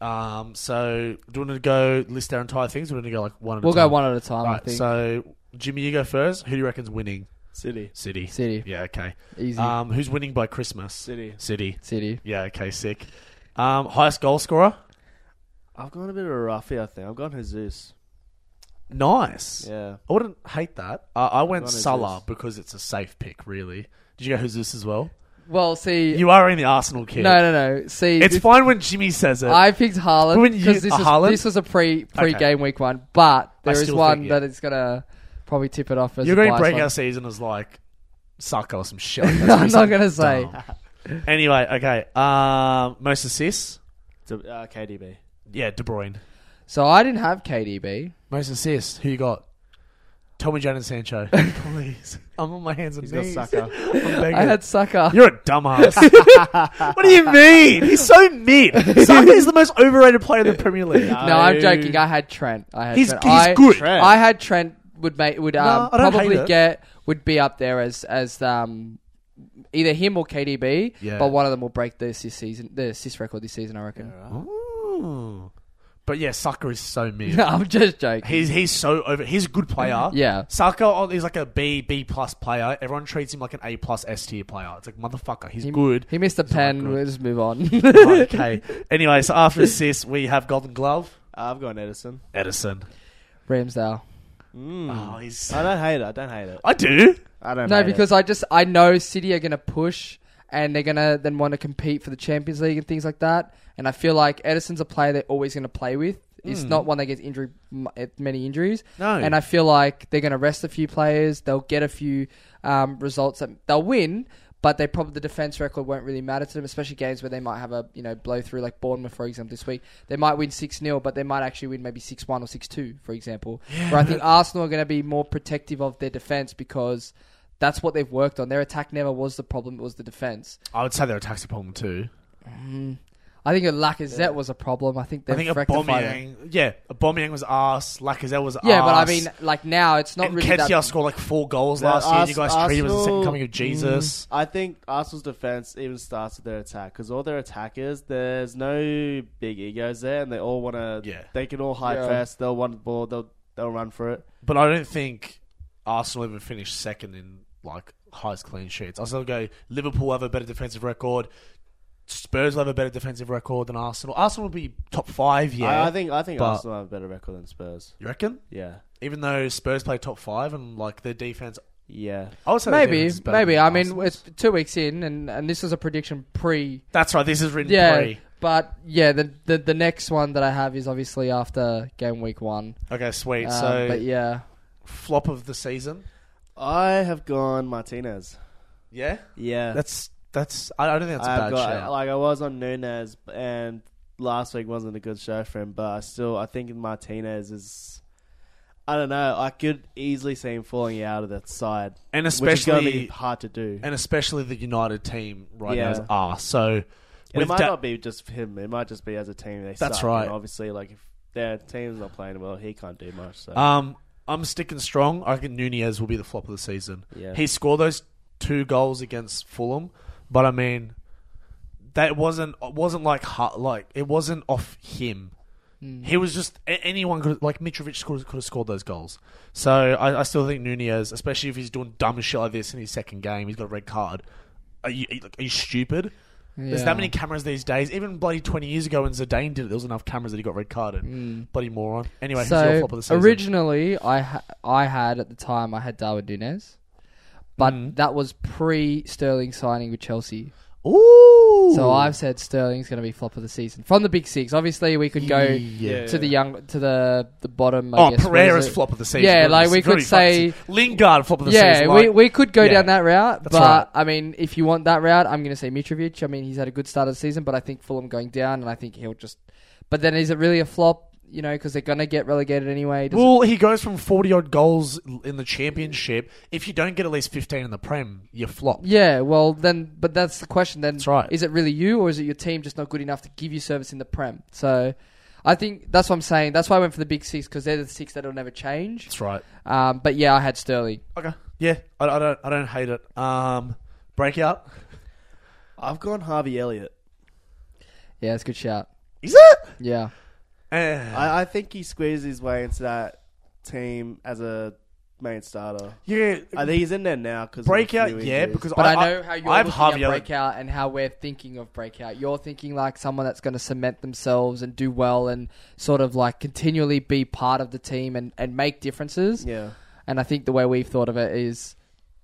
Speaker 1: Um, so, do you want to go list our entire things? Or do you want to go like one at a
Speaker 2: We'll
Speaker 1: time?
Speaker 2: go one at a time. I
Speaker 1: Right,
Speaker 2: think
Speaker 1: so Jimmy, you go first. Who do you reckon's winning?
Speaker 3: City.
Speaker 1: City.
Speaker 2: City.
Speaker 1: Yeah, okay.
Speaker 2: easy.
Speaker 1: Um, who's winning by Christmas?
Speaker 3: City.
Speaker 1: City.
Speaker 2: City.
Speaker 1: Yeah, okay, sick. Um, highest goal scorer?
Speaker 3: I've gone a bit of a roughie, I think. I've gone Jesus.
Speaker 1: Nice.
Speaker 3: Yeah.
Speaker 1: I wouldn't hate that. I, I went
Speaker 3: Not Jesus.
Speaker 1: Salah because it's a safe pick, really. Did you go Jesus as well?
Speaker 2: Well, see,
Speaker 1: You are in the Arsenal kid.
Speaker 2: no, no, no. See,
Speaker 1: It's
Speaker 2: this-
Speaker 1: fine when Jimmy says it.
Speaker 2: I picked Haaland
Speaker 1: When you-
Speaker 2: because this
Speaker 1: uh,
Speaker 2: was
Speaker 1: Haaland?
Speaker 2: this was a pre pre
Speaker 1: Okay.
Speaker 2: game week one, but there is
Speaker 1: still
Speaker 2: one
Speaker 1: think, yeah.
Speaker 2: that it's gonna probably tip it off as
Speaker 1: You're
Speaker 2: a
Speaker 1: going to
Speaker 2: biased
Speaker 1: break
Speaker 2: one.
Speaker 1: our season as like Saka or some shit. Like that.
Speaker 2: I'm not gonna say.
Speaker 1: Dumb. anyway, okay. Um, most assists?
Speaker 3: It's a- uh, KDB.
Speaker 1: Yeah, De Bruyne.
Speaker 2: So I didn't have KDB.
Speaker 1: Most assists. Who you got? Tommy John and Sancho. Please. I'm on my hands and
Speaker 3: He's got Uh,
Speaker 1: knees.
Speaker 3: Saka.
Speaker 1: I'm begging.
Speaker 2: I had Saka.
Speaker 1: You're a dumbass. what do you mean? He's so mid. Saka is the most overrated player in the Premier League.
Speaker 2: No, I'm joking. I had Trent. I had
Speaker 1: He's,
Speaker 2: Trent.
Speaker 1: he's
Speaker 2: I,
Speaker 1: good.
Speaker 3: Trent.
Speaker 2: I had Trent would make would um,
Speaker 1: No, I don't hate
Speaker 2: probably
Speaker 1: it.
Speaker 2: get would be up there as as um either him or KDB.
Speaker 1: Yeah.
Speaker 2: But one of them will break the assist season the assist record this season. I reckon.
Speaker 1: Ooh. But yeah, Saka is so mid.
Speaker 2: No, I'm just joking.
Speaker 1: He's he's so over. He's a good player.
Speaker 2: Yeah.
Speaker 1: Saka oh, is like a B B plus player. Everyone treats him like an A plus S tier player. It's like motherfucker. He's
Speaker 2: He-
Speaker 1: good.
Speaker 2: He missed a pen.
Speaker 1: good.
Speaker 2: We'll just move on.
Speaker 1: okay. Anyway, so after assists, we have Golden Glove.
Speaker 3: I've gone Edison.
Speaker 1: Edison.
Speaker 2: Ramsdale.
Speaker 3: Mm.
Speaker 1: Oh, he's.
Speaker 3: I don't hate it. I don't hate it.
Speaker 1: I do.
Speaker 3: I don't
Speaker 2: No,
Speaker 3: hate
Speaker 2: because I just I know City are gonna push and they're gonna then want to compete for the Champions League and things like that. And I feel like Edison's a player they're always gonna play with. It's not one that gets injury m- at many injuries.
Speaker 1: No.
Speaker 2: And I feel like they're gonna rest a few players. They'll get a few um, results that they'll win. But they probably the defense record won't really matter to them, especially games where they might have a you know blow through like Bournemouth for example this week. They might win six 0 but they might actually win maybe six one or six two for example. where I think Arsenal are going to be more protective of their defense because that's what they've worked on. Their attack never was the problem; it was the defense.
Speaker 1: I would say they're a taxi problem too.
Speaker 2: I think a Lacazette was a problem. I think
Speaker 1: I
Speaker 2: they've
Speaker 1: think a
Speaker 2: rectified
Speaker 1: bombing,
Speaker 2: it.
Speaker 1: yeah, a bombing was ass. Lacazette was
Speaker 2: Yeah,
Speaker 1: ass.
Speaker 2: but I mean, like now it's not
Speaker 1: and
Speaker 2: really
Speaker 1: Ketia
Speaker 2: that. Mm.
Speaker 1: scored like four goals
Speaker 3: No,
Speaker 1: last year. and You
Speaker 3: Ars-
Speaker 1: guys treat him as the second
Speaker 3: Arsenal-
Speaker 1: coming of Jesus.
Speaker 3: I think Arsenal's defense even starts with their attack because all their attackers, there's no big egos there, and they all want to.
Speaker 1: Yeah.
Speaker 3: They can all high
Speaker 2: Yeah.
Speaker 3: press. They'll want the ball. They'll they'll run for it.
Speaker 1: But I don't think Arsenal even finished second in like highest clean sheets. I still go Liverpool have a better defensive record. Spurs will have a better defensive record than Arsenal. Arsenal will be top five. Yeah,
Speaker 3: I, I think I think
Speaker 1: but-
Speaker 3: Arsenal have a better record than Spurs.
Speaker 1: you reckon?
Speaker 3: Yeah.
Speaker 1: Even though Spurs play top five and like their defense
Speaker 3: Yeah.
Speaker 1: I would say the
Speaker 2: Maybe,
Speaker 1: Demons is better
Speaker 2: maybe.
Speaker 1: than
Speaker 2: I mean,
Speaker 1: Arsenal's.
Speaker 2: it's two weeks in, and, and this is a prediction pre.
Speaker 1: that's right. This is written
Speaker 2: Yeah,
Speaker 1: pre.
Speaker 2: but yeah, the, the the next one that I have is obviously after game week one.
Speaker 1: Okay, sweet.
Speaker 2: Um,
Speaker 1: so
Speaker 2: but yeah,
Speaker 1: flop of the season.
Speaker 3: I have gone Martinez.
Speaker 1: Yeah,
Speaker 3: Yeah.
Speaker 1: that's that's. I I don't think that's a
Speaker 3: I've
Speaker 1: bad
Speaker 3: got-
Speaker 1: shout.
Speaker 3: Like I was on Nunez, and last week wasn't a good show for him. But I still, I think Martinez is. I don't know. I could easily see him falling out of that side,
Speaker 1: and
Speaker 3: which is going to be
Speaker 1: especially
Speaker 3: hard to do.
Speaker 1: and especially the United team right now is
Speaker 3: Yeah.
Speaker 1: R. So
Speaker 3: And it
Speaker 1: with
Speaker 3: might
Speaker 1: da-
Speaker 3: not be just him. It might just be as a team. They
Speaker 1: That's
Speaker 3: suck,
Speaker 1: right.
Speaker 3: And obviously, like if their team's not playing well, he can't do much. So
Speaker 1: um, I'm sticking strong. I reckon Nunez will be the flop of the season.
Speaker 3: yeah,
Speaker 1: He scored those two goals against Fulham, but I mean, that wasn't wasn't like ha- like it wasn't off him.
Speaker 2: Hmm.
Speaker 1: He was just a- anyone could like Mitrovic could, could have scored those goals. So I, I still think Nunez, especially if he's doing dumb shit like this in his second game, he's got a red card. Are you are you stupid? There's
Speaker 2: yeah.
Speaker 1: that many cameras these days. Even bloody twenty years ago when Zidane did it, there was enough cameras that he got red carded. Bloody moron. Anyway, who's your
Speaker 2: Hmm. so
Speaker 1: flop of the season?
Speaker 2: originally, I ha- I had at the time I had Darwin Nunes, but
Speaker 1: Mm.
Speaker 2: that was pre Sterling signing with Chelsea.
Speaker 1: Ooh.
Speaker 2: So I've said Sterling's going to be flop of the season from the big six. Obviously, we could go
Speaker 1: Yeah.
Speaker 2: to the young to the the bottom. I
Speaker 1: Oh,
Speaker 2: guess. What is
Speaker 1: Pereira's
Speaker 2: it?
Speaker 1: flop of the season.
Speaker 2: Yeah,
Speaker 1: Goodness,
Speaker 2: like we
Speaker 1: it's really
Speaker 2: could say-
Speaker 1: fucked. Lingard flop of the
Speaker 2: yeah,
Speaker 1: season.
Speaker 2: we,
Speaker 1: like-
Speaker 2: we could go
Speaker 1: yeah.
Speaker 2: down that route,
Speaker 1: That's
Speaker 2: but
Speaker 1: right.
Speaker 2: I mean, if you want that route, I'm going to say Mitrovic. I mean, he's had a good start of the season, but I think Fulham going down, and I think he'll just. But then, is it really a flop? You know, because they're going to get relegated anyway. Does it-
Speaker 1: Well, he goes from forty odd goals in the championship. If you don't get at least fifteen in the prem, you flop.
Speaker 2: yeah, well then, but that's the question. Then,
Speaker 1: That's right.
Speaker 2: Is it really you, or is it your team just not good enough to give you service in the prem? So, I think that's what I'm saying. That's why I went for the big six because they're the six that'll never change.
Speaker 1: That's right.
Speaker 2: Um, but yeah, I had Sterling.
Speaker 1: Okay. Yeah, I, I don't. I don't hate it. Um, breakout.
Speaker 3: I've gone Harvey Elliott.
Speaker 2: Yeah, it's a good shout.
Speaker 1: Is it?
Speaker 2: Yeah,
Speaker 1: Eh.
Speaker 3: I, I think he squeezed his way into that team as a main starter.
Speaker 1: yeah.
Speaker 3: I think he's in there now because
Speaker 1: breakout. Yeah, because
Speaker 2: But I,
Speaker 1: I,
Speaker 2: know how you're
Speaker 1: I have
Speaker 2: looking
Speaker 1: Harvey
Speaker 2: at
Speaker 1: Elliott.
Speaker 2: breakout and how we're thinking of breakout. You're thinking like someone that's going to cement themselves and do well and sort of like continually be part of the team and, and make differences.
Speaker 3: yeah,
Speaker 2: And I think the way we've thought of it is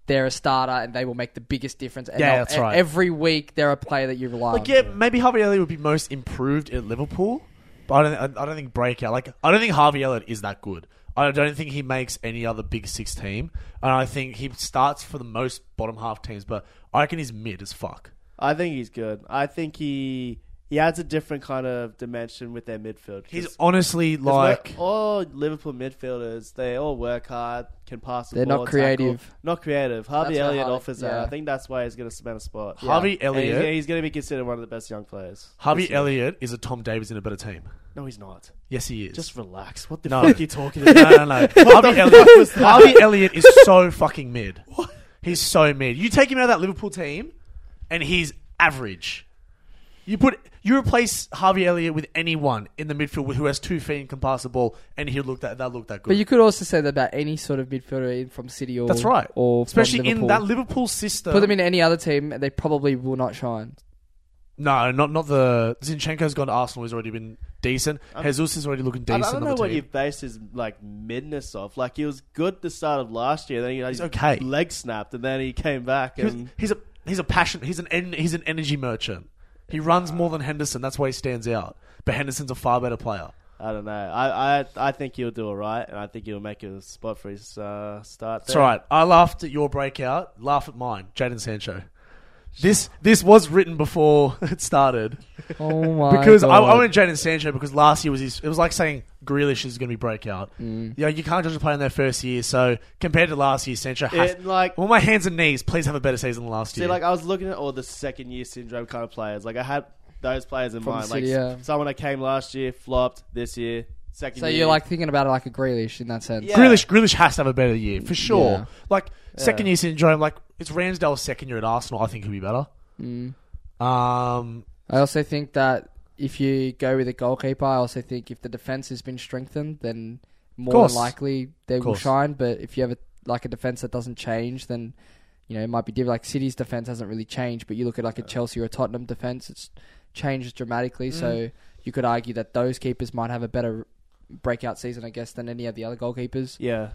Speaker 2: they're a starter and they will make the biggest difference. And
Speaker 1: Yeah,
Speaker 2: they'll-
Speaker 1: that's
Speaker 2: e-
Speaker 1: right.
Speaker 2: Every week they're a player that you rely
Speaker 1: Like,
Speaker 2: on.
Speaker 1: yeah, maybe Harvey Elliott would be most improved at Liverpool, but I don't. I, I don't think breakout. Like, I don't think Harvey Elliott is that good. I don't think he makes any other Big Six team, and I think he starts for the most bottom half teams. But I reckon he's mid as fuck.
Speaker 3: I think he's good. I think he he adds a different kind of dimension with their midfield.
Speaker 1: He's
Speaker 3: 'Cause-
Speaker 1: honestly
Speaker 3: 'cause we're-
Speaker 1: like
Speaker 3: all Liverpool midfielders. They all work hard, can pass. The
Speaker 2: They're
Speaker 3: ball,
Speaker 2: not
Speaker 3: tackle.
Speaker 2: creative.
Speaker 3: not creative. Harvey
Speaker 2: That's where
Speaker 3: Elliott
Speaker 2: Harvey-
Speaker 3: offers that.
Speaker 2: yeah.
Speaker 3: I think that's why he's going to cement a spot.
Speaker 1: Harvey
Speaker 3: And he's-
Speaker 1: Elliott.
Speaker 3: he's going to be considered one of the best young players.
Speaker 1: Harvey
Speaker 3: this year.
Speaker 1: Elliott is a Tom Davies in a better team.
Speaker 3: No, he's not.
Speaker 1: Yes, he is.
Speaker 3: Just relax. What the
Speaker 1: No.
Speaker 3: fuck are you talking
Speaker 1: no,
Speaker 3: about?
Speaker 1: no, no. Harvey Elliott. Harvey Elliott is so fucking mid. He's so mid. You take him out of that Liverpool team, and he's average. You put you replace Harvey Elliott with anyone in the midfield who has two feet and can pass the ball, and he'll look that that look that good.
Speaker 2: But you could also say that about any sort of midfielder in from City or
Speaker 1: That's right.
Speaker 2: or from
Speaker 1: Especially in
Speaker 2: Liverpool.
Speaker 1: that Liverpool system.
Speaker 2: Put them in any other team, and they probably will not shine.
Speaker 1: No, not not the Zinchenko's gone to Arsenal. He's already been decent.
Speaker 2: Um,
Speaker 1: Jesus is already looking
Speaker 3: I-
Speaker 1: decent.
Speaker 3: I don't
Speaker 1: on
Speaker 3: know
Speaker 1: the
Speaker 3: what
Speaker 1: team.
Speaker 3: you based his like midness off. Like he was good the start of last year, then he had his
Speaker 1: okay.
Speaker 3: leg snapped, and then he came back
Speaker 1: He was-
Speaker 3: and
Speaker 1: he's a he's a passion. He's an en- he's an energy merchant. He runs more than Henderson. That's why he stands out. But Henderson's a far better player.
Speaker 3: I don't know. I, I I think he'll do all right, and I think he'll make a spot for his uh, start.
Speaker 1: That's
Speaker 3: there.
Speaker 1: all right. I laughed at your breakout. Laugh at mine, Jaden Sancho. This this was written before it started
Speaker 2: Oh my!
Speaker 1: because I,
Speaker 2: God.
Speaker 1: I went Jaden Sancho because last year was his. It was like saying Grealish is going to be breakout.
Speaker 3: Mm.
Speaker 1: You know, you can't judge a player in their first year. So compared to last year, Sancho has.
Speaker 3: It, like
Speaker 2: Oh,
Speaker 1: well, my hands and knees, please have a better season than last
Speaker 3: see,
Speaker 1: year.
Speaker 3: like I was looking at all the second year syndrome kind of players. Like I had those players in
Speaker 2: From
Speaker 3: mind.
Speaker 2: City,
Speaker 3: like
Speaker 2: yeah.
Speaker 3: someone that came last year flopped this year. Second.
Speaker 2: So
Speaker 3: year.
Speaker 2: you're like thinking about it like a Grealish in that sense.
Speaker 3: Yeah.
Speaker 1: Grealish, Grealish has to have a better year for sure.
Speaker 2: Yeah.
Speaker 1: Like second year syndrome, like it's Ramsdale's second year at Arsenal. I think he'll be better.
Speaker 2: Mm.
Speaker 1: Um,
Speaker 2: I also think that if you go with a goalkeeper, I also think if the defense has been strengthened, then more
Speaker 1: Course.
Speaker 2: than likely they will
Speaker 1: Course.
Speaker 2: shine. But if you have a, like a defense that doesn't change, then you know it might be different. Like City's defense hasn't really changed, but you look at like a Chelsea or a Tottenham defense, it's changed dramatically.
Speaker 3: Mm.
Speaker 2: So you could argue that those keepers might have a better breakout season, I guess, than any of the other goalkeepers.
Speaker 3: yeah.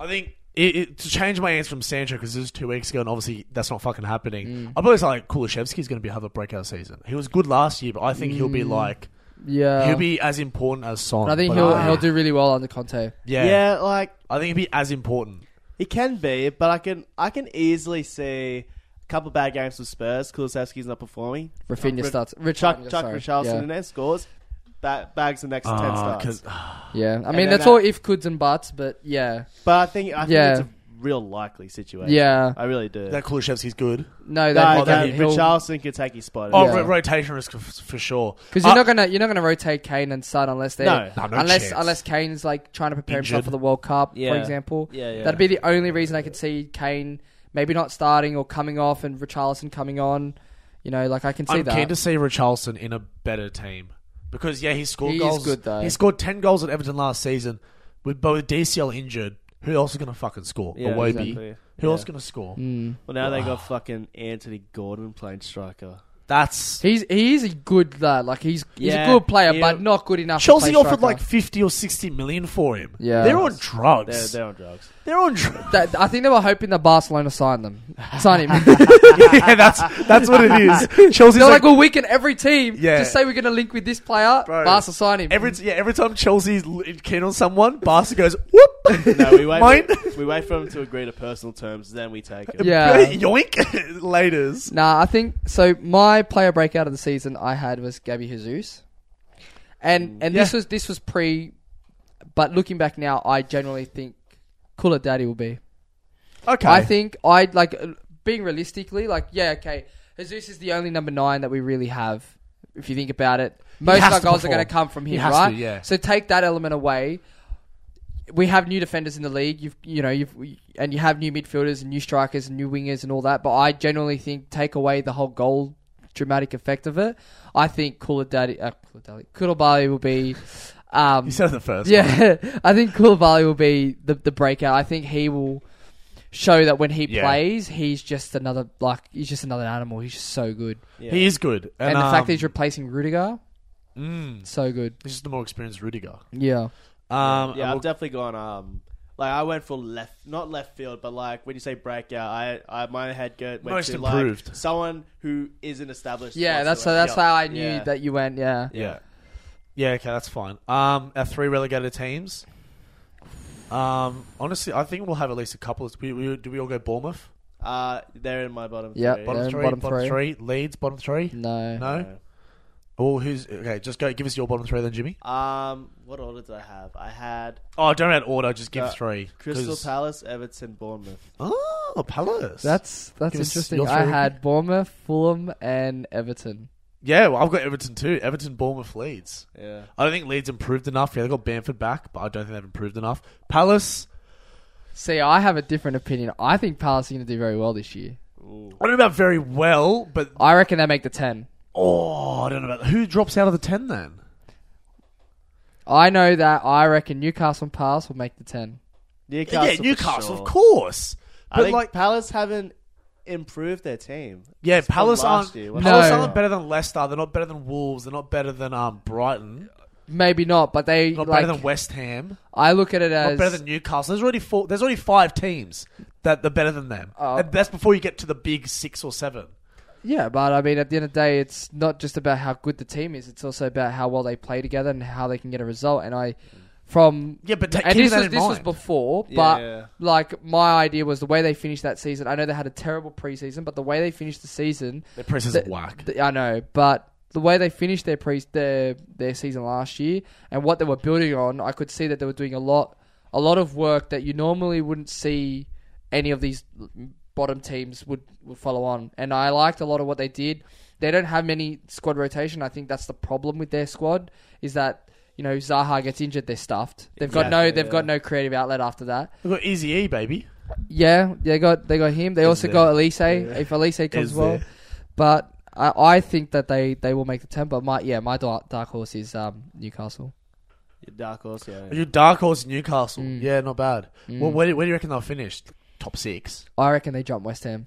Speaker 1: I think it, it, to change my answer from Sancho because this was two weeks ago, and obviously that's not fucking happening.
Speaker 2: Mm.
Speaker 1: I believe it's like Kulishevsky's going to be have a breakout season. He was good last year, but I think he'll be like
Speaker 2: Mm. Yeah.
Speaker 1: he'll be as important as Son.
Speaker 2: I think
Speaker 1: but,
Speaker 2: he'll
Speaker 1: uh,
Speaker 2: he'll do really well under Conte.
Speaker 1: yeah.
Speaker 3: Yeah. like
Speaker 1: I think he'll be as important.
Speaker 3: he can be, but I can I can easily see a couple bad games for Spurs. Kulusevski's not performing.
Speaker 2: Rafinha
Speaker 3: Ri-
Speaker 2: starts.
Speaker 3: Chuck
Speaker 2: Richard,
Speaker 3: Chuck
Speaker 2: sorry.
Speaker 3: Richarlison
Speaker 2: yeah.
Speaker 3: in there scores. That bags the next ten
Speaker 1: Uh,
Speaker 3: starts.
Speaker 1: 'cause-
Speaker 2: Yeah, I
Speaker 3: then
Speaker 2: mean that's
Speaker 3: that-
Speaker 2: all if goods and buts, but yeah,
Speaker 3: But I think I think
Speaker 2: Yeah.
Speaker 3: it's a real likely situation.
Speaker 2: yeah,
Speaker 3: I really do.
Speaker 1: that Kulishevsky's good.
Speaker 2: no, that,
Speaker 3: no, that
Speaker 2: that he'll-
Speaker 3: Richarlison could take his spot.
Speaker 1: Oh,
Speaker 2: Yeah.
Speaker 1: ro- rotation risk f- for sure.
Speaker 2: Because you're
Speaker 1: Uh,
Speaker 2: not gonna you're not gonna rotate Kane and Son unless they
Speaker 3: No.
Speaker 2: are
Speaker 1: No, no
Speaker 2: unless
Speaker 1: chance.
Speaker 2: unless Kane's like trying to prepare himself
Speaker 1: Injured.
Speaker 2: for the World Cup,
Speaker 3: Yeah.
Speaker 2: for example.
Speaker 3: Yeah, yeah.
Speaker 2: That'd be the only reason I could see Kane maybe not starting or coming off and Richarlison coming on. You know, like I can see
Speaker 1: I'm
Speaker 2: that.
Speaker 1: keen to see Richarlison in a better team because yeah, he scored
Speaker 2: He is
Speaker 1: goals.
Speaker 2: good, though.
Speaker 1: He scored ten goals at Everton last season with both DCL injured. Who else is gonna fucking score?
Speaker 3: Yeah,
Speaker 1: Awobi.
Speaker 3: exactly.
Speaker 1: Who
Speaker 3: Yeah.
Speaker 1: else gonna score?
Speaker 2: Mm.
Speaker 3: Well, now they got fucking Anthony Gordon playing striker.
Speaker 1: That's
Speaker 2: He's he is a good lad. Like he's he's
Speaker 3: Yeah.
Speaker 2: a good player,
Speaker 3: Yeah.
Speaker 2: but not good enough. to
Speaker 1: Chelsea
Speaker 2: play
Speaker 1: offered
Speaker 2: striker.
Speaker 1: like fifty or sixty million for him.
Speaker 2: Yeah.
Speaker 1: they're on
Speaker 3: They're,
Speaker 1: drugs. They're,
Speaker 3: they're on drugs.
Speaker 1: on drugs.
Speaker 2: That- I think they were hoping that Barcelona signed them, sign him.
Speaker 1: yeah, that's that's what it is. Chelsea's
Speaker 2: They're like,
Speaker 1: like,
Speaker 2: well, we can every team
Speaker 1: Yeah.
Speaker 2: just say we're going to link with this player.
Speaker 1: Bro.
Speaker 2: Barca sign him.
Speaker 1: every yeah every time Chelsea's l- keen on someone, Barca goes whoop.
Speaker 3: No, we wait.
Speaker 1: Mine?
Speaker 3: We wait for them to agree to personal terms, then we take it.
Speaker 2: yeah.
Speaker 1: yoink. Laters.
Speaker 2: Nah, I think so. My player breakout of the season I had was Gabby Jesus, and and this
Speaker 1: Yeah.
Speaker 2: was this was pre, but looking back now, I generally think Cooler Daddy will be.
Speaker 1: Okay,
Speaker 2: I think I like uh, being realistically like yeah okay. Jesus is the only number nine that we really have. If you think about it, most of
Speaker 1: has
Speaker 2: our
Speaker 1: to
Speaker 2: goals
Speaker 1: perform.
Speaker 2: are going to come from
Speaker 1: He
Speaker 2: him,
Speaker 1: has to,
Speaker 2: right?
Speaker 1: yeah.
Speaker 2: So take that element away. We have new defenders in the league. You've you know you've we- and you have new midfielders and new strikers and new wingers and all that. But I generally think take away the whole goal dramatic effect of it. I think Koulibaly, uh, Koulibaly, Koulibaly will be. Um,
Speaker 1: you said the first.
Speaker 2: yeah, I think Koulibaly will be the the breakout. I think he will show that when he
Speaker 1: Yeah.
Speaker 2: plays, he's just another like he's just another animal. He's just so good,
Speaker 3: Yeah.
Speaker 1: He is good, and,
Speaker 2: and, the fact
Speaker 1: um,
Speaker 2: that he's replacing Rudiger,
Speaker 1: mm,
Speaker 2: so good.
Speaker 1: he's just the more experienced Rudiger.
Speaker 2: Yeah,
Speaker 1: Um,
Speaker 3: yeah,
Speaker 1: and
Speaker 3: I've
Speaker 1: we'll-
Speaker 3: definitely gone. Um, like I went for left, not left field, but like when you say breakout, I, I my head go, went
Speaker 1: Most
Speaker 3: to
Speaker 1: improved.
Speaker 3: like someone who isn't established.
Speaker 2: yeah. That's so.
Speaker 3: whatsoever.
Speaker 2: That's how I knew
Speaker 3: Yeah.
Speaker 2: that you went. Yeah,
Speaker 1: yeah, yeah. Okay, that's fine. Um, our three relegated teams. Um, honestly, I think we'll have at least a couple. Of, we, we, do we all go Bournemouth?
Speaker 3: Uh, they're in my bottom.
Speaker 2: Yeah,
Speaker 3: three.
Speaker 1: Bottom
Speaker 2: Yeah,
Speaker 1: three,
Speaker 2: bottom
Speaker 1: bottom,
Speaker 2: three.
Speaker 1: three. Leeds, bottom three.
Speaker 2: no.
Speaker 1: No. Oh, who's okay? Just go. Give us your bottom three, then, Jimmy.
Speaker 3: Um, what order did I have? I had
Speaker 1: Oh, don't add order. Just give
Speaker 3: Uh,
Speaker 1: three.
Speaker 3: Crystal
Speaker 1: 'cause-
Speaker 3: Palace, Everton, Bournemouth.
Speaker 1: Oh, Palace.
Speaker 2: That's that's
Speaker 1: Give us
Speaker 2: interesting.
Speaker 1: your
Speaker 2: I
Speaker 1: three.
Speaker 2: had Bournemouth, Fulham, and Everton.
Speaker 1: yeah. Well, I've got Everton too. Everton, Bournemouth, Leeds.
Speaker 3: Yeah,
Speaker 1: I don't think Leeds improved enough. Yeah, they got Bamford back, but I don't think they've improved enough. Palace.
Speaker 2: See, I have a different opinion. I think Palace are going to do very well this year.
Speaker 1: I don't know about very well, but
Speaker 2: I reckon they make the ten.
Speaker 1: Oh, I don't know about who drops out of the ten then.
Speaker 2: I know that. I reckon Newcastle and Palace will make the ten.
Speaker 3: Newcastle.
Speaker 1: yeah, Newcastle,
Speaker 3: for
Speaker 1: of
Speaker 3: sure.
Speaker 1: course.
Speaker 3: I
Speaker 1: But
Speaker 3: think
Speaker 1: like,
Speaker 3: Palace haven't improved their team.
Speaker 1: yeah, Palace
Speaker 3: last
Speaker 1: aren't.
Speaker 3: year, wasn't
Speaker 1: Palace
Speaker 2: No.
Speaker 1: aren't better than Leicester. They're not better than Wolves. They're not better than um, Brighton.
Speaker 2: Maybe not, but they
Speaker 1: Not
Speaker 2: like.
Speaker 1: better than West Ham.
Speaker 2: I look at it
Speaker 1: Not
Speaker 2: as
Speaker 1: better than Newcastle. There's already four. There's already five teams that are better than them.
Speaker 2: Oh.
Speaker 1: and that's before you get to the big six or seven.
Speaker 2: yeah, but I mean, at the end of the day, it's not just about how good the team is; it's also about how well they play together and how they can get a result. And I, from
Speaker 1: Yeah, but ta-
Speaker 2: and
Speaker 1: keeping
Speaker 2: this
Speaker 1: that
Speaker 2: was
Speaker 1: in
Speaker 2: this was
Speaker 1: mind.
Speaker 2: before, but
Speaker 3: Yeah.
Speaker 2: like my idea was the way they finished that season. I know they had a terrible preseason, but the way they finished the season,
Speaker 1: Their press is
Speaker 2: Th-
Speaker 1: whack.
Speaker 2: th- I know, but the way they finished their pre their their season last year and what they were building on, I could see that they were doing a lot a lot of work that you normally wouldn't see any of these bottom teams would, would follow on. And I liked a lot of what they did. They don't have many squad rotation. I think that's the problem with their squad is that you know Zaha gets injured, they're stuffed. They've got no
Speaker 3: Exactly,
Speaker 2: they've got
Speaker 3: yeah.
Speaker 2: no creative outlet after that.
Speaker 1: They've got Easy E, baby.
Speaker 2: Yeah, they got they got him. They also
Speaker 1: there?
Speaker 2: got Elise if Elise comes
Speaker 1: Is
Speaker 2: well.
Speaker 1: there?
Speaker 2: But I, I think that they, they will make the ten. But my yeah, my dark, dark horse is um, Newcastle.
Speaker 3: Your dark horse. Yeah,
Speaker 1: Your dark horse Newcastle.
Speaker 2: Mm.
Speaker 1: Yeah, not bad.
Speaker 2: Mm.
Speaker 1: Well, where do, where do you reckon they'll finish? Top six.
Speaker 2: I reckon they jump West Ham.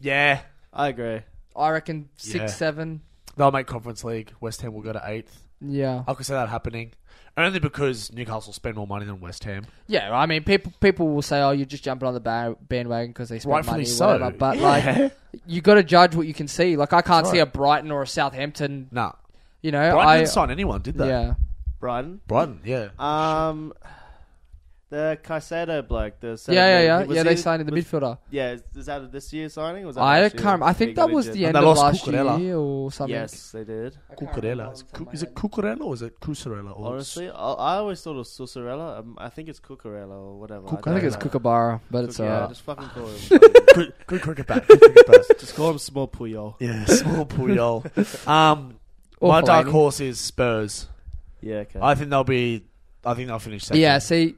Speaker 1: Yeah,
Speaker 3: I agree.
Speaker 2: I reckon six
Speaker 1: Yeah.
Speaker 2: seven.
Speaker 1: they'll make Conference League. West Ham will go to eighth.
Speaker 2: Yeah.
Speaker 1: I could see that happening. Only because Newcastle spend more money than West Ham.
Speaker 2: Yeah, I mean, people people will say, "Oh, you're just jumping on the ba- bandwagon because they spend
Speaker 1: Rightfully
Speaker 2: money." or
Speaker 1: so.
Speaker 2: Whatever. But like, you got to judge what you can see. Like, I can't see a Brighton or a Southampton.
Speaker 1: Nah.
Speaker 2: You know,
Speaker 1: Brighton
Speaker 2: I
Speaker 1: didn't sign anyone, did they?
Speaker 2: yeah,
Speaker 3: Brighton.
Speaker 1: Brighton, yeah.
Speaker 3: Um, the Caicedo bloke. The
Speaker 2: yeah, yeah, yeah,
Speaker 3: Was
Speaker 2: yeah.
Speaker 3: he-
Speaker 2: They signed in the
Speaker 3: was-
Speaker 2: midfielder.
Speaker 3: Yeah, is- is that this year's signing? or Was that
Speaker 2: I
Speaker 3: last
Speaker 2: can't. Remember.
Speaker 3: year?
Speaker 2: I think
Speaker 3: He got
Speaker 2: that was
Speaker 3: injured.
Speaker 2: the end
Speaker 1: they
Speaker 2: of
Speaker 1: lost
Speaker 2: last
Speaker 1: Cucurella.
Speaker 2: year or something.
Speaker 3: Yes, they did.
Speaker 1: Cucurella. Is, Cu- is it Cucurella or is it Cucurella? Or
Speaker 3: Honestly, I, I always thought of Susurella. Um, I think it's Cucurella or whatever.
Speaker 2: I think it's Kookaburra, but it's uh,
Speaker 3: Cuc- yeah,
Speaker 2: alright.
Speaker 3: just fucking call him.
Speaker 1: good, good cricket bat. Good cricket bat.
Speaker 3: just call him Small Puyol.
Speaker 1: Yeah, small Puyol. Um,
Speaker 2: Or
Speaker 1: my dark
Speaker 2: Fellaini.
Speaker 1: horse is Spurs.
Speaker 3: Yeah, okay.
Speaker 1: I think they'll be. I think they'll finish second.
Speaker 2: Yeah, see,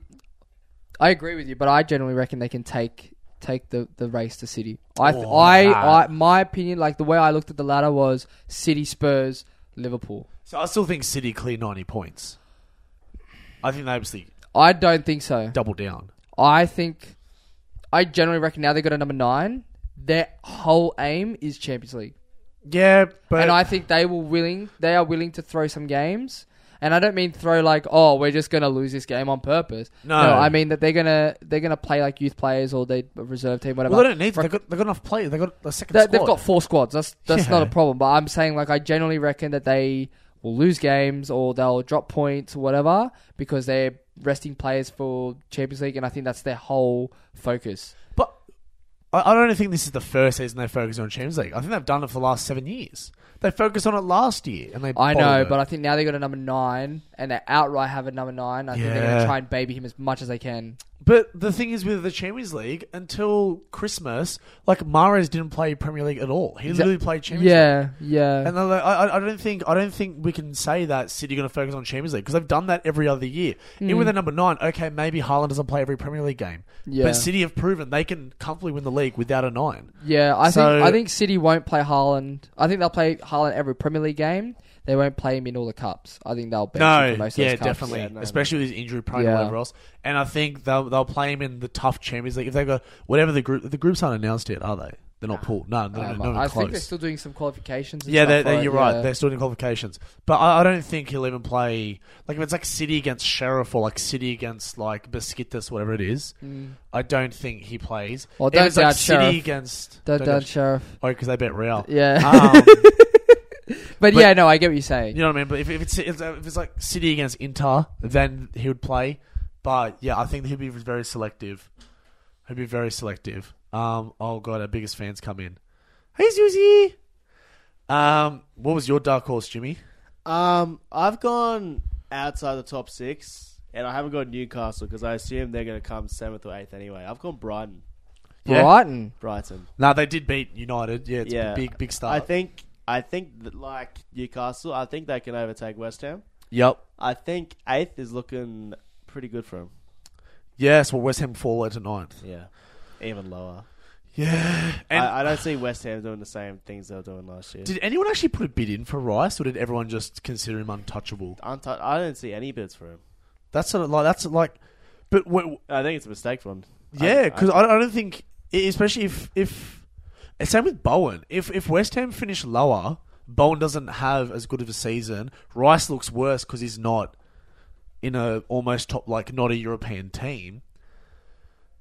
Speaker 2: I agree with you, but I generally reckon they can take take the, the race to City. I th-
Speaker 1: Oh,
Speaker 2: I,
Speaker 1: nah.
Speaker 2: I my opinion, like the way I looked at the ladder was City, Spurs, Liverpool.
Speaker 1: So I still think City clear ninety points. I think they obviously
Speaker 2: I don't think so.
Speaker 1: double down.
Speaker 2: I think I generally reckon now they got a number nine. Their whole aim is Champions League,
Speaker 1: Yeah, but
Speaker 2: and I think they will willing they are willing to throw some games. And I don't mean throw like oh we're just gonna lose this game on purpose.
Speaker 1: No.
Speaker 2: I mean that they're gonna they're gonna play like youth players or they a reserve team whatever.
Speaker 1: well, they don't need.
Speaker 2: For-
Speaker 1: They got they got enough players. They got a second
Speaker 2: They,
Speaker 1: squad.
Speaker 2: they've got four squads. That's that's
Speaker 1: Yeah.
Speaker 2: not a problem. But I'm saying like I generally reckon that they will lose games or they'll drop points or whatever because they're resting players for Champions League, and I think that's their whole focus.
Speaker 1: But I, I don't think this is the first season they focus on Champions League. I think they've done it for the last seven years. They focused on it last year, and they.
Speaker 2: I know,
Speaker 1: bottled it.
Speaker 2: but I think now they got a number nine, and they outright have a number nine. I think they're going
Speaker 1: Yeah.
Speaker 2: to try and baby him as much as they can.
Speaker 1: But the thing is with the Champions League, until Christmas, like Mares didn't play Premier League at all. He literally played Champions League.
Speaker 2: Yeah, yeah.
Speaker 1: And they're like, I, I- I don't think I don't think we can say that City are going to focus on Champions League because they've done that every other year.
Speaker 2: Hmm.
Speaker 1: Even with their number nine, okay, maybe Haaland doesn't play every Premier League game,
Speaker 2: Yeah.
Speaker 1: but City have proven they can comfortably win the league without a nine.
Speaker 2: Yeah, I
Speaker 1: So-
Speaker 2: think I think City won't play Haaland. I think they'll play Haaland every Premier League game. They won't play him in all the cups. I think they'll bench him for most of
Speaker 1: yeah,
Speaker 2: those cups.
Speaker 1: definitely,
Speaker 3: Yeah, no,
Speaker 1: especially with his injury prone and
Speaker 2: Yeah.
Speaker 1: whatever else. And I think they'll they'll play him in the tough Champions League if they go whatever the group the groups aren't announced yet, are they? They're not pulled. No, no, no,
Speaker 2: Um,
Speaker 1: no,
Speaker 2: I
Speaker 1: close.
Speaker 2: think they're still doing some qualifications. And
Speaker 1: Yeah,
Speaker 2: stuff
Speaker 1: they're,
Speaker 2: for
Speaker 1: they're,
Speaker 2: it,
Speaker 1: you're right.
Speaker 2: yeah.
Speaker 1: They're still in qualifications, but I, I don't think he'll even play. Like if it's like City against Sheriff or like City against like Besiktas, whatever it is, I don't think he plays.
Speaker 2: Mm. Well,
Speaker 1: If
Speaker 2: don't
Speaker 1: it's like
Speaker 2: doubt
Speaker 1: City
Speaker 2: Sheriff.
Speaker 1: against
Speaker 2: Don't,
Speaker 1: don't
Speaker 2: don't,
Speaker 1: doubt-
Speaker 2: sheriff.
Speaker 1: oh, because they bet Real.
Speaker 2: Yeah,
Speaker 1: Um,
Speaker 2: but,
Speaker 1: but-
Speaker 2: yeah, no, I get what you're saying.
Speaker 1: you know what I mean. But if, if it's if it's like City against Inter, then he would play. But yeah, I think he'd be very selective. He'd be very selective. Um. Oh god, our biggest fans come in. Hey, Susie. Um. What was your dark horse, Jimmy?
Speaker 3: Um, I've gone outside the top six, and I haven't gone Newcastle because I assume they're going to come seventh or eighth anyway. I've gone Brighton,
Speaker 1: Yeah.
Speaker 2: Brighton.
Speaker 3: Brighton.
Speaker 1: No, they did beat United. Yeah, it's
Speaker 3: Yeah.
Speaker 1: a big, big
Speaker 3: I
Speaker 1: start.
Speaker 3: think, I think that, like Newcastle, I think they can overtake West Ham.
Speaker 1: yep.
Speaker 3: I think eighth is looking pretty good for them.
Speaker 1: Yes, well, West Ham fall into ninth.
Speaker 3: Yeah, even lower.
Speaker 1: Yeah. And
Speaker 3: I, I don't see West Ham doing the same things they were doing last year.
Speaker 1: did anyone actually put a bid in for Rice, or did everyone just consider him untouchable?
Speaker 3: Untou- I don't see any bids for him.
Speaker 1: That's sort of like that's like, but w-
Speaker 3: I think it's a mistake for him.
Speaker 1: yeah, because I, I don't think, e, especially if if eh, same with Bowen. If if West Ham finish lower, Bowen doesn't have as good of a season. Rice looks worse because he's not in a almost top like not a European team.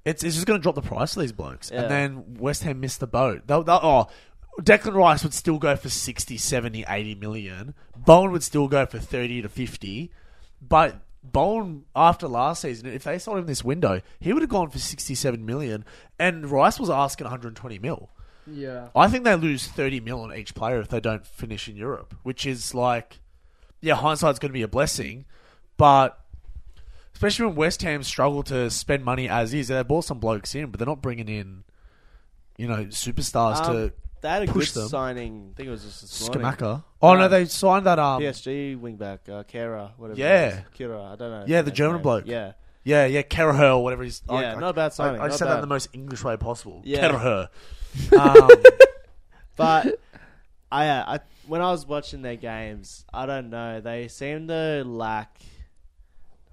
Speaker 1: It's it's just going to drop the price of these blokes,
Speaker 3: Yeah.
Speaker 1: and then West Ham missed the boat. They'll, they'll, oh, Declan Rice would still go for 60, 70, 80 million. Bowen would still go for thirty to fifty, but Bowen after last season, if they sold him this window, he would have gone for sixty-seven million, and Rice was asking one hundred twenty mil.
Speaker 2: Yeah.
Speaker 1: I think they lose 30 mil on each player if they don't finish in Europe, which is like, yeah, hindsight's going to be a blessing, but especially when West Ham struggle to spend money as is, they bought some blokes in, but they're not bringing in, you know, superstars to
Speaker 3: um, they had a
Speaker 1: push
Speaker 3: good
Speaker 1: them.
Speaker 3: signing. I think it was just this morning.
Speaker 1: Skamaka. Oh no,
Speaker 3: No.
Speaker 1: they signed that. Um,
Speaker 3: PSG wingback, uh, Kera, whatever.
Speaker 1: Yeah.
Speaker 3: it is. Kira, I don't know.
Speaker 1: Yeah, the
Speaker 3: his
Speaker 1: German
Speaker 3: name.
Speaker 1: bloke.
Speaker 3: Yeah,
Speaker 1: yeah, yeah, Kerher, whatever he's.
Speaker 3: Yeah, not a bad signing,
Speaker 1: I, I
Speaker 3: not
Speaker 1: said that in
Speaker 3: bad.
Speaker 1: the most English way possible.
Speaker 3: Yeah.
Speaker 1: Yeah. Um,
Speaker 3: but I, uh, I when I was watching their games, I don't know. They seem to lack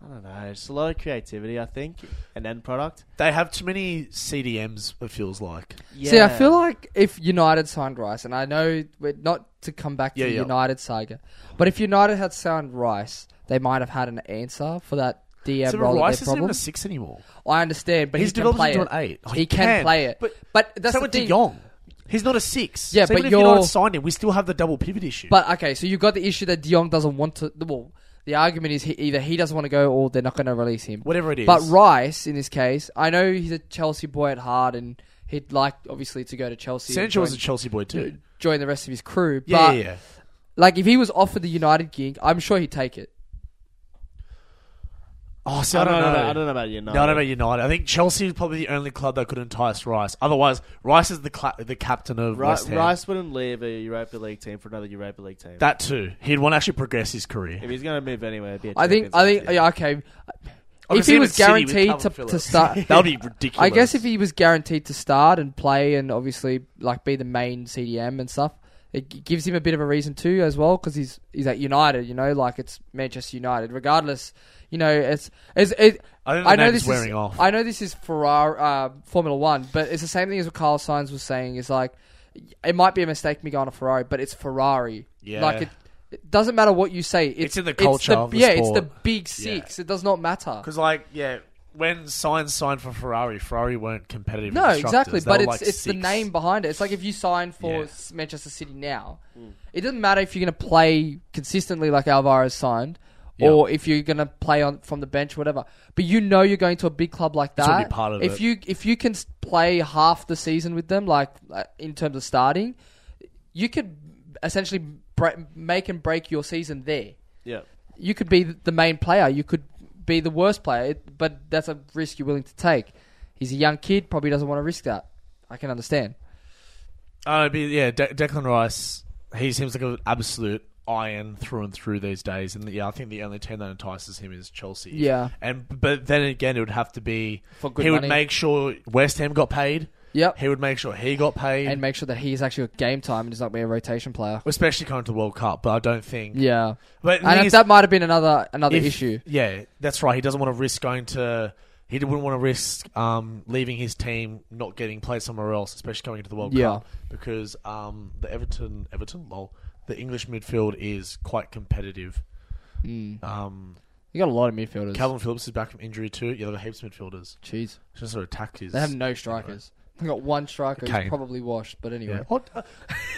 Speaker 3: I don't know. It's a lot of creativity, I think, and end product.
Speaker 1: They have too many CDMs. It feels like.
Speaker 3: Yeah.
Speaker 2: See, I feel like if United signed Rice, and I know we're not to come back to
Speaker 1: Yeah,
Speaker 2: the
Speaker 1: yeah.
Speaker 2: United saga, but if United had signed Rice, they might have had an answer for that DM
Speaker 1: so
Speaker 2: role that
Speaker 1: Rice
Speaker 2: they
Speaker 1: isn't even
Speaker 2: problem.
Speaker 1: a six anymore.
Speaker 2: I understand, but
Speaker 1: He's
Speaker 2: he can
Speaker 1: developed
Speaker 2: play
Speaker 1: into
Speaker 2: it.
Speaker 1: an eight. Oh,
Speaker 2: he,
Speaker 1: he
Speaker 2: can,
Speaker 1: can,
Speaker 2: play it, but
Speaker 1: but-
Speaker 2: that's
Speaker 1: so
Speaker 2: the
Speaker 1: with
Speaker 2: thing.
Speaker 1: De Jong. He's not a six.
Speaker 2: Yeah,
Speaker 1: so
Speaker 2: but
Speaker 1: even if United
Speaker 2: you're-
Speaker 1: signed him, we still have the double pivot issue.
Speaker 2: But okay, so you've got the issue that De Jong doesn't want to. Well, the argument is he, either he doesn't want to go or they're not going to release him.
Speaker 1: whatever it is,
Speaker 2: But Rice, in this case, I know he's a Chelsea boy at heart, and he'd like obviously to go to Chelsea. and
Speaker 1: Sancho was a
Speaker 2: join-
Speaker 1: Chelsea boy too.
Speaker 2: join the rest of his crew.
Speaker 1: Yeah,
Speaker 2: but
Speaker 1: yeah, yeah.
Speaker 2: like if he was offered the United gig, I'm sure he'd take it.
Speaker 1: Oh, see,
Speaker 3: I
Speaker 1: I
Speaker 3: don't,
Speaker 1: don't,
Speaker 3: know.
Speaker 1: know.
Speaker 3: I don't know about you.
Speaker 1: No, I don't know about United. I think Chelsea is probably the only club that could entice Rice. Otherwise, Rice is the cla- the captain of
Speaker 3: Ri-
Speaker 1: West Ham.
Speaker 3: Rice wouldn't leave a Europa League team for another Europa League team.
Speaker 1: That too. He'd want to actually progress his career.
Speaker 3: if he's going to move anywhere, it'd be a
Speaker 2: I think.
Speaker 3: Champions
Speaker 2: I
Speaker 3: League
Speaker 2: think.
Speaker 3: team.
Speaker 2: Yeah, okay. If
Speaker 1: Obviously,
Speaker 2: he was
Speaker 1: it's City with
Speaker 2: guaranteed to,
Speaker 1: Calvin
Speaker 2: to
Speaker 1: Phillips.
Speaker 2: start,
Speaker 1: that would be ridiculous.
Speaker 2: I guess if he was guaranteed to start and play and obviously like be the main CDM and stuff, it g- gives him a bit of a reason to as well because he's he's at United, you know, like it's Manchester United. Regardless, you know, it's it's it.
Speaker 1: I think the
Speaker 2: I know
Speaker 1: name's
Speaker 2: this
Speaker 1: wearing
Speaker 2: is
Speaker 1: off.
Speaker 2: I know this is Ferrari uh, Formula One, but it's the same thing as what Carl Sainz was saying. Is like it might be a mistake me going to Ferrari, but it's Ferrari.
Speaker 1: Yeah.
Speaker 2: like it. It doesn't matter what you say. It's,
Speaker 1: It's in the culture of the
Speaker 2: yeah, it's the
Speaker 1: sport.
Speaker 2: big six. It does not matter.
Speaker 1: because like yeah, when Sainz signed for Ferrari, Ferrari weren't competitive.
Speaker 2: No,
Speaker 1: constructors.
Speaker 2: exactly.
Speaker 1: They
Speaker 2: But
Speaker 1: were,
Speaker 2: it's
Speaker 1: like,
Speaker 2: it's the
Speaker 1: six.
Speaker 2: name behind it. It's like if you sign for
Speaker 1: Yeah. Mm.
Speaker 2: S- Manchester City now, it doesn't matter if you're going to play consistently like Alvarez signed, or if you're going to play on from the bench, whatever. But you know you're going to a big club like
Speaker 1: It's all be
Speaker 2: that.
Speaker 1: part of
Speaker 2: if
Speaker 1: it.
Speaker 2: you if you can s- play half the season with them, like uh, in terms of starting, you could uh, essentially bre- make and break your season there
Speaker 3: Yeah.
Speaker 2: you could be the main player. You could be the worst player, it- but that's a risk you're willing to take. He's a young kid, probably doesn't want to risk that. I can understand.
Speaker 1: Uh, it'd be, yeah, De- Declan Rice. He seems like an absolute iron through and through these days, and yeah, I think the only team that entices him is Chelsea.
Speaker 2: Yeah.
Speaker 1: and but then again, it would have to be
Speaker 2: For good
Speaker 1: he
Speaker 2: money.
Speaker 1: would make sure West Ham got paid.
Speaker 2: Yep.
Speaker 1: He would make sure he got paid,
Speaker 2: And make sure that he's actually got game time and is not be a rotation player.
Speaker 1: especially coming to the World Cup. But I don't think.
Speaker 2: Yeah.
Speaker 1: But the thing
Speaker 2: And
Speaker 1: is,
Speaker 2: that might have been another another
Speaker 1: if-
Speaker 2: issue.
Speaker 1: Yeah, that's right. He doesn't want to risk going to. He wouldn't want to risk um, leaving his team, not getting played somewhere else, especially coming into the World
Speaker 2: Yeah.
Speaker 1: Cup, because um, the Everton, Everton, lol, the English midfield is quite competitive.
Speaker 2: Mm.
Speaker 1: Um,
Speaker 2: You got a lot of midfielders.
Speaker 1: Calvin Phillips is back from injury too. Yeah, they've got heaps of midfielders.
Speaker 2: Jeez.
Speaker 1: It's Just sort of attack is.
Speaker 2: They have no strikers. They got one striker who's
Speaker 1: Kane.
Speaker 2: probably washed, but anyway.
Speaker 1: Yeah. What?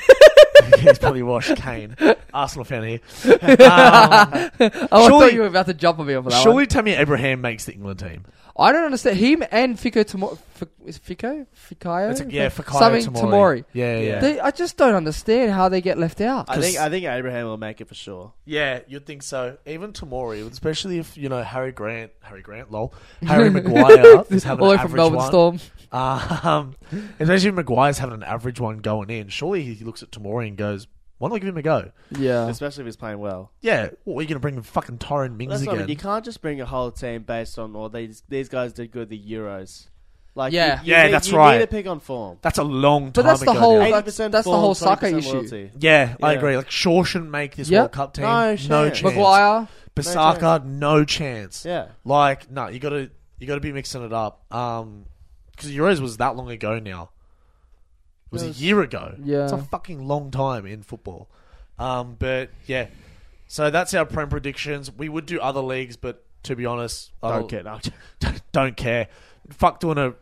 Speaker 1: He's probably washed Kane. Arsenal fan here. Um,
Speaker 2: Oh, I thought
Speaker 1: Surely-
Speaker 2: you were about to jump on me on that one.
Speaker 1: surely Tammy Abraham makes the England team.
Speaker 2: I don't understand him and Fico Tomo- F- is it Fico Ficayo?
Speaker 1: That's a, yeah, for
Speaker 2: Something Tomori.
Speaker 1: Yeah, yeah.
Speaker 2: They, I just don't understand how they get left out.
Speaker 3: I think I think Abraham will make it for sure.
Speaker 1: Yeah, you'd think so. Even Tamori, especially if you know Harry Grant, Harry Grant, lol, Harry Maguire is having
Speaker 2: all the
Speaker 1: an
Speaker 2: way
Speaker 1: average
Speaker 2: from Melbourne
Speaker 1: one.
Speaker 2: Storm.
Speaker 1: Um, especially if Maguire's having an average one going in. Surely he looks at Tamori and goes, "Why not give him a go?"
Speaker 2: Yeah,
Speaker 3: Especially if he's playing well.
Speaker 1: Yeah, what are you going to bring in fucking Tyrone Mings
Speaker 3: That's what I mean.
Speaker 1: again?
Speaker 3: You can't just bring a whole team based on all these these guys did good at the Euros. Like
Speaker 2: Yeah.
Speaker 3: you- you
Speaker 1: Yeah,
Speaker 3: need-
Speaker 1: that's
Speaker 3: you
Speaker 1: right.
Speaker 3: Need to pick on form.
Speaker 1: that's a long time.
Speaker 2: but that's the
Speaker 1: ago
Speaker 2: whole
Speaker 1: now.
Speaker 2: that's,
Speaker 3: 80%
Speaker 2: that's the
Speaker 3: form,
Speaker 2: whole soccer
Speaker 3: 20%
Speaker 2: issue.
Speaker 3: loyalty.
Speaker 1: Yeah, I
Speaker 3: Yeah.
Speaker 1: agree. Like Shaw shouldn't make this
Speaker 2: Yep.
Speaker 1: World Cup team.
Speaker 3: No
Speaker 1: No,
Speaker 3: chance.
Speaker 1: chance.
Speaker 2: Maguire,
Speaker 1: Basaka, no chance.
Speaker 3: Yeah.
Speaker 1: Like, no, you gotta you gotta be mixing it up. Um, because Euros was that long ago now. It was a year ago.
Speaker 2: Yeah.
Speaker 1: it's a fucking long time in football. Um, but yeah, so that's our prem predictions. We would do other leagues, but to be honest, I
Speaker 3: Don't care. No,
Speaker 1: don't, don't care. Fuck doing a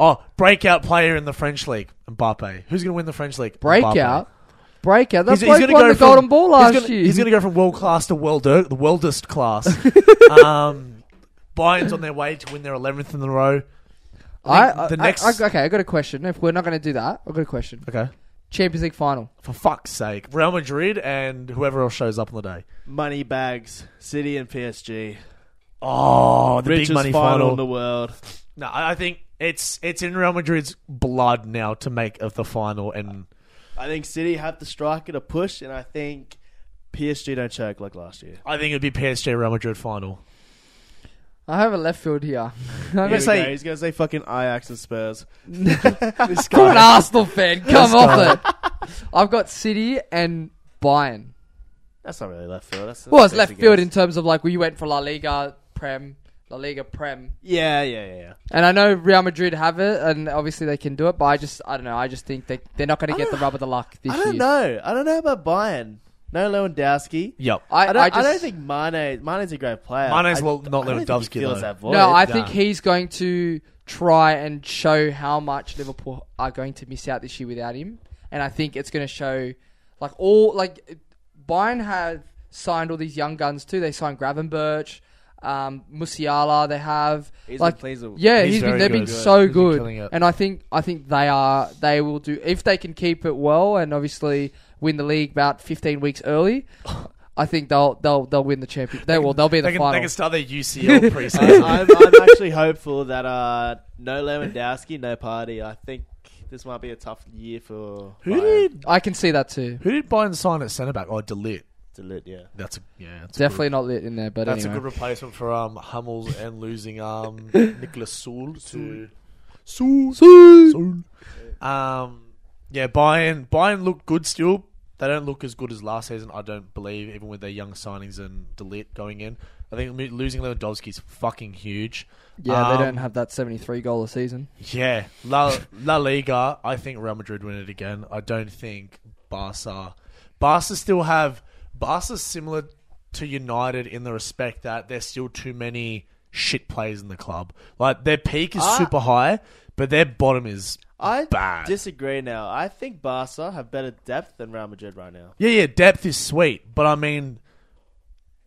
Speaker 1: oh breakout player in the French league, Mbappe. Who's gonna win the French league? Mbappe.
Speaker 2: breakout, breakout. That
Speaker 1: He's, he's
Speaker 2: bloke
Speaker 1: gonna
Speaker 2: won
Speaker 1: go
Speaker 2: the
Speaker 1: from,
Speaker 2: Golden Ball last
Speaker 1: he's gonna,
Speaker 2: year.
Speaker 1: He's going to go from world class to welder, the weldest class. um, Bayern's on their way to win their eleventh in a row.
Speaker 2: I,
Speaker 1: think
Speaker 2: I,
Speaker 1: the next-
Speaker 2: I- okay, I got a question. If we're not going to do that, I got a question.
Speaker 1: Okay,
Speaker 2: Champions League final.
Speaker 1: for fuck's sake, Real Madrid and whoever else shows up on the day.
Speaker 3: Money bags, City and PSG.
Speaker 1: Oh, the
Speaker 3: Richest
Speaker 1: big money
Speaker 3: final,
Speaker 1: final.
Speaker 3: in the world.
Speaker 1: No, I I think it's it's in Real Madrid's blood now to make of the final, and
Speaker 3: I think City have the striker to push, and I think PSG don't choke like last year.
Speaker 1: I think it'd be PSG Real Madrid final.
Speaker 2: I have a left field here. I'm
Speaker 1: gonna
Speaker 3: Here
Speaker 2: gonna-
Speaker 3: we
Speaker 1: say-
Speaker 3: go. he's gonna say fucking Ajax and Spurs.
Speaker 2: I'm an Arsenal fan. Come off it. I've got City and Bayern.
Speaker 3: That's not really left field. That's
Speaker 2: Well, it's
Speaker 3: that's
Speaker 2: left
Speaker 3: guess.
Speaker 2: field in terms of like we went for La Liga Prem, La Liga Prem.
Speaker 3: Yeah, yeah, yeah. yeah.
Speaker 2: And I know Real Madrid have it, and obviously they can do it. But I just, I don't know. I just think they they're not going to get the rub of the luck this
Speaker 3: I don't
Speaker 2: year.
Speaker 3: know. I don't know about Bayern. No Lewandowski.
Speaker 1: Yep.
Speaker 2: I,
Speaker 3: I don't, I,
Speaker 2: just,
Speaker 3: don't think Mane. Mane's a great player.
Speaker 1: Mane's
Speaker 3: I,
Speaker 1: well- not
Speaker 3: I don't think
Speaker 1: Lewandowski,
Speaker 3: he fills
Speaker 1: though.
Speaker 3: That void.
Speaker 2: No, I
Speaker 1: Nah.
Speaker 2: think he's going to try and show how much Liverpool are going to miss out this year without him, and I think it's going to show, like all like Bayern have signed all these young guns too. They signed Gravenberch, um, Musiala. They have
Speaker 3: He's
Speaker 2: like
Speaker 3: been pleasing with-
Speaker 2: yeah,
Speaker 1: He's
Speaker 2: he's been,
Speaker 1: very
Speaker 2: they've been
Speaker 1: good.
Speaker 2: so
Speaker 1: He's been
Speaker 2: good,
Speaker 1: killing it.
Speaker 2: and I think I think they are they will do if they can keep it well and obviously win the league about fifteen weeks early. I think they'll they'll they'll win the championship. They will. They'll be in the
Speaker 1: They can,
Speaker 2: final.
Speaker 1: they can start their UCL preseason.
Speaker 3: I, am I'm actually hopeful that uh, no Lewandowski, no party. I think this might be a tough year for
Speaker 1: who
Speaker 3: Bayern
Speaker 1: did
Speaker 2: I can see that too.
Speaker 1: who did Bayern sign at centre back? Oh, Delit.
Speaker 3: to lit. Yeah,
Speaker 1: That's a, yeah. That's
Speaker 2: Definitely not lit in there, but
Speaker 1: A good, that's
Speaker 2: anyway.
Speaker 1: a good replacement for um Hummels and losing um Nicholas Soul to Soul Soul. Um, yeah, Bayern Bayern look good still. They don't look as good as last season, I don't believe, even with their young signings and Delit going in. I think lo- losing Lewandowski is fucking huge.
Speaker 2: yeah,
Speaker 1: Um,
Speaker 2: they don't have that seventy-three goal a season.
Speaker 1: Yeah, La, La Liga. I think Real Madrid win it again. I don't think Barca. Barca still have Barca's similar to United in the respect that there's still too many shit players in the club. Like their peak is
Speaker 3: Ah.
Speaker 1: super high, but their bottom is
Speaker 3: I
Speaker 1: bad.
Speaker 3: disagree. Now I think Barca have better depth than Real Madrid right now.
Speaker 1: yeah, yeah, depth is sweet, but I mean,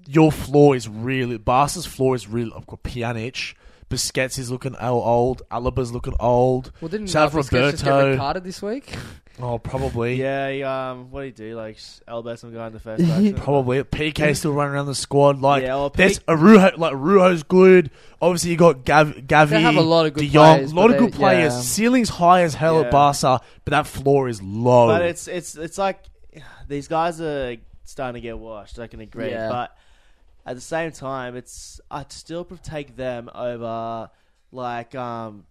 Speaker 1: your floor is really Barca's floor is really. I've got Pjanic. Busquets is looking o- old. Alaba's looking old.
Speaker 2: Well, didn't
Speaker 1: So
Speaker 2: uh,
Speaker 1: have
Speaker 2: Busquets just get
Speaker 1: Roberto.
Speaker 2: red carded this week?
Speaker 1: Oh, probably.
Speaker 3: Yeah, he, um, what do you do? Like s- elbow some guy in the first action.
Speaker 1: Probably PK still running around the squad. Like
Speaker 3: Yeah, well, P-
Speaker 1: there's Arujo, like Arujo's good. Obviously you got Gav, Gavi.
Speaker 2: They have a lot of good
Speaker 1: De Jong,
Speaker 2: players,
Speaker 1: A lot of
Speaker 2: but
Speaker 1: good
Speaker 2: they-
Speaker 1: players.
Speaker 2: yeah.
Speaker 1: Ceiling's high as hell
Speaker 3: Yeah.
Speaker 1: at Barca, but that floor is low.
Speaker 2: Oh.
Speaker 3: But it's it's it's like these guys are starting to get washed. I can agree,
Speaker 2: Yeah.
Speaker 3: but at the same time, it's I'd still pre- take them over like um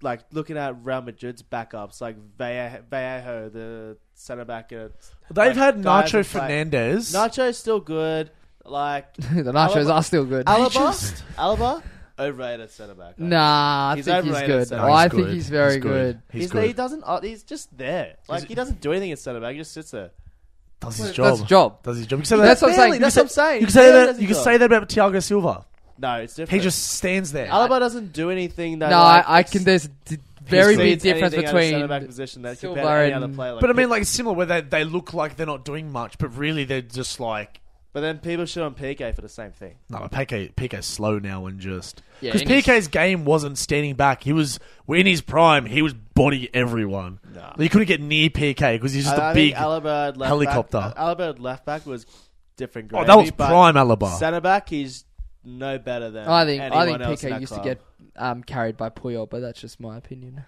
Speaker 3: like looking at Real Madrid's backups, like Valle- Vallejo, the centre back. They've
Speaker 1: They've had Nacho
Speaker 3: Fernandez.
Speaker 1: Fernandez.
Speaker 3: Nacho's still good. Like
Speaker 2: the nachos
Speaker 3: Alaba-
Speaker 2: are still good.
Speaker 3: Alaba, Alaba, overrated centre back. I think.
Speaker 2: Nah, I
Speaker 3: He's
Speaker 2: think he's
Speaker 3: overrated,
Speaker 2: good.
Speaker 3: so-
Speaker 1: No,
Speaker 2: Oh, I think
Speaker 1: good.
Speaker 2: he's very good.
Speaker 1: He's,
Speaker 3: He's-
Speaker 1: good.
Speaker 3: He doesn't. uh, He's just there. Like he doesn't do anything at centre back. He just sits there.
Speaker 1: Does his
Speaker 2: Well,
Speaker 1: job.
Speaker 2: that's job.
Speaker 1: Does his job. You can say
Speaker 2: That's
Speaker 1: that-
Speaker 2: what I'm saying.
Speaker 1: you can
Speaker 3: That's
Speaker 1: say-
Speaker 3: what I'm saying.
Speaker 1: You can say
Speaker 3: Barely
Speaker 1: that.
Speaker 3: does
Speaker 1: You
Speaker 3: his
Speaker 1: can
Speaker 3: job.
Speaker 1: say that about Thiago Silva.
Speaker 3: No, it's different.
Speaker 1: He just stands there.
Speaker 3: Alaba doesn't do anything that.
Speaker 2: No,
Speaker 3: like,
Speaker 2: I, I can. There's d- very big
Speaker 3: exceeds
Speaker 2: difference
Speaker 3: anything at a centre
Speaker 2: between.
Speaker 3: back position that
Speaker 2: Silva
Speaker 3: compared to
Speaker 2: and-
Speaker 3: any other player. Like
Speaker 1: But I mean, like it's similar where they, they look like they're not doing much, but really they're just like
Speaker 3: but then people shit on PK for the same thing.
Speaker 1: No, but PK PK's slow now and just
Speaker 2: Yeah,
Speaker 1: because
Speaker 2: and he's-
Speaker 1: PK's game wasn't standing back. He was in his prime. He was body everyone.
Speaker 3: Nah.
Speaker 1: You couldn't get near PK because he's just a
Speaker 3: I, I
Speaker 1: big.
Speaker 3: think Alaba at left
Speaker 1: helicopter.
Speaker 3: Back, Alaba at left back was different.
Speaker 1: oh,
Speaker 3: Gravy,
Speaker 1: that was
Speaker 3: but
Speaker 1: prime Alaba.
Speaker 3: Centre back, he's no better than.
Speaker 2: I think. I think
Speaker 3: anyone else in
Speaker 2: PK
Speaker 3: that
Speaker 2: used
Speaker 3: club.
Speaker 2: to get um, carried by Puyol, but that's just my opinion.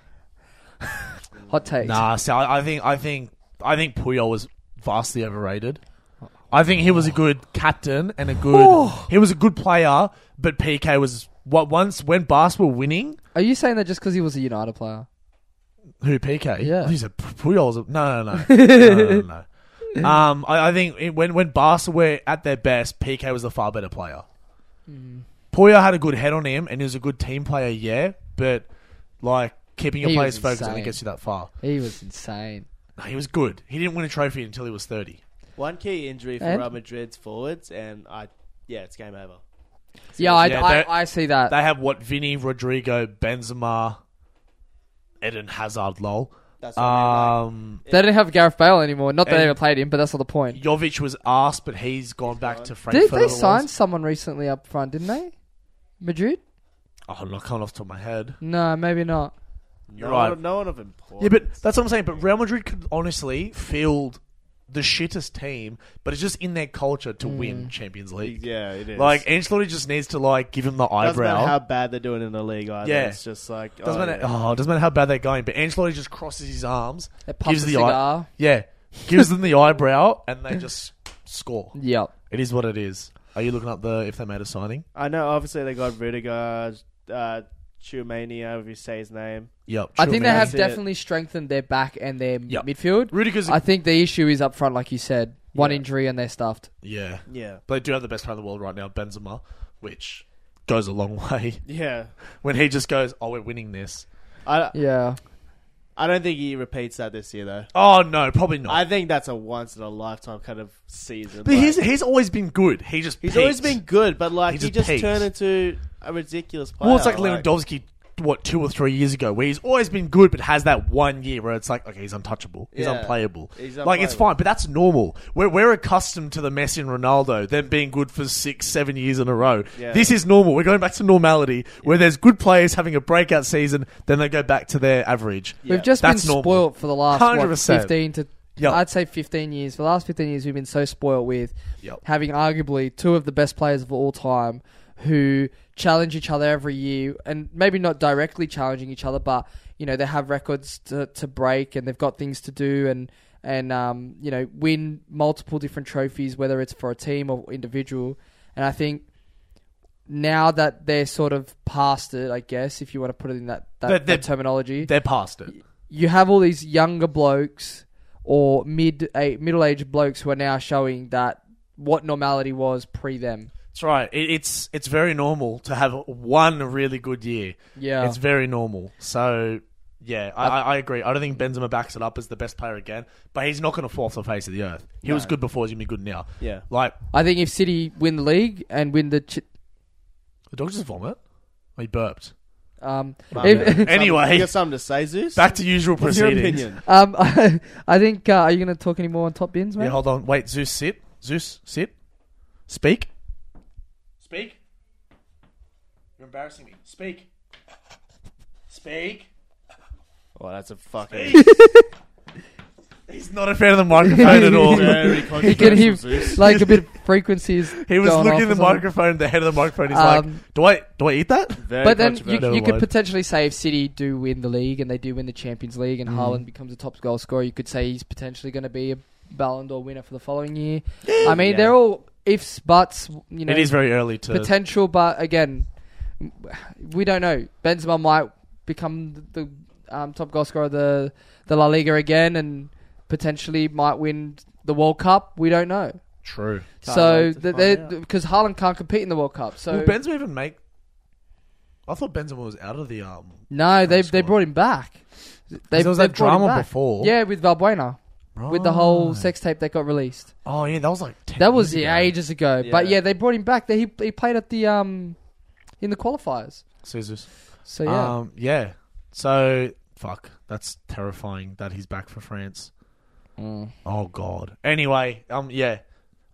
Speaker 2: Hot takes.
Speaker 1: Nah, so I, I think I think I think Puyol was vastly overrated. I think he was a good captain and a good. he was a good player, but PK was what once when Bas were winning.
Speaker 2: Are you saying that just because he was a United player?
Speaker 1: Who PK?
Speaker 2: Yeah.
Speaker 1: he's a Puyol's. A, no, no, no, no, no, no, no. Um, I, I think it- when when Barca were at their best, PK was the far better player.
Speaker 2: Mm.
Speaker 1: Puyol had a good head on him, and he was a good team player. Yeah, but like keeping your
Speaker 2: He
Speaker 1: players
Speaker 2: was
Speaker 1: focused, I think
Speaker 2: insane.
Speaker 1: gets you that far.
Speaker 2: He was insane.
Speaker 1: No, he was good. He didn't win a trophy until he was thirty.
Speaker 3: one key injury for
Speaker 2: And-
Speaker 3: Real Madrid's forwards, and I, yeah, it's game over.
Speaker 2: Yeah, I,
Speaker 1: Yeah,
Speaker 2: I,
Speaker 1: that-
Speaker 2: I see that.
Speaker 1: They have what Vinny, Rodrigo, Benzema, Eden Hazard, lol.
Speaker 3: That's what I mean,
Speaker 1: Um,
Speaker 2: They didn't have Gareth Bale anymore. Not that they
Speaker 1: And-
Speaker 2: ever played him, but that's not the point.
Speaker 1: Jovic was asked, but he's gone back to Frankfurt.
Speaker 2: Did
Speaker 1: or
Speaker 2: they
Speaker 1: was.
Speaker 2: sign someone recently up front? Didn't they? Madrid?
Speaker 1: Oh, I'm not coming off the top of my head.
Speaker 2: No, maybe not.
Speaker 3: like,
Speaker 1: You're
Speaker 3: no
Speaker 1: right.
Speaker 3: One, no one of
Speaker 1: Yeah,
Speaker 3: importance.
Speaker 1: but that's what I'm saying. But Real Madrid could honestly field the shittest team, but it's just in their culture to win
Speaker 2: Hmm.
Speaker 1: Champions League.
Speaker 3: yeah, it is.
Speaker 1: Like Ancelotti just needs to like give him the
Speaker 3: doesn't matter
Speaker 1: eyebrow.
Speaker 3: how bad they're doing in the league. Either.
Speaker 1: Yeah.
Speaker 3: it's just like
Speaker 1: doesn't
Speaker 3: oh,
Speaker 1: matter.
Speaker 3: yeah.
Speaker 1: Oh, doesn't matter how bad they're going. But Ancelotti just crosses his arms,
Speaker 2: They puffed a
Speaker 1: the eye-
Speaker 2: cigar.
Speaker 1: yeah, gives them the eyebrow, and they just score.
Speaker 2: Yep.
Speaker 1: It is what it is. Are you looking up the if they made a signing?
Speaker 3: I know, obviously, they got Rudiger, uh, Chumania, if you say his name.
Speaker 1: Yep.
Speaker 2: I think they
Speaker 1: Tchouameni.
Speaker 2: have
Speaker 3: That's it.
Speaker 2: definitely strengthened their back and their
Speaker 1: Yep.
Speaker 2: midfield.
Speaker 1: Rudiger's.
Speaker 2: I think the issue is up front, like you said. One
Speaker 3: Yeah.
Speaker 2: injury and they're stuffed.
Speaker 1: yeah,
Speaker 3: Yeah.
Speaker 1: but they do have the best player in the world right now, Benzema, which goes a long way.
Speaker 3: Yeah.
Speaker 1: When he just goes, "Oh, we're winning this."
Speaker 3: I,
Speaker 2: Yeah.
Speaker 3: I don't think he repeats that this year, though.
Speaker 1: Oh no, probably not.
Speaker 3: I think that's a once in a lifetime kind of season.
Speaker 1: but
Speaker 3: like-
Speaker 1: he's he's always been good. He just
Speaker 3: he's
Speaker 1: peaked.
Speaker 3: always been good, but like
Speaker 1: He
Speaker 3: he
Speaker 1: just
Speaker 3: just,
Speaker 1: peaks.
Speaker 3: turned into a ridiculous player.
Speaker 1: well. It's like Lewandowski, what two or three years ago, where he's always been good, but has that one year where it's like, okay, he's untouchable, he's
Speaker 3: Yeah.
Speaker 1: unplayable.
Speaker 3: He's
Speaker 1: Like it's
Speaker 3: unplayable.
Speaker 1: fine, but that's normal. We're we're accustomed to the Messi and Ronaldo them being good for six, seven years in a row.
Speaker 3: Yeah.
Speaker 1: This is normal. We're going back to normality where there's good players having a breakout season, then they go back to their average.
Speaker 2: We've just
Speaker 1: That's
Speaker 2: been
Speaker 1: normal.
Speaker 2: spoiled for the last what,
Speaker 1: 100%.
Speaker 2: 15 to
Speaker 1: Yep.
Speaker 2: I'd say 15 years. For the last 15 years, we've been so spoiled with
Speaker 1: Yep.
Speaker 2: having arguably two of the best players of all time who challenge each other every year and maybe not directly challenging each other, but you know they have records to, to break and they've got things to do and and um, you know win multiple different trophies, whether it's for a team or individual. And I think now that they're sort of past it, I guess if you want to put it in that
Speaker 1: That-
Speaker 2: that,
Speaker 1: that-
Speaker 2: that terminology,
Speaker 1: They're past it.
Speaker 2: you have all these younger blokes or mid a middle aged blokes who are now showing that what normality was pre them.
Speaker 1: That's right. It, it's it's very normal to have one really good year.
Speaker 2: Yeah.
Speaker 1: it's very normal. So yeah, I, I, I agree. I don't think Benzema backs it up as the best player again, but he's not going to fall off the face of the earth. He was good before; he's going to be good now.
Speaker 3: Yeah.
Speaker 1: Like
Speaker 2: I think if City win the league and win the ch-
Speaker 1: the dog just vomit. Oh, He burped.
Speaker 2: um,
Speaker 3: Lewandowski.
Speaker 2: if-
Speaker 1: Anyway.
Speaker 3: you got something to say, Zeus?
Speaker 1: Back to usual
Speaker 3: What's your
Speaker 1: proceedings.
Speaker 3: opinion?
Speaker 2: um, I think uh, are you going to talk any more on top bins, mate?
Speaker 1: Yeah, hold on. Wait, Zeus, sit. Zeus, sit. Speak. Speak. You're embarrassing me. Speak. Speak.
Speaker 3: Oh, that's a fucking
Speaker 1: He's not a fan of the microphone at all.
Speaker 3: very
Speaker 2: you can hear
Speaker 3: controversial Zeus.
Speaker 2: like a bit of frequencies.
Speaker 1: He was
Speaker 2: going off
Speaker 1: looking at
Speaker 2: or
Speaker 1: the
Speaker 2: something.
Speaker 1: microphone, the head of the microphone. He's
Speaker 2: Um,
Speaker 1: like, "Do I do I eat that?"
Speaker 3: Very
Speaker 2: But then
Speaker 3: controversial.
Speaker 1: Never
Speaker 2: you, you could
Speaker 1: mind.
Speaker 2: potentially say if City do win the league and they do win the Champions League
Speaker 1: Mm-hmm.
Speaker 2: and Haaland becomes a top goal scorer, you could say he's potentially going to be a Ballon d'Or winner for the following year. I mean,
Speaker 3: Yeah.
Speaker 2: they're all ifs, buts, you know,
Speaker 1: it is very early to.
Speaker 2: potential, but again, we don't know. Benzema might become the the, um, top goal scorer of the, the La Liga again and potentially might win the World Cup. We don't know.
Speaker 1: True.
Speaker 3: Can't
Speaker 2: so,
Speaker 3: wait to find out.
Speaker 2: because Haaland can't compete in the World Cup. So,
Speaker 1: Will Benzema even make? I thought Benzema was out of the um.
Speaker 2: No, they they
Speaker 1: squad.
Speaker 2: brought him back. They,
Speaker 1: there was
Speaker 2: they
Speaker 1: that
Speaker 2: brought him
Speaker 1: drama
Speaker 2: back.
Speaker 1: before.
Speaker 2: Yeah, with Valbuena, with the whole
Speaker 1: Right.
Speaker 2: sex tape that got released.
Speaker 1: Oh yeah, that was like 10
Speaker 2: That was
Speaker 1: years
Speaker 2: yeah,
Speaker 1: ago.
Speaker 2: ages ago. But
Speaker 3: Yeah.
Speaker 2: yeah, they brought him back. They, he he played at the um in the qualifiers.
Speaker 1: Scissors.
Speaker 2: So yeah,
Speaker 1: Um. Yeah. So fuck. That's terrifying that he's back for France.
Speaker 2: Mm.
Speaker 1: Oh god. Anyway. Um. Yeah.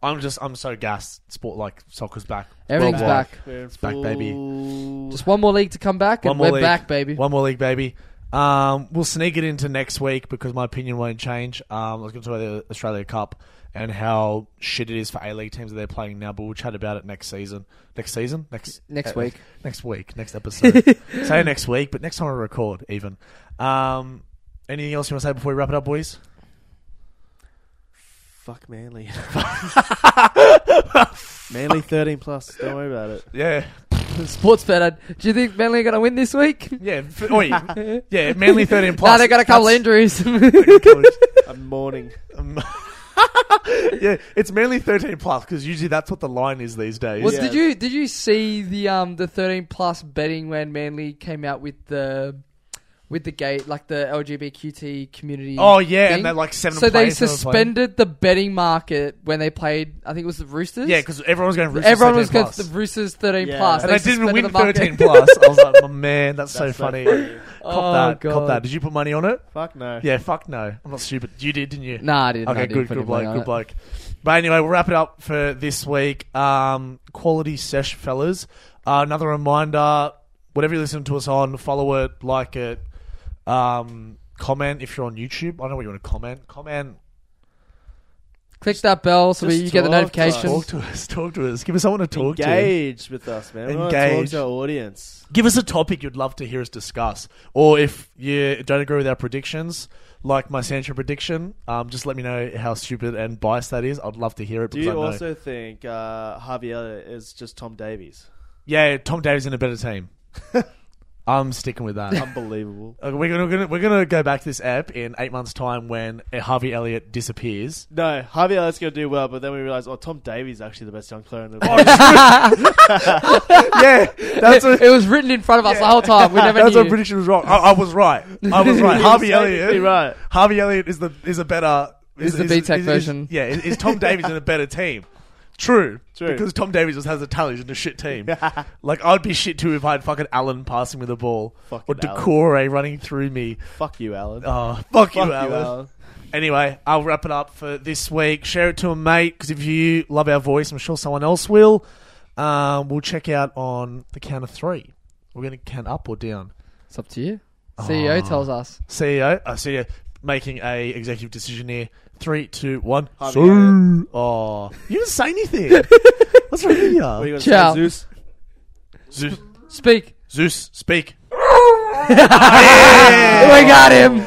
Speaker 1: I'm just. I'm so gassed. Sport like soccer's back.
Speaker 2: everything's
Speaker 1: Worldwide.
Speaker 2: back.
Speaker 3: We're in
Speaker 1: back, baby.
Speaker 3: full-
Speaker 2: Just one more league to come back,
Speaker 1: One
Speaker 2: and
Speaker 1: more
Speaker 2: we're
Speaker 1: league.
Speaker 2: back, baby.
Speaker 1: One more league, baby. Um, we'll sneak it into next week because my opinion won't change. Um, I was going to talk about the Australia Cup and how shit it is for A League teams that they're playing now, but we'll chat about it next season. Next season? Next
Speaker 2: Next
Speaker 1: uh,
Speaker 2: week.
Speaker 1: Next week. Next episode. say next week, but next time I record, even. Um, anything else you want to say before we wrap it up, boys?
Speaker 3: Fuck Manly. Manly 13 plus. Don't worry about it.
Speaker 1: Yeah.
Speaker 2: Sports better. Do you think Manly are going to win this week?
Speaker 1: Yeah. F- oi. yeah. Manly 13 plus.
Speaker 2: no, they got a couple of
Speaker 1: That's-
Speaker 2: injuries.
Speaker 3: I'm mourning.
Speaker 1: Um, yeah, it's mainly 13 plus because usually that's what the line is these days.
Speaker 2: Well,
Speaker 3: Yeah.
Speaker 2: did you did you see the um the thirteen plus betting when Manly came out with the with the gate like the LGBTQT community?
Speaker 1: Oh yeah,
Speaker 2: thing?
Speaker 1: and they're like seven.
Speaker 2: so they
Speaker 1: players that were playing.
Speaker 2: suspended the betting market when they played. I think it was the Roosters.
Speaker 1: Yeah, because everyone was going. Roosters
Speaker 2: everyone was
Speaker 1: 13
Speaker 2: going
Speaker 1: plus.
Speaker 2: to the Roosters thirteen
Speaker 3: Yeah.
Speaker 2: plus.
Speaker 1: and
Speaker 2: They
Speaker 1: they didn't
Speaker 2: suspended
Speaker 1: win
Speaker 2: the market.
Speaker 1: 13 plus. I was like, my man, that's, so,
Speaker 3: That's so
Speaker 1: funny.
Speaker 3: funny.
Speaker 1: Cop
Speaker 2: Oh,
Speaker 1: that, cop
Speaker 2: God.
Speaker 1: that. Did you put money on it?
Speaker 3: Fuck no.
Speaker 1: Yeah, fuck no. I'm not stupid. You did, didn't you?
Speaker 2: Nah, I didn't. I
Speaker 1: Okay,
Speaker 2: didn't
Speaker 1: good,
Speaker 2: put
Speaker 1: good
Speaker 2: any money
Speaker 1: bloke,
Speaker 2: on
Speaker 1: good
Speaker 2: it.
Speaker 1: bloke. But anyway, we'll wrap it up for this week. Um, quality sesh, fellas. Uh, another reminder: whatever you listen to us on, follow it, like it, um, comment if you're on YouTube. I don't know what you want to comment. Comment.
Speaker 2: Click that bell so
Speaker 3: Just
Speaker 2: you get the
Speaker 3: talk to us.
Speaker 1: Talk
Speaker 2: notifications.
Speaker 1: to us. Talk to us. Give us someone to talk to.
Speaker 3: Engage with us, man. We want to talk
Speaker 1: Engage.
Speaker 3: to our audience.
Speaker 1: Give us a topic you'd love to hear us discuss, or if you don't agree with our predictions, like my Sancho prediction, um, just let me know how stupid and biased that is. I'd love to hear it.
Speaker 3: Do
Speaker 1: because I
Speaker 3: you
Speaker 1: know.
Speaker 3: also think uh, Javier is just Tom Davies?
Speaker 1: Yeah, Tom Davies in a better team. I'm sticking with that.
Speaker 3: Unbelievable.
Speaker 1: Okay, we're gonna, we're gonna we're gonna go back to this app in eight months' time when uh, Harvey Elliott disappears.
Speaker 3: No, Javier Let's go do well, but then we realized, oh, Tom Davies is actually the best young player in
Speaker 1: Oh,
Speaker 3: the world.
Speaker 1: yeah, that's
Speaker 2: it,
Speaker 1: a,
Speaker 2: it was written in front of us the whole time. We never
Speaker 1: that's
Speaker 2: knew.
Speaker 1: what prediction was wrong. I, I was right. I was right. Harvey Elliott.
Speaker 3: right.
Speaker 1: Harvey Elliott is the is a better
Speaker 2: Is the B-Tech version.
Speaker 1: yeah, is, is Tom Davies in a better team? True,
Speaker 3: True.
Speaker 1: Because Tom Davies just has a talent and a shit team. like I'd be shit too if I had fucking Allen passing me the ball or
Speaker 3: Fucking Allen.
Speaker 1: Decore running through me.
Speaker 3: Fuck you, Alan.
Speaker 1: Oh, fuck, you,
Speaker 3: Fuck you,
Speaker 1: Alan.
Speaker 3: Alan.
Speaker 1: Anyway, I'll wrap it up for this week. Share it to a mate because if you love our voice, I'm sure someone else will. Um, we'll check out on the count of three. We're going to count up or down.
Speaker 2: It's up to you. CEO
Speaker 1: Oh.
Speaker 2: E tells us.
Speaker 1: CEO, I see you making a executive decision here. Three, two, one.
Speaker 3: Harvey
Speaker 1: So,
Speaker 3: Elliott.
Speaker 1: oh, you didn't say anything. What's wrong with
Speaker 3: What are you
Speaker 1: you?
Speaker 3: going to
Speaker 2: Ciao.
Speaker 3: say, Zeus?
Speaker 1: Zeus,
Speaker 2: Speak.
Speaker 1: Zeus, speak.
Speaker 2: We got him.